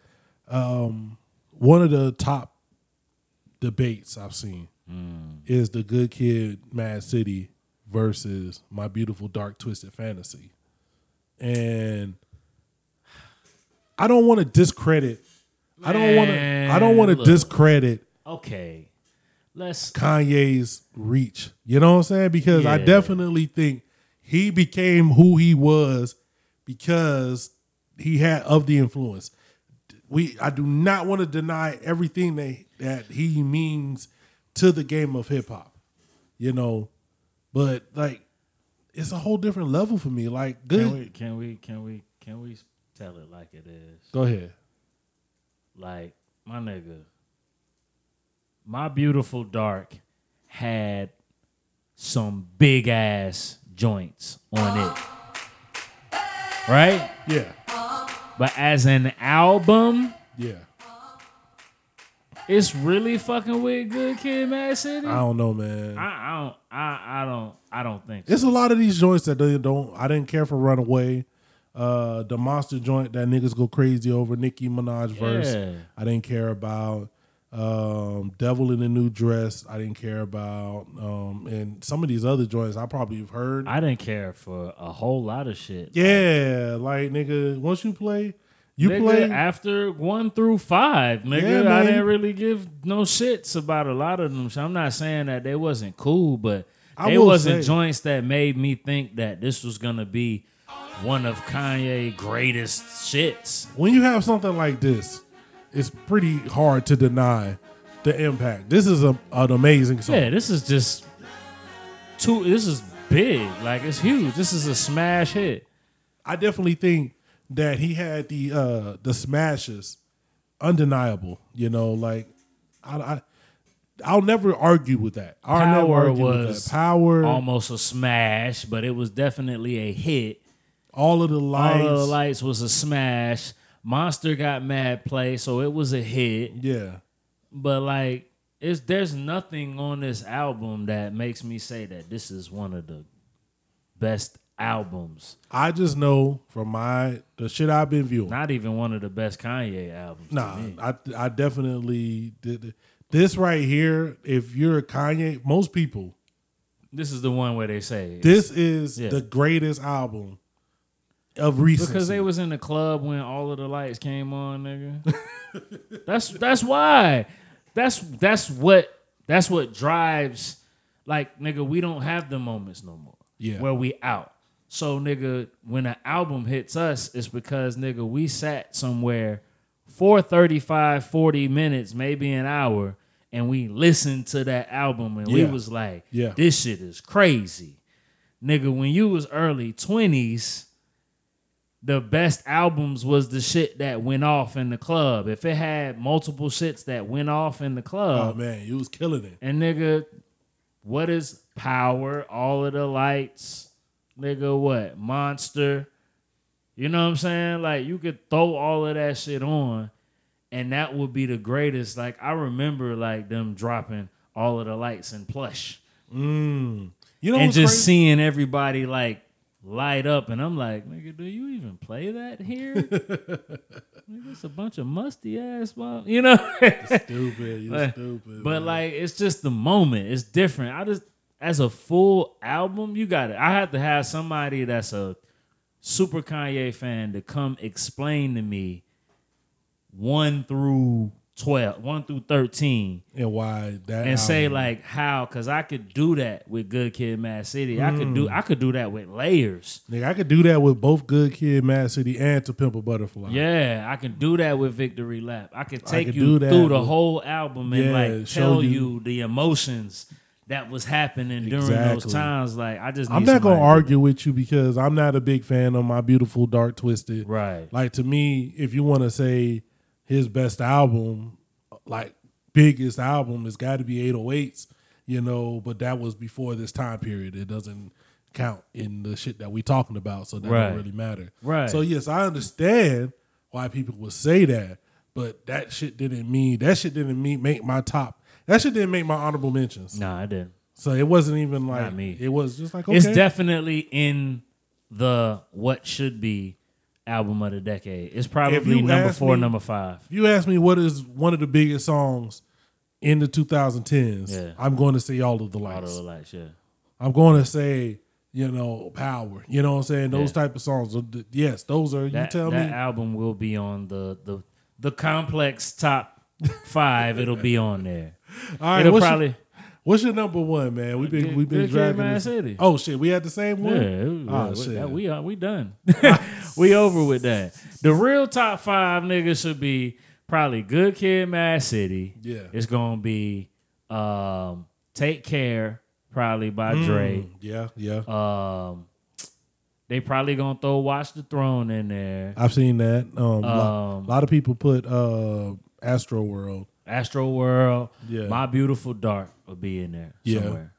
A: um one of the top debates I've seen
B: Mm.
A: is the good kid Mad City versus my beautiful dark twisted fantasy. And I don't want to discredit I don't want to I don't want
B: Man,
A: to
B: look.
A: discredit
B: Okay. Let's.
A: Kanye's reach. You know what I'm saying? Because I
B: Yeah.
A: definitely think he became who he was because he had of the influence. We I do not want to deny everything that that he means to the game of hip hop. You know, but like it's a whole different level for me. Like
B: Can
A: good.
B: we, can we? Can we? Can we tell it like it is?
A: Go ahead.
B: Like, my nigga, My Beautiful Dark had some big ass joints on it. Right?
A: Yeah.
B: But as an album,
A: Yeah.
B: it's really fucking with Good Kid Mad City.
A: I don't know, man.
B: I, I don't I, I don't I don't think so.
A: It's a lot of these joints that they don't. I didn't care for Runaway, uh, the monster joint that niggas go crazy over Nicki Minaj
B: Yeah.
A: verse. I didn't care about um, Devil in a New Dress. I didn't care about um, and some of these other joints I probably have heard.
B: I didn't care for a whole lot of shit.
A: yeah, like nigga, once you play, you
B: Nigga,
A: play.
B: after one through five, nigga.
A: Yeah,
B: I
A: man.
B: didn't really give no shits about a lot of them. So I'm not saying that they wasn't cool, but
A: I
B: they
A: will
B: wasn't
A: say-
B: joints that made me think that this was gonna be one of Kanye greatest shits.
A: when you have something like this, it's pretty hard to deny the impact. This is a, an amazing song.
B: Yeah, this is just too. This is big. Like it's huge. This is a smash hit.
A: I definitely think that he had the uh the smashes, undeniable. You know, like I, I I'll never argue with that. I'll never
B: Power
A: argue with
B: was
A: that. Power,
B: almost a smash, but it was definitely a hit.
A: all of the lights.
B: All of the lights was a smash. Monster got mad play, so it was a hit.
A: Yeah,
B: But like, it's there's nothing on this album that makes me say that this is one of the best albums.
A: I just know from my the shit I've been viewing.
B: Not even one of the best Kanye albums. to
A: Nah,
B: me.
A: I I definitely did it. this right here. If you're a Kanye, most people,
B: this is the one where they say it's-
A: this is
B: Yeah.
A: the greatest album of recent.
B: Because they was in the club when all of the lights came on, nigga. that's that's why. That's that's what that's what drives like nigga, we don't have the moments no more.
A: Yeah.
B: Where we out. So nigga, when an album hits us, it's because nigga, we sat somewhere for 35, 40 minutes, maybe an hour, and we listened to that album and we
A: Yeah.
B: was like,
A: Yeah.
B: this shit is crazy. Nigga, when you was early 20s, the best albums was the shit that went off in the club. If it had multiple shits that went off in the
A: oh
B: club,
A: man, you was killing it.
B: and nigga, what is power? All of the lights, nigga, what? Monster, You know what I'm saying? Like you could throw all of that shit on, and that would be the greatest. Like I remember like them dropping all of the lights in plush.
A: Mm. You know
B: and
A: what's
B: just
A: crazy?
B: seeing everybody like light up, and I'm like, nigga, do you even play that here? nigga, it's a bunch of musty ass, mom. You know,
A: Stupid, you
B: Like,
A: stupid,
B: But
A: man.
B: like, it's just the moment. It's different. I just as a full album, you got it. I have to have somebody that's a super Kanye fan to come explain to me one through 12, one through 13.
A: And why that
B: and say
A: album.
B: like how cuz I could do that with Good Kid Mad City. I could do
A: Mm.
B: I could do that with layers.
A: Nigga, I could do that with both Good Kid, Mad City, and To Pimp a Butterfly.
B: Yeah, I can do that with Victory Lap. I can
A: I
B: take
A: could
B: you
A: do that
B: through the
A: with-
B: whole album and
A: Yeah,
B: like
A: show
B: tell you,
A: you-
B: the emotions that was happening during those
A: Exactly.
B: times. Like I just need
A: I'm not gonna
B: somebody-
A: argue with you because I'm not a big fan of my beautiful dark twisted.
B: Right.
A: Like to me, if you want to say his best album, like biggest album, it's got to be 808s. You know, but that was before this time period. It doesn't count in the shit that we talking about, so that
B: Right.
A: don't really matter.
B: Right.
A: So yes, I understand why people would say that, but that shit didn't mean that shit didn't mean make my top. That shit didn't make my honorable mentions.
B: Nah, I didn't.
A: So it wasn't even like
B: Not me.
A: It was just like
B: It's
A: okay.
B: definitely in the what should be album of the decade. It's
A: If you
B: probably number
A: ask
B: four,
A: me-
B: number five.
A: If you ask me what is one of the biggest songs in the 2010s,
B: Yeah.
A: I'm going to say all of the lights.
B: Auto lights, yeah.
A: I'm going to say, you know, power. You know what I'm saying? Those type of songs. are the- Yes, those are.
B: That,
A: you tell
B: that
A: me.
B: album will be on the the the complex top five. It'll be on there.
A: All right,
B: It'll
A: what's
B: probably
A: Your, what's your number one, man? We've been
B: Good-
A: we've been
B: Good Kid,
A: dragging
B: Mad
A: this-
B: City.
A: Oh shit, we had the same one.
B: Yeah, it was-
A: oh
B: we-
A: shit.
B: that- we are we done. we over with that. The real top five niggas should be probably Good Kid, Mad City.
A: Yeah.
B: it's gonna be um, Take Care, probably by
A: Mm,
B: Dre.
A: yeah, yeah.
B: Um, they probably gonna throw Watch the Throne in there.
A: I've seen that. Um, a lot,
B: Um,
A: lot of people put uh, Astro World.
B: Astro World.
A: Yeah.
B: My Beautiful Dark will be in there
A: Yeah.
B: somewhere.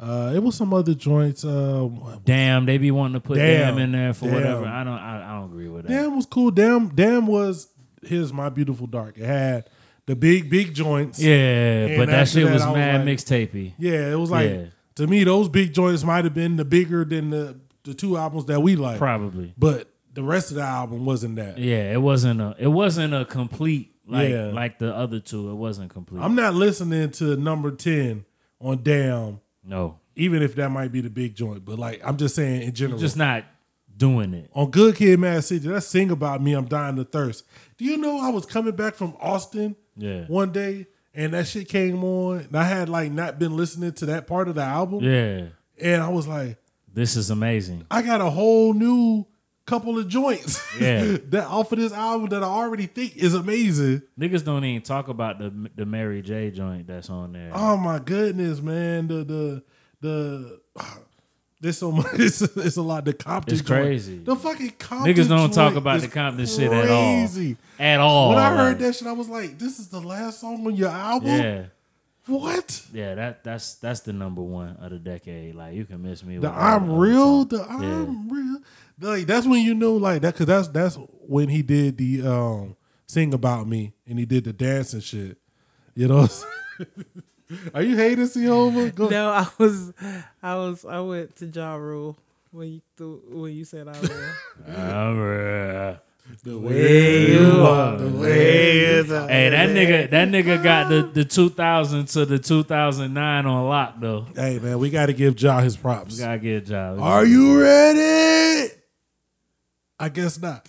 A: Uh, it was some other joints. Uh,
B: Damn, they be wanting to put
A: Damn,
B: Damn, in there for
A: damn.
B: whatever. I don't. I, I don't agree with that.
A: Damn was cool. Damn, damn was his my beautiful dark. It had the big big joints.
B: Yeah,
A: And
B: but that
A: after
B: shit was
A: I
B: mad
A: like-
B: mixtapey.
A: Yeah, it was like
B: Yeah.
A: to me those big joints might have been the bigger than the the two albums that we like.
B: Probably.
A: but the rest of the album wasn't that.
B: Yeah, it wasn't a. It wasn't a complete like
A: Yeah.
B: like the other two. It wasn't complete.
A: I'm not listening to number ten on damn.
B: No.
A: even if that might be the big joint, but like I'm just saying in general,
B: just not doing it.
A: on Good Kid, Mad City. That sing about me. I'm dying to thirst. Do you know I was coming back from Austin?
B: Yeah.
A: one day and that shit came on and I had like not been listening to that part of the album.
B: Yeah.
A: And I was like,
B: This is amazing.
A: I got a whole new couple of joints.
B: Yeah.
A: that off of this album that I already think is amazing.
B: Niggas don't even talk about the the Mary J joint that's on there.
A: Oh my goodness, man. The the the there's so much it's, it's a lot. The Compton
B: It's
A: joint.
B: crazy.
A: The fucking Compton
B: Niggas don't talk
A: joint
B: about
A: is
B: the Compton shit at all.
A: crazy.
B: At all.
A: When I heard
B: like,
A: that shit, I was like, this is the last song on your album?
B: Yeah.
A: What?
B: Yeah, that that's that's the number one of the decade. Like you can miss me.
A: The
B: with
A: I'm
B: all
A: real, the
B: time.
A: I'm
B: Yeah.
A: real. Like that's when you know, like that, because that's that's when he did the um sing about me and he did the dance and shit. You know, what I'm saying? are you hating Seova? Go-
C: No, I was, I was, I went to Ja Rule when you th- when you said I was.
B: I'm real. The
A: way you are, the way you are.
B: Hey, that nigga, that nigga got the, the 2000 to the 2009 on lock though.
A: Hey man, we got to give Ja his props.
B: We gotta get job.
A: Are you ready? I guess not.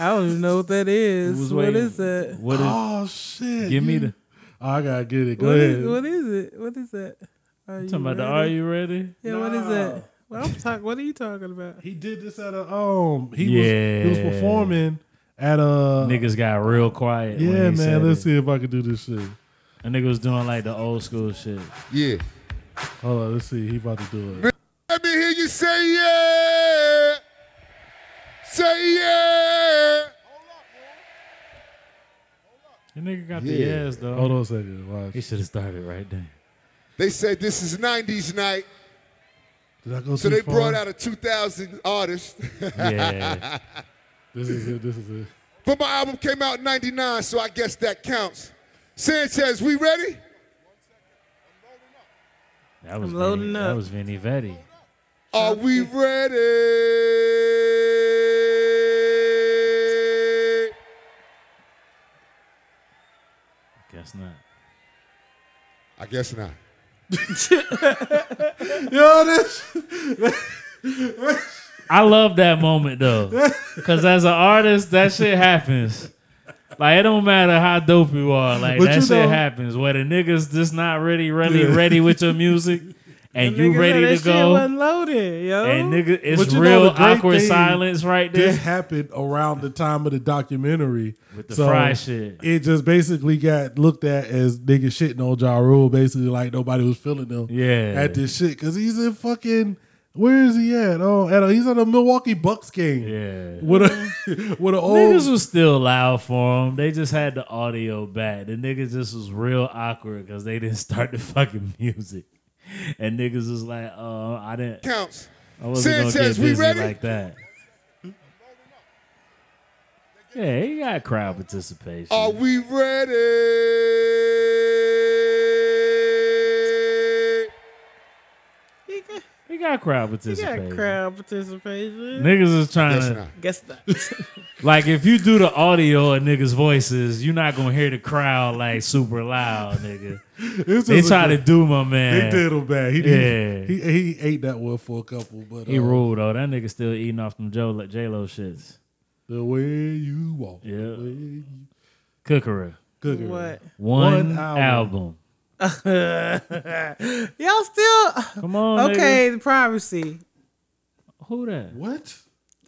C: I don't even know what that is.
B: Who's
C: What
B: waiting?
C: is that?
B: What is-
A: oh shit!
B: Give me
A: you- Oh,
B: the-
A: I gotta get it. Go
C: What
A: ahead.
C: is, what is it? What is that? Are
B: talking about the Are You Ready?
C: Yeah, what is
A: No.
C: that? Well, I'm talk- what are you talking about?
A: He did this at a um. He was he
B: Yeah.
A: was performing at a
B: Niggas got real quiet. when
A: Yeah,
B: he
A: man.
B: said
A: Let's
B: it.
A: see if I can do this shit.
B: A nigga was doing like the old school shit.
A: Yeah. Hold on. Let's see. He about to do it.
L: Let me hear you say yeah. Say yeah.
B: The nigga got
L: Yeah.
B: the ass though.
A: Hold on a second. Watch.
B: He should have started right there.
L: They said this is 90s night.
A: Did I go
L: so
A: too
L: they
A: far?
L: brought out a 2,000 artist.
A: Yeah. This is it. This is it.
L: But my album came out in 99, so I guess that counts. Sanchez, we ready?
B: That was
L: I'm loading
B: Vinny, That
L: up.
B: was Vinny Vetti.
L: Are we ready?
B: Guess not.
L: I guess not.
A: Yo, this.
B: I love that moment though, because as an artist, that shit happens. Like it don't matter how dope you are, like
A: But
B: that
A: you
B: shit
A: know-
B: happens. Where the niggas just not really, really ready with your music, and
C: Niggas
B: you
C: know
B: ready
C: that
B: to
C: Shit
B: go.
C: wasn't loaded, yo.
B: And nigga, it's
A: But you know
B: real
A: the great
B: awkward
A: thing,
B: silence right there.
A: This happened around the time of the documentary.
B: With the fry shit.
A: It just basically got looked at as niggas shitting on Ja Rule, basically like nobody was feeling them
B: Yeah.
A: at this shit. Cause he's in fucking where is he at? Oh, at a, he's at a Milwaukee Bucks game.
B: Yeah.
A: With a with an old
B: Niggas was still loud for them. They just had the audio back. The niggas just was real awkward because they didn't start the fucking music, and niggas was like, "Oh, I didn't."
L: Counts.
B: I wasn't gonna
L: Sanchez,
B: get
L: we
B: busy
L: ready?
B: like that. Yeah, he got crowd participation.
L: Are we ready?
C: He got-
B: He got crowd
C: he
B: participation.
C: got crowd participation.
B: Niggas is trying to.
C: Guess not.
B: Like if you do the audio of niggas' voices, you're not gonna hear the crowd like super loud, nigga.
A: This
B: they
A: was a
B: try to
A: good-
B: do my man.
A: They did him bad. He
B: yeah.
A: did. He, he ate that one for a couple, but
B: He
A: uh,
B: ruled though. That nigga still eating off them Joe J Lo shits.
A: The way you walk.
B: Yeah. Cookery.
A: Cookery.
C: What?
B: One,
A: One
B: album.
A: album.
C: Y'all still
B: Come on,
C: Okay, the privacy.
B: Who that?
A: What?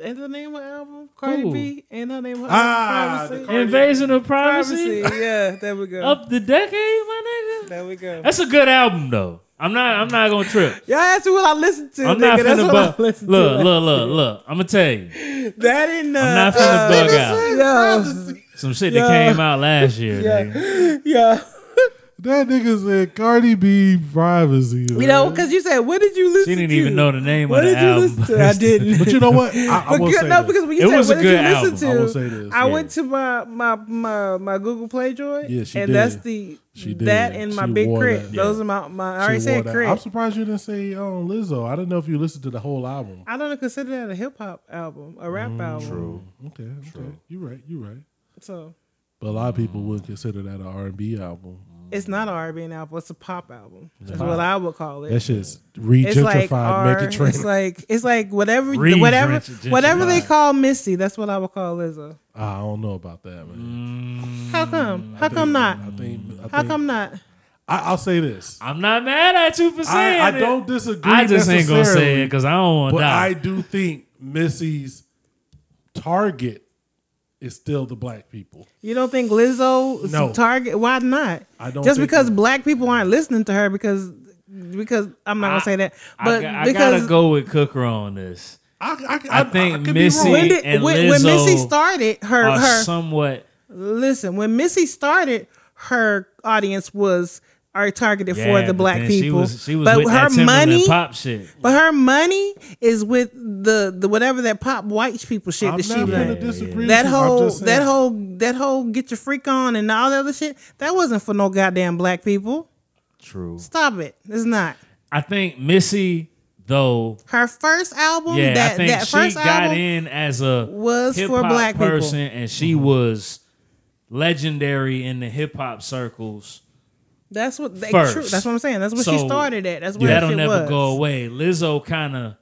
C: Ain't the name of the album? Cardi
B: Who?
C: B? Ain't her name of the
B: Ah,
C: album?
B: the
C: Privacy?
B: Cardi- Invasion of Privacy?
C: Yeah, there we go.
B: Up the decade, my nigga.
C: There we go.
B: That's a good album though. I'm not. I'm not gonna trip.
C: Y'all asked me what I listen to.
B: I'm
C: nigga.
B: not
C: That's
B: finna
C: what
B: bug.
C: I
B: Look,
C: listen
B: look,
C: to.
B: look, look. I'm gonna tell you
C: That in uh,
B: I'm not finna bug out.
C: out.
B: some shit
C: Yeah.
B: that came out last year. nigga.
C: Yeah, yeah.
A: That nigga said Cardi B privacy.
C: You know, because you said, "What did you listen
B: She didn't
C: to?"
B: even know the name
C: What
B: of the
C: did you
B: album.
C: listen to? I didn't.
A: But you know what? I, I
C: But
A: will
C: good-
A: say
C: no,
A: this.
C: because when you
B: It
C: said
B: was a
C: what did you
B: good
C: listen
B: album.
C: to,
B: I will say this,
A: yeah.
C: went to my my my, my Google Play Joy,
A: Yeah, she
C: and
A: did.
C: that's the
A: She
C: that
A: did.
C: and my
A: She
C: big
A: wore
C: crit.
A: that.
C: Those
A: Yeah.
C: are my
A: She
C: my. I already
A: wore
C: said
A: that.
C: crit.
A: I'm surprised you didn't say um, Lizzo. I didn't know if you listened to the whole album.
C: I don't consider that a hip hop album, a rap
A: Mm,
C: album.
A: Okay, okay. You're right. You're right.
C: So
A: But a lot of people would consider that an R&B album.
C: it's not an R&B album. It's a pop album. That's
A: Pop.
C: what I would call it.
A: That shit's
C: It's like
A: regentrified
C: R-
A: Megan Trainor.
C: It's like it's like whatever
A: Re-
C: whatever
A: gentrified.
C: whatever they call Missy. That's what I would call Lizzo.
A: Ah, I don't know about that,
B: Mm.
A: man.
C: How come? How come not?
A: Mm, I think. I
C: How
A: think-
C: come not?
A: I, I'll say this.
B: I'm not mad at you for saying
A: I, I
B: it.
A: don't disagree.
B: I just ain't gonna say
A: necessarily,
B: it because I don't want to
A: But
B: die.
A: I do think Missy's target is still the black people.
C: You don't think Lizzo is
A: No.
C: a target? Why not?
A: I don't
C: Just
A: think
C: because black people aren't listening to her because because I'm not gonna
B: I-
C: say that,
B: I
C: but
B: g- I,
C: because
B: gotta go with Cooker on this.
A: I,
B: I, think Missy
C: when, did,
B: and
C: when,
B: Lizzo
C: when Missy started her
B: are
C: her
B: somewhat
C: listen when Missy started her audience was are targeted
B: yeah,
C: for the
B: but
C: black
B: then
C: people,
B: She was, she was
C: but
B: with that
C: her
B: Timberland
C: money
B: pop shit.
C: But her money is with the, the whatever that pop white people shit that she
A: not
C: like.
A: finna disagree
C: That
A: with you. I'm
C: whole
A: just saying.
C: that whole that whole get your freak on and all that other shit that wasn't for no goddamn black people.
B: True.
C: Stop it. It's not.
B: I think Missy though.
C: Her first album
B: Yeah,
C: that
B: I think
C: that
B: she
C: first
B: got
C: album
B: in as a
C: was for
B: hip-hop
C: black people.
B: person, and she was legendary in the hip hop circles.
C: That's what they,
B: first.
C: true. That's what I'm saying. That's what she
B: So,
C: started at. That's where
B: that'll
C: shit
B: never
C: was.
B: go away. Lizzo kind of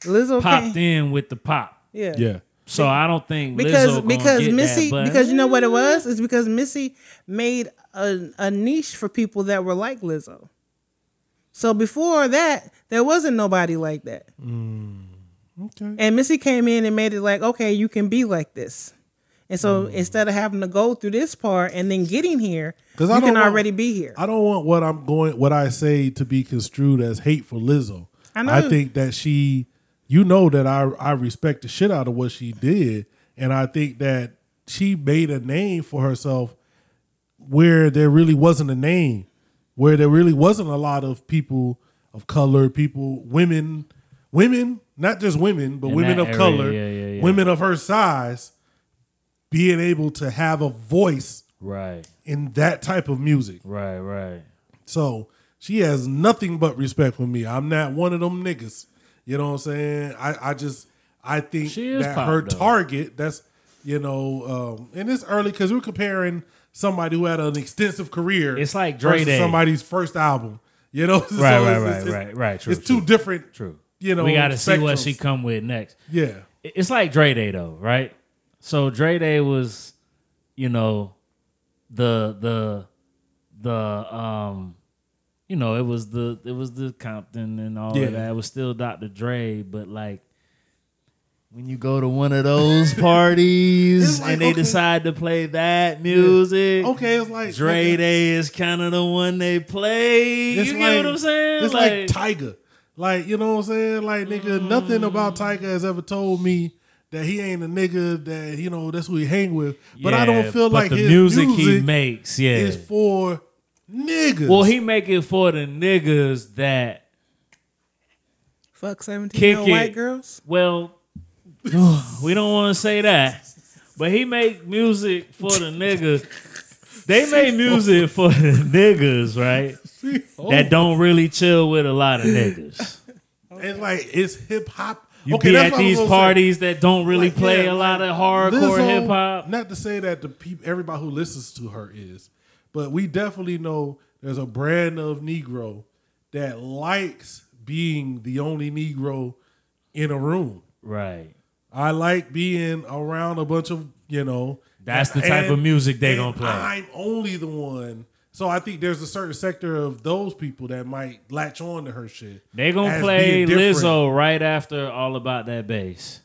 C: Lizzo
B: popped
C: came-
B: in with the pop.
C: Yeah.
A: Yeah.
B: So I don't think
C: because
B: Lizzo gonna
C: because
B: get that,
C: Missy
B: but-
C: because you know what it was it's because Missy made a, a niche for people that were like Lizzo. So before that, there wasn't nobody like that.
B: Mm,
A: Okay.
C: And Missy came in and made it like, okay, you can be like this. And
B: Mm.
C: so instead of having to go through this part and then getting here,
A: 'Cause
C: you
A: I
C: can
A: don't want-
C: already be here.
A: I don't want what I'm going, what I say to be construed as hate for Lizzo.
C: I know.
A: think that she, you know, that I I respect the shit out of what she did, and I think that she made a name for herself where there really wasn't a name, where there really wasn't a lot of people of color, people, women women, not just women, but
B: In
A: women of
B: that area,
A: color,
B: yeah, yeah, yeah.
A: women of her size, being able to have a voice
B: right
A: in that type of music.
B: Right, right.
A: So she has nothing but respect for me. I'm not one of them niggas. You know what I'm saying? I, I just I think
B: is
A: that
B: pop,
A: her
B: though.
A: target, that's you know, um, and it's early because we're comparing somebody who had an extensive career. It's like
B: Dre Day.
A: somebody's first album. You know, right,
B: right, right, right, right. True,
A: it's two
B: true.
A: different.
B: True.
A: You know,
B: we got to see what
A: spectrums.
B: she come with next.
A: Yeah.
B: I- it's like Dre Day though, right? So Dre Day was, you know, the the the um, you know, it was the it was the Compton and all
M: Yeah.
B: of that. It was still Dr. Dre, but like when you go to one of those parties and they decide to play that music,
A: Okay, it's like
B: Dre Day is kind of the one they play.
A: It's
B: you
A: like-
B: get what I'm saying?
A: It's like, Tiger. Like, you know what I'm saying? Like, nigga,
B: Mm-hmm.
A: nothing about Tiger has ever told me that he ain't a nigga that, you know, that's who he hang with. But I
B: Yeah,
A: don't feel
B: but
A: like
B: the
A: his
B: music he makes, yeah.
A: is for niggas.
B: Well, he make it for the niggas that
C: Fuck seventeen
B: kick
C: year
B: it.
C: old white girls.
B: Well, we don't want to say that, but he make music for the niggas. They make music for the niggas, right?
A: Oh.
B: That don't really chill with a lot of niggas.
A: It's like it's hip hop.
B: You be at these parties that don't really play a lot of hardcore hip hop.
A: Not to say that the people, everybody who listens to her is, but we definitely know there's a brand of Negro that likes being the only Negro in a room.
B: Right.
A: I like being around a bunch of you know.
B: That's the type of music they
A: and
B: gonna play.
A: I'm only the one. So I think there's a certain sector of those people that might latch on to her shit.
B: They gonna
A: as
B: play
A: being different.
B: Lizzo right after All About That Bass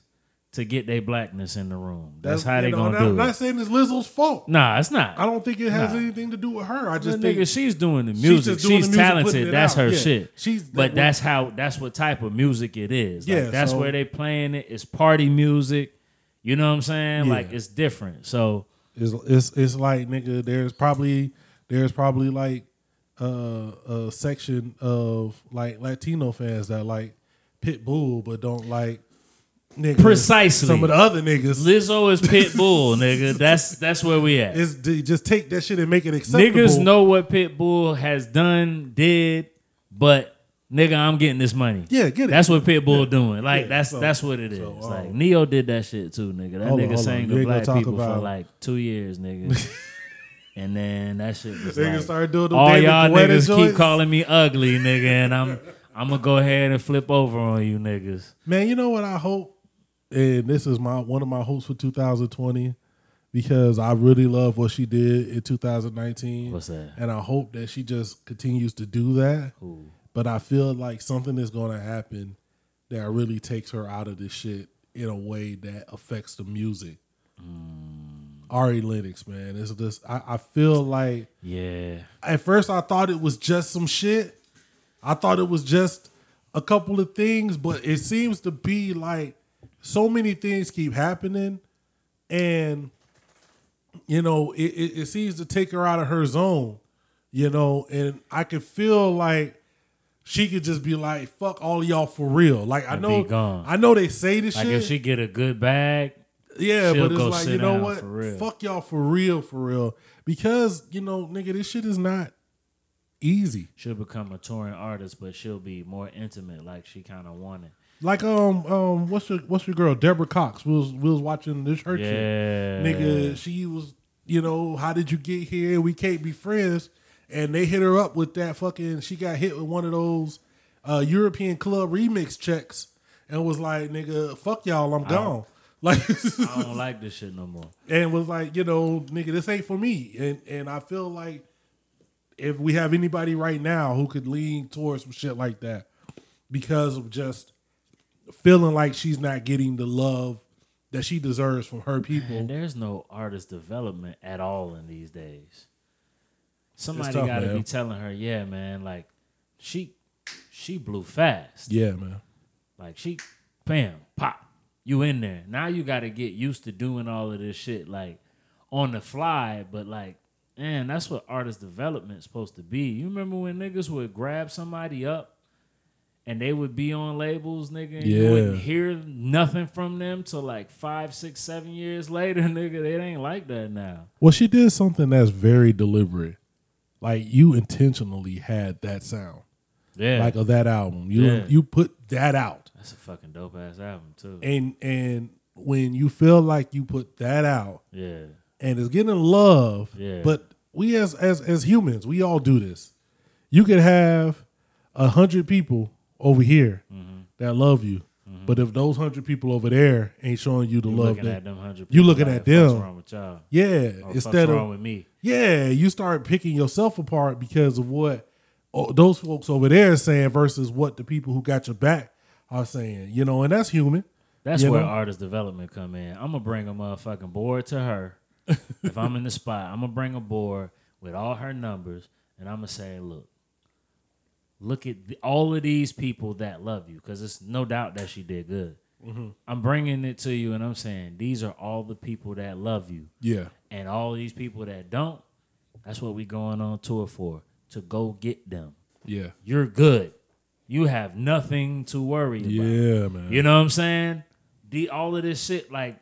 B: to get their blackness in the room. That's, how
A: you
B: they
A: know,
B: gonna
A: and
B: do
A: I'm
B: it.
A: not saying it's Lizzo's fault.
B: Nah, it's not.
A: I don't think it has
B: Nah.
A: anything to do with her. I
B: I
A: just
B: just
A: think
B: nigga, she's doing the
A: she's
B: music. She's,
A: just doing the music, putting
B: talented.
A: it
B: That's
A: out.
B: her
A: Yeah.
B: shit.
A: She's-
B: but that's how. That's what type of music it is. Like,
A: Yeah,
B: that's
A: so-
B: where they playing it. It's party music. You know what I'm saying?
A: Yeah.
B: Like it's different. So
A: it's it's it's like nigga. There's probably there's probably like uh, a section of like Latino fans that like Pitbull but don't like nigga,
B: precisely
A: some of the other niggas.
B: Lizzo is Pitbull, nigga. That's that's where we at.
A: It's, they just take that shit and make it acceptable.
B: Niggas know what Pitbull has done, did, but nigga, I'm getting this money.
A: Yeah, get it.
B: That's what Pitbull doing. Like
A: Yeah,
B: that's
A: so- um,
B: that's what it is. like Neo did that shit too, nigga. That
A: Hold on,
B: nigga
A: hold on.
B: sang
A: You
B: to
A: ain't gonna
B: black
A: talk
B: people for
A: about-
B: like two years, nigga. and then that shit was
A: Niggas
B: like,
A: started doing them
B: all
A: David
B: y'all
A: Guetta
B: niggas keep
A: joints."
B: calling me ugly, nigga, and I'm I'm gonna go ahead and flip over on you, niggas.
A: Man, you know what I hope, and this is my one of my hopes for 2020, because I really love what she did in 2019.
B: What's that?
A: And I hope that she just continues to do that. But I feel like something is going to happen that really takes her out of this shit in a way that affects the music.
B: Mm.
A: Ari Lennox, man, it's just I, I feel like
B: yeah.
A: At first, I thought it was just some shit. I thought it was just a couple of things, but it seems to be like so many things keep happening, and you know, it, it, it seems to take her out of her zone. You know, and I could feel like she could just be like, "Fuck all y'all for real." Like I
B: And
A: know,
B: be gone.
A: I know they say this
B: Like
A: shit.
B: if she get a good bag,
A: Yeah,
B: she'll
A: but it's
B: go
A: like
B: sit
A: you know
B: down
A: what?
B: For real.
A: Fuck y'all for real, for real. Because you know, nigga, this shit is not easy.
B: She'll become a touring artist, but she'll be more intimate, like she kind of wanted.
A: Like um um, what's your what's your girl Deborah Cox? We was we was watching this her shit.
B: Yeah.
A: nigga. She was you know how did you get here? We can't be friends. And they hit her up with that fucking. She got hit with one of those uh European club remix checks and was like, nigga, fuck y'all, I'm
B: I don't-
A: gone. Like
B: I don't like this shit no more.
A: and was like, you know, nigga, this ain't for me. And and I feel like if we have anybody right now who could lean towards some shit like that because of just feeling like she's not getting the love that she deserves from her people.
B: And there's no artist development at all in these days. Somebody
A: tough,
B: got to
A: man.
B: be telling her, yeah, man, like she she blew fast.
A: Yeah, man.
B: Like she, bam, pop, you in there. Now you got to get used to doing all of this shit like on the fly, but like, man, that's what artist development's supposed to be. You remember when niggas would grab somebody up and they would be on labels, nigga. And
A: Yeah.
B: You wouldn't hear nothing from them till like five, six, seven years later, nigga. It ain't like that now.
A: Well, she did something that's very deliberate. Like you intentionally had that sound.
B: Yeah.
A: Like of that album. You
B: Yeah.
A: you put that out.
B: That's a fucking dope ass album too.
A: And and when you feel like you put that out.
B: Yeah.
A: And it's getting love.
B: Yeah.
A: But we as as as humans, we all do this. You could have a hundred people over here
B: Mm-hmm.
A: that love you. But if those hundred people over there ain't showing you the
B: You
A: love,
B: looking
A: that-
B: at them 100
A: you
B: people
A: looking
B: like,
A: at
B: "The fuck's
A: them.
B: wrong with y'all?"
A: Yeah,
B: Or, "Fuck's
A: instead of
B: wrong with me?
A: Yeah, you start picking yourself apart because of what oh, those folks over there are saying versus what the people who got your back are saying. You know, and that's human.
B: That's
A: you
B: where
A: know?
B: artist development come in. I'm gonna bring a motherfucking board to her. if I'm in the spot, I'm gonna bring a board with all her numbers, and I'm gonna say, "Look, look at the, all of these people that love you, because it's no doubt that she did good."
A: Mm-hmm.
M: Mhm.
B: I'm bringing it to you, and I'm saying these are all the people that love you.
A: Yeah.
B: and all these people that don't, that's what we going on tour for to go get them.
A: Yeah.
B: you're good. You have nothing to worry about.
A: Yeah, man.
B: You know what I'm saying? The all of this shit, like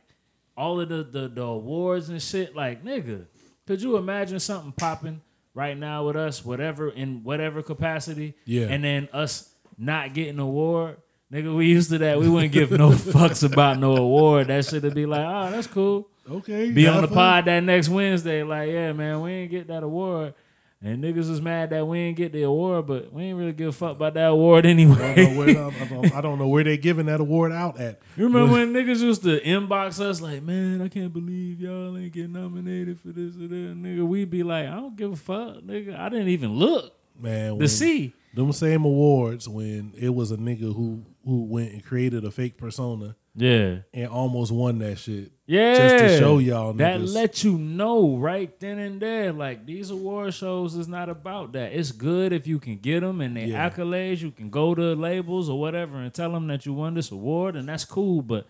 B: all of the the, the awards and shit, like nigga, could you imagine something popping right now with us, whatever in whatever capacity?
A: Yeah.
B: And then us not getting an award. Nigga, we used to that. We wouldn't give no fucks about no award. That shit would be like, oh, that's cool.
A: Okay.
B: Be on the
A: have
B: pod that next Wednesday. Like, yeah, man, we ain't get that award. And niggas was mad that we ain't get the award, but we ain't really give a fuck about that award anyway.
A: I don't, know where, I, don't, I don't know where they giving that award out at.
B: You remember when niggas used to inbox us like, man, I can't believe y'all ain't get nominated for this or that. Nigga, we'd be like, I don't give a fuck, nigga. I didn't even look.
A: man
B: to
A: when
B: see.
A: them same awards when it was a nigga who who went and created a fake persona.
B: Yeah.
A: and almost won that shit.
B: Yeah.
A: just to show y'all
B: That
A: niggas.
B: let you know right then and there. Like, these award shows is not about that. It's good if you can get them and they
A: Yeah.
B: accolades. You can go to labels or whatever and tell them that you won this award, and that's cool. But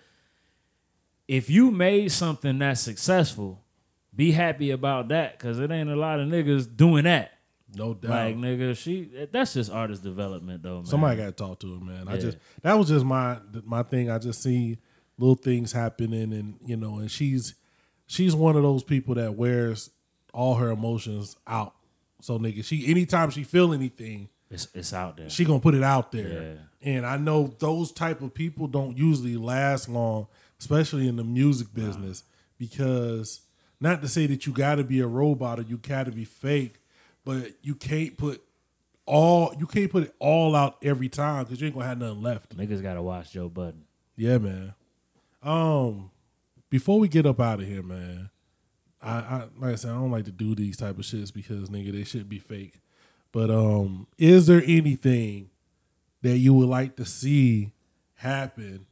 B: if you made something that's successful, be happy about that because it ain't a lot of niggas doing that.
A: No doubt.
B: Like, nigga, she that's just artist development, though, man.
A: Somebody got to talk to him, man. I
B: Yeah.
A: just that was just my my thing. I just see little things happening, and you know, and she's she's one of those people that wears all her emotions out. So nigga, she anytime she feel anything,
B: it's it's out there.
A: She gonna put it out there, and I know those type of people don't usually last long, especially in the music business, because not to say that you got to be a robot or you got to be fake, but you can't put all you can't put it all out every time because you ain't gonna have nothing left.
B: Niggas gotta watch Joe Budden.
A: Yeah, man. Um, before we get up out of here, man, I, I like I said, I don't like to do these type of shits because nigga, they should be fake. But um, is there anything that you would like to see happen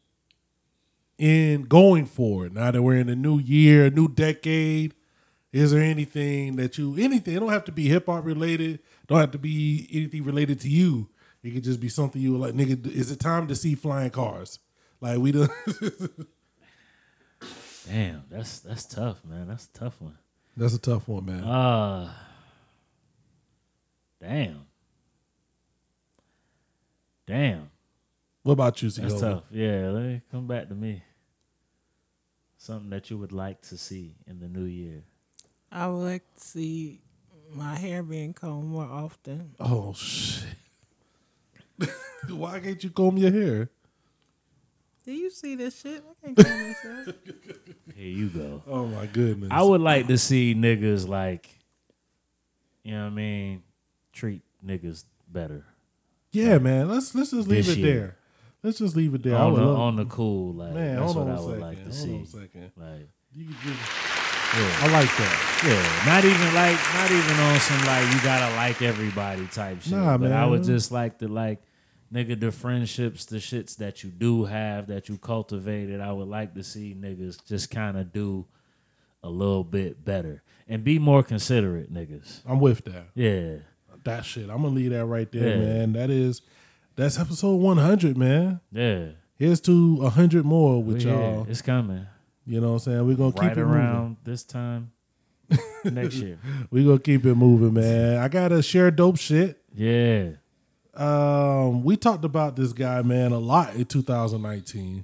A: in going forward? Now that we're in a new year, a new decade, is there anything that you anything? It don't have to be hip hop related. Don't have to be anything related to you. It could just be something you would like, nigga. Is it time to see flying cars? Like we do.
B: Damn, that's that's tough, man. That's a tough one.
A: That's a tough one, man.
B: Uh damn. Damn.
A: What about you,
B: That's
A: Seola?
B: tough. Yeah, let me come back to me. Something that you would like to see in the new year.
C: I would like to see my hair being combed more often.
A: Oh shit! Why can't you comb your hair?
C: Do you see this shit? I can't comb myself.
B: Here you go.
A: Oh my goodness.
B: I would like to see niggas like you know what I mean, treat niggas better.
A: Yeah, man. Let's let's just leave
B: This
A: it
B: year.
A: there. Let's just leave it there. I
B: On
A: would
B: the-
A: love-
B: on the cool, like, that's
A: hold
B: what
A: on
B: I
A: a
B: would
A: second.
B: like to
A: hold
B: see.
A: On a second.
B: Like
A: you can give.
B: Yeah.
A: I like that.
B: Yeah, not even like not even on some like you gotta like everybody type shit.
A: Nah,
B: but I
A: man.
B: would just like to like nigga the friendships, the shits that you do have that you cultivated. I would like to see niggas just kind of do a little bit better and be more considerate, niggas.
A: I'm with that.
B: Yeah.
A: That shit. I'm gonna leave that right there,
B: Yeah.
A: man. That is, that's episode 100, man.
B: Yeah.
A: Here's to 100 more with
B: We here.
A: y'all.
B: It's coming.
A: You know what I'm saying? We're gonna
B: right
A: keep it
B: around
A: moving.
B: this time next year.
A: We gonna keep it moving, man. I gotta share dope shit.
B: Yeah.
A: um, we talked about this guy, man, a lot in 2019.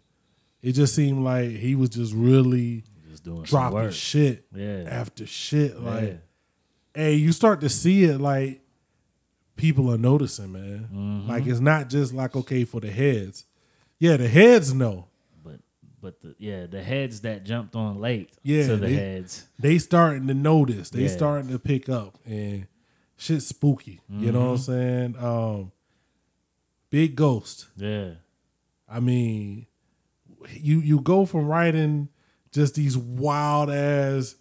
A: It just seemed like he was just really
B: just doing some
A: dropping
B: work.
A: shit
B: Yeah.
A: after shit.
B: Yeah.
A: Like, hey, you start to see it like people are noticing, man.
B: Mm-hmm.
A: Like it's not just like okay for the heads. Yeah, the heads know.
B: But the, yeah, the heads that jumped on late
A: Yeah,
B: to the
A: they,
B: heads.
A: They starting to notice. They
B: Yeah.
A: starting to pick up and shit's spooky. You know what I'm
B: Mhm.
A: saying? Um Big Ghost.
B: Yeah.
A: I mean, you you go from writing just these wild ass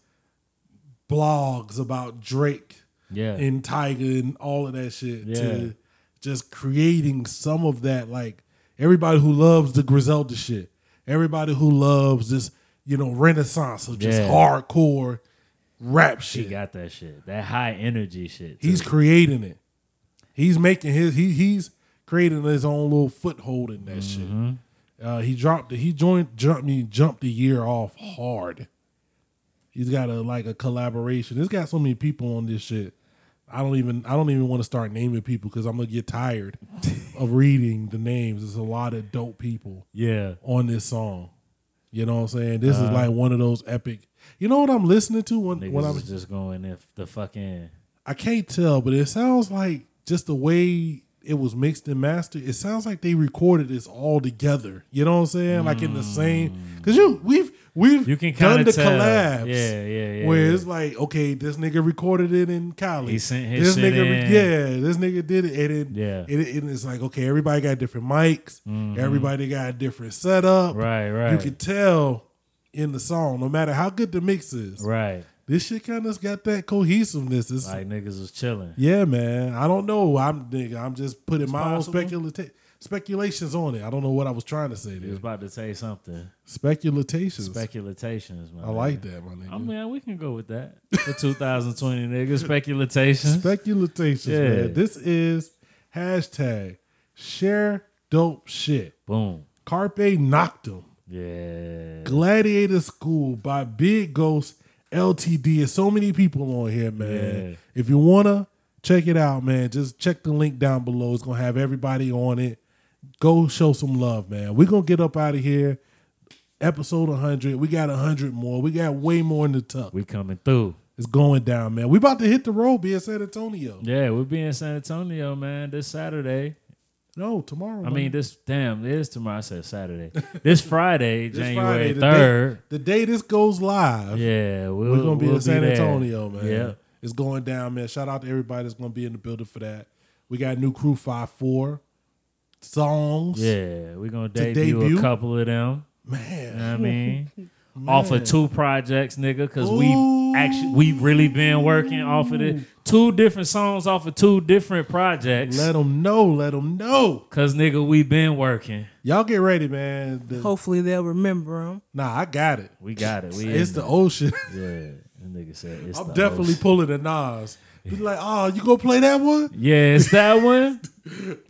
A: blogs about Drake
B: Yeah.
A: and Tiger and all of that shit
B: Yeah.
A: to just creating some of that like everybody who loves the Griselda shit, everybody who loves this, you know, renaissance of just
B: Yeah.
A: hardcore rap shit.
B: He got that shit. That high energy shit.
A: He's
B: too.
A: creating it. He's making his he he's creating his own little foothold in that
B: Mhm.
A: shit. Uh, he dropped he joined jumped me jumped the year off hard. He's got a like a collaboration. It's got so many people on this shit. I don't even I don't even want to start naming people because I'm gonna get tired of reading the names. There's a lot of dope people
B: Yeah.
A: on this song. You know what I'm saying? This is
B: Uh-huh.
A: like one of those epic. You know what I'm listening to when
B: Niggas
A: when I'm
B: is just going if the fucking
A: I can't tell, but it sounds like just the way it was mixed and mastered. It sounds like they recorded this all together. You know what I'm saying? Like in the same because you we've we've
B: Mm. You can
A: done
B: kinda
A: the
B: tell.
A: collabs.
B: Yeah, yeah, yeah,
A: Where
B: yeah.
A: it's like okay, this nigga recorded it in college.
B: He sent his
A: this
B: shit
A: nigga,
B: in.
A: yeah, this nigga did it, and it,
B: Yeah.
A: and, it- and it's like okay, everybody got different mics,
B: Mhm.
A: everybody got a different setup.
B: Right, right.
A: You can tell in the song, no matter how good the mix is.
B: Right.
A: This shit kind of got that cohesiveness. It's
B: Like niggas was chilling.
A: yeah, man. I don't know. I'm nigga, I'm just putting
B: It's
A: my
B: possible.
A: own specula- speculations on it. I don't know what I was trying to say
B: He
A: there.
B: was about to say something.
A: Speculatations.
B: Speculations, man.
A: I like that, my nigga.
B: Oh man, we can go with that. The 2020 niggas speculation.
A: Speculatations,
B: Yeah.
A: man. This is hashtag share dope shit.
B: Boom.
A: Carpe Noctem.
B: Yeah.
A: Gladiator School by Big Ghost LTD. There's so many people on here, man.
B: Yeah.
A: If you wanna check it out, man, just check the link down below. It's gonna have everybody on it. Go show some love, man. We're gonna get up out of here. Episode 100. We got 100 more. We got way more in the tuck.
B: We coming through.
A: It's going down, man. We about to hit the road, be in San Antonio.
B: Yeah, we'll be in San Antonio, man, this Saturday.
A: No, tomorrow.
B: I
A: man.
B: mean, this damn it is tomorrow. I said Saturday. This Friday,
A: This Friday,
B: January
A: the
B: third.
A: day- The day this goes live.
B: Yeah, we'll-
A: we're gonna be
B: we'll
A: in San
B: be there.
A: Antonio, man.
B: Yeah.
A: it's going down, man. Shout out to everybody that's gonna be in the building for that. We got new crew five four songs.
B: Yeah, we're gonna
A: to
B: debut,
A: debut.
B: a couple of them.
A: Man.
B: You know what I mean,
A: Man.
B: off of two projects, nigga, because we actually we've really been working off of it. Two different songs off of two different projects.
A: Let them know. Let them know.
B: Cause nigga, we been working.
A: Y'all get ready, man. The-
C: Hopefully they'll remember him.
A: nah, I got it.
B: We got it. We
A: it's
B: in
A: the
B: there.
A: ocean.
B: Yeah, that nigga said it's
A: I'm
B: the
A: definitely
B: ocean.
A: pulling a Nas. Be like, oh, you gonna play that one?
B: Yeah, it's that one.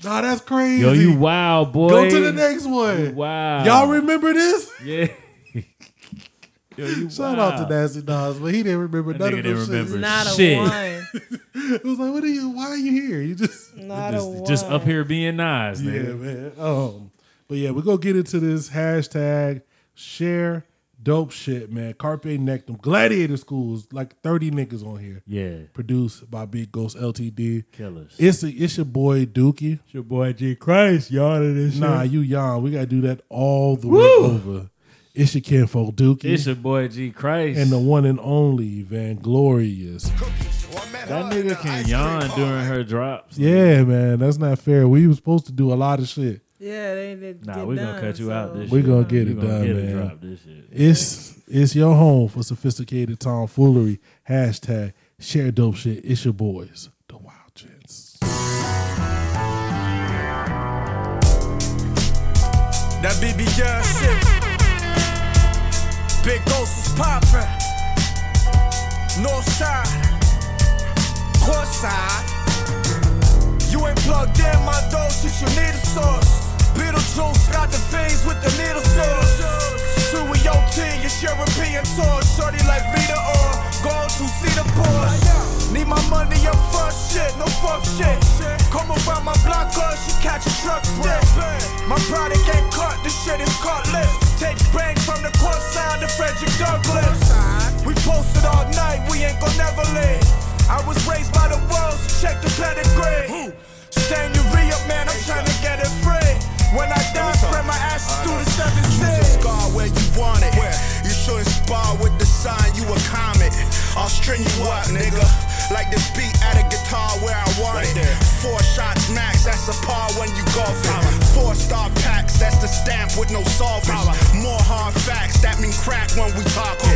A: Nah, that's crazy.
B: Yo, you wild boy.
A: Go to the next one.
B: Wow.
A: Y'all remember this?
B: Yeah. Yo, you
A: Shout
B: wild.
A: out to Nasty Nas, but he didn't remember
B: That
A: none
B: nigga
A: of
B: didn't
A: them shit.
B: remember
C: Not a
B: shit.
C: one.
A: it was like, what are you? Why are you here? You just
C: Not a one.
B: Just, just up here being nice,
A: yeah,
B: nigga.
A: man. Um, but yeah, we're gonna get into this hashtag share dope shit, man. Carpe Nectum Gladiator Schools, like thirty niggas on here.
B: Yeah.
A: produced by Big Ghost Ltd.
B: Killers.
A: It's a, it's your boy Dookie.
B: It's your boy G Christ, y'all in this
A: Nah, you yawn. We gotta do that all the way
B: Woo!
A: over. It's your kinfolk Dookie.
B: It's your boy G Christ.
A: and the one and only Van Glorious.
B: that nigga can yawn during her drops.
A: Yeah, man, that's not fair. We were supposed to do a lot of shit.
C: Yeah, they did.
B: Nah, we gonna cut you out this
A: We're
B: shit.
A: gonna get
B: We
A: it
B: gonna
A: done,
B: get
A: man.
B: A drop this shit.
A: It's it's your home for sophisticated tomfoolery. Hashtag share dope shit. It's your boys. The Wild Jets.
K: That be beyond shit. Big Ghost is poppin'. North side, court side. You ain't plugged in, my dog, shit, you need a source. Beetlejuice got the veins with the needle source. Suey OT, it's European tour. Shorty like Rita or going to see the boss. Need my money up front shit, no fuck shit. Come around my block, cause she catch a truck stick. My product ain't cut, this shit is cut lip. Take bang from the court side to Frederick Douglass. We posted all night, we ain't gon' never leave. I was raised by the wolves, check the pedigree. Stain your re up, man, I'm tryna get it free. When I die, spread my ashes through the seven seas.
M: scar where you want it. You should inspire with the sign, you a comet. I'll string you up, nigga. Like this beat at a guitar where I want it. Four shots max, that's a par when you golfing. Four star packs, that's the stamp with no solvent. More hard facts, that mean crack when we talking.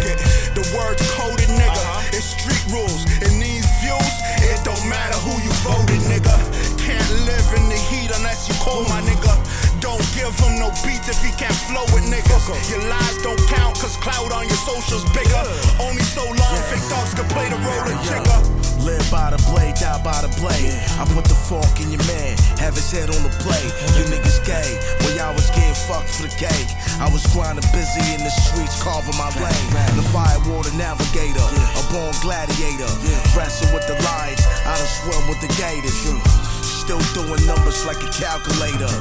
M: The word coded, nigga. It's street rules. In these views, it don't matter who you voted, nigga. Can't live in the heat unless you cold, my nigga. Don't give him no beats if he can't flow with niggas. Your lies don't count, cause cloud on your socials bigger. Only so long fake dogs can play the role of jigger.
N: Live by the blade, die by the blade. I put the fork in your man, have his head on the plate. You niggas gay, well y'all was getting fucked for the cake. I was grinding busy in the streets, carving my lane. The firewater navigator, a born gladiator. Wrestle with the lions, I done swim with the gators. Still doing numbers like a calculator.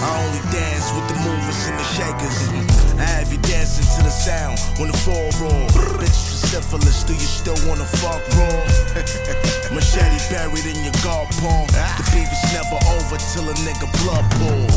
N: I only dance with the movers and the shakers. I have you dancing to the sound when the fall roar. Bitch for syphilis, do you still wanna fuck raw? Machete buried in your guard palm. The beef is never over till a nigga blood pool.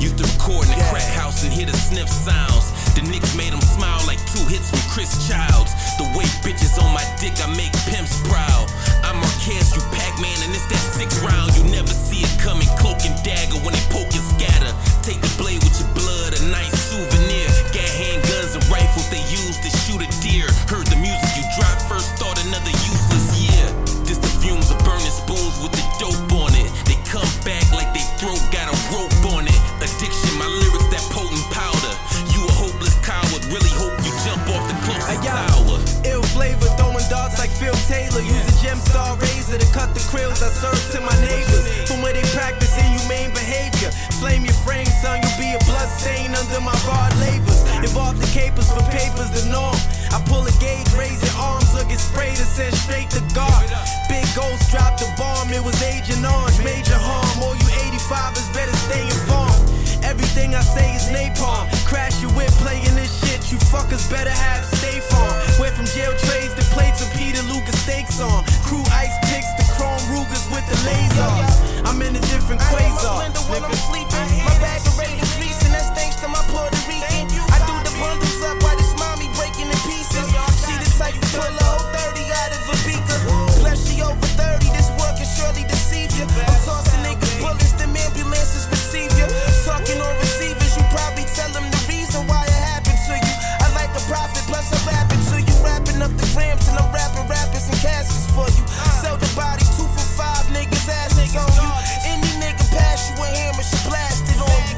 E: Used to record in the crack house and hear the sniff sounds. The Knicks made him smile like two hits from Chris Childs. The way bitches on my dick, I make pimps proud. I'm Marquez, you Pac-Man, and it's that six round. You never see it coming, cloak and dagger when they poke and scatter. Take the blade with your blood, a nice souvenir. Got handguns and rifles they use to shoot a deer. Heard the music you dropped first, thought another useless year. This the fumes of burning spoons with the dope on it. They come back like they throat got a rope on it. Addiction, my lyrics that potent powder. You a hopeless coward, really hope you jump off the closest tower.
K: Ill flavor, throwing darts like Phil Taylor. Use a gem star razor to cut the krills I serve to my neighbors. From where they practice inhumane behavior. Flame your frame, son, you'll be a blood stain under my broad labors. Involve the capers for papers, the norm. I pull a gauge, raise your arms, look at spray to send straight to God. Big ghost dropped a bomb, it was Agent Orange, major harm. All you 85ers better stay informed. Everything I say is napalm. Crash your whip playing this shit. You fuckers better have stay farm. Went from jail trays to plates of Peter Lucas steaks on. Crew ice picks to chrome Rugers with the lasers. I'm in a different quasar. Nigga.
O: My bag of rated fleece, and that's thanks to my Puerto Rican. I do the bundles up while this mommy breaking in pieces. She the type you pull a whole 30 out of a beaker. Plus, she over 30, this work can surely deceive you. I'm tossing niggas bullets, them ambulances receive you. Talking on receivers, you probably tell them the reason why it happened to you. I like a profit, plus I rap it to you. Wrapping up the grams, and I'm wrapping rappers and caskets for you. Sell the body two for five, niggas asses on you. Any nigga pass you a hammer, she blasted on you.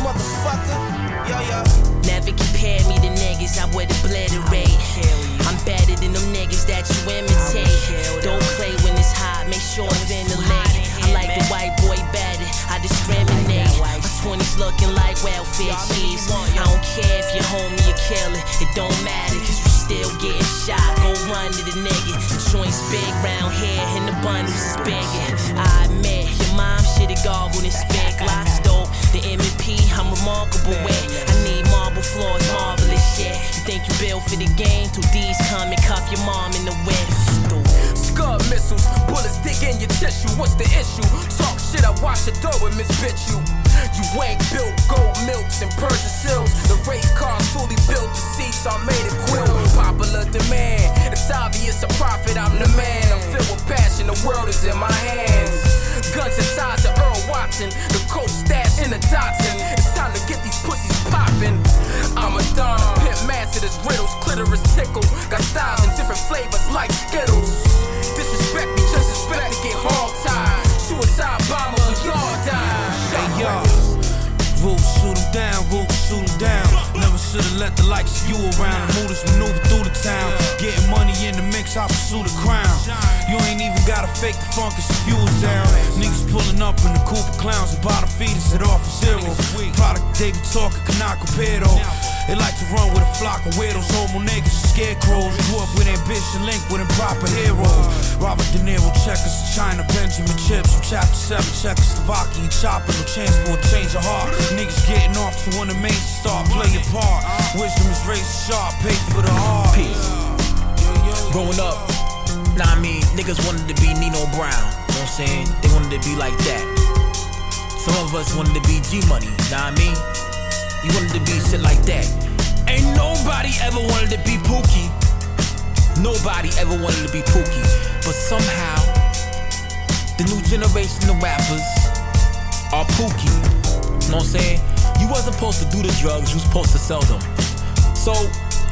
O: Motherfucker, yo yo.
P: Never compare me to niggas, I would obliterate. I'm better than them niggas that you imitate. Don't play when it's hot, make sure it's ventilate. I like the white boy better, I discriminate. My 20s looking like welfare cheese. I don't care if you're homie or killer, it don't matter, cause you still getting shot. Go run to the nigga. The joints big round here, and the bundles is bigger. I admit, your mom shit have goggled and spit. Glocks dope, the M&P, I'm remarkable with. I need marble floors, marvelous shit. You think you built for the game? Two D's come and cuff your mom in the whip.
O: Scud missiles, bullets dig in your tissue. What's the issue? Talk shit, I wash your door and misbit you. You ain't built gold milks and Persian sills. The race car's fully built, the seats are made of quill. Popular demand, it's obvious a profit, I'm the man. I'm filled with passion, the world is in my hands. Guns and size of Earl Watson, the coat stash in the Datsun. It's time to get these pussies poppin'. I'm a don, pimp master, this riddles, clitoris tickle. Got styles and different flavors like Skittles. Disrespect me, just expect to get hog tied. Suicide bomber, we all die.
Q: Hey, yo. Rules shoot 'em down, rules shoot 'em down. Never should've let the likes of you around. The mooters maneuver through the town. Getting money in the mix, I pursue the crown. You ain't even gotta fake the funk, cause the fuel's down. Niggas pulling up in the coupe of clowns, the bottom feeders at off for zero. Product they be talking cannot compare though.
L: They like to run with a flock of weirdos, homo niggas, and scarecrows. Grew up with ambition linked with improper heroes. Robert De Niro, checkers, China, Benjamin Chips, from Chapter 7, Czechoslovakia, chopper, no chance for a change of heart. Niggas getting off to when the main star play a part. Wisdom is raised sharp, paid for the heart.
E: Growing up, nah, I mean, niggas wanted to be Nino Brown. You know what I'm saying? They wanted to be like that. Some of us wanted to be G Money, nah, I mean? You wanted to be shit like that. Ain't nobody ever wanted to be Pookie. Nobody ever wanted to be Pookie. But somehow, the new generation of rappers are Pookie. You know what I'm saying? You wasn't supposed to do the drugs, you was supposed to sell them. So,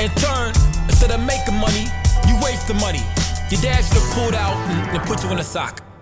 E: in turn, instead of making money, you waste the money. Your dad should have pulled out and, and put you in a sock.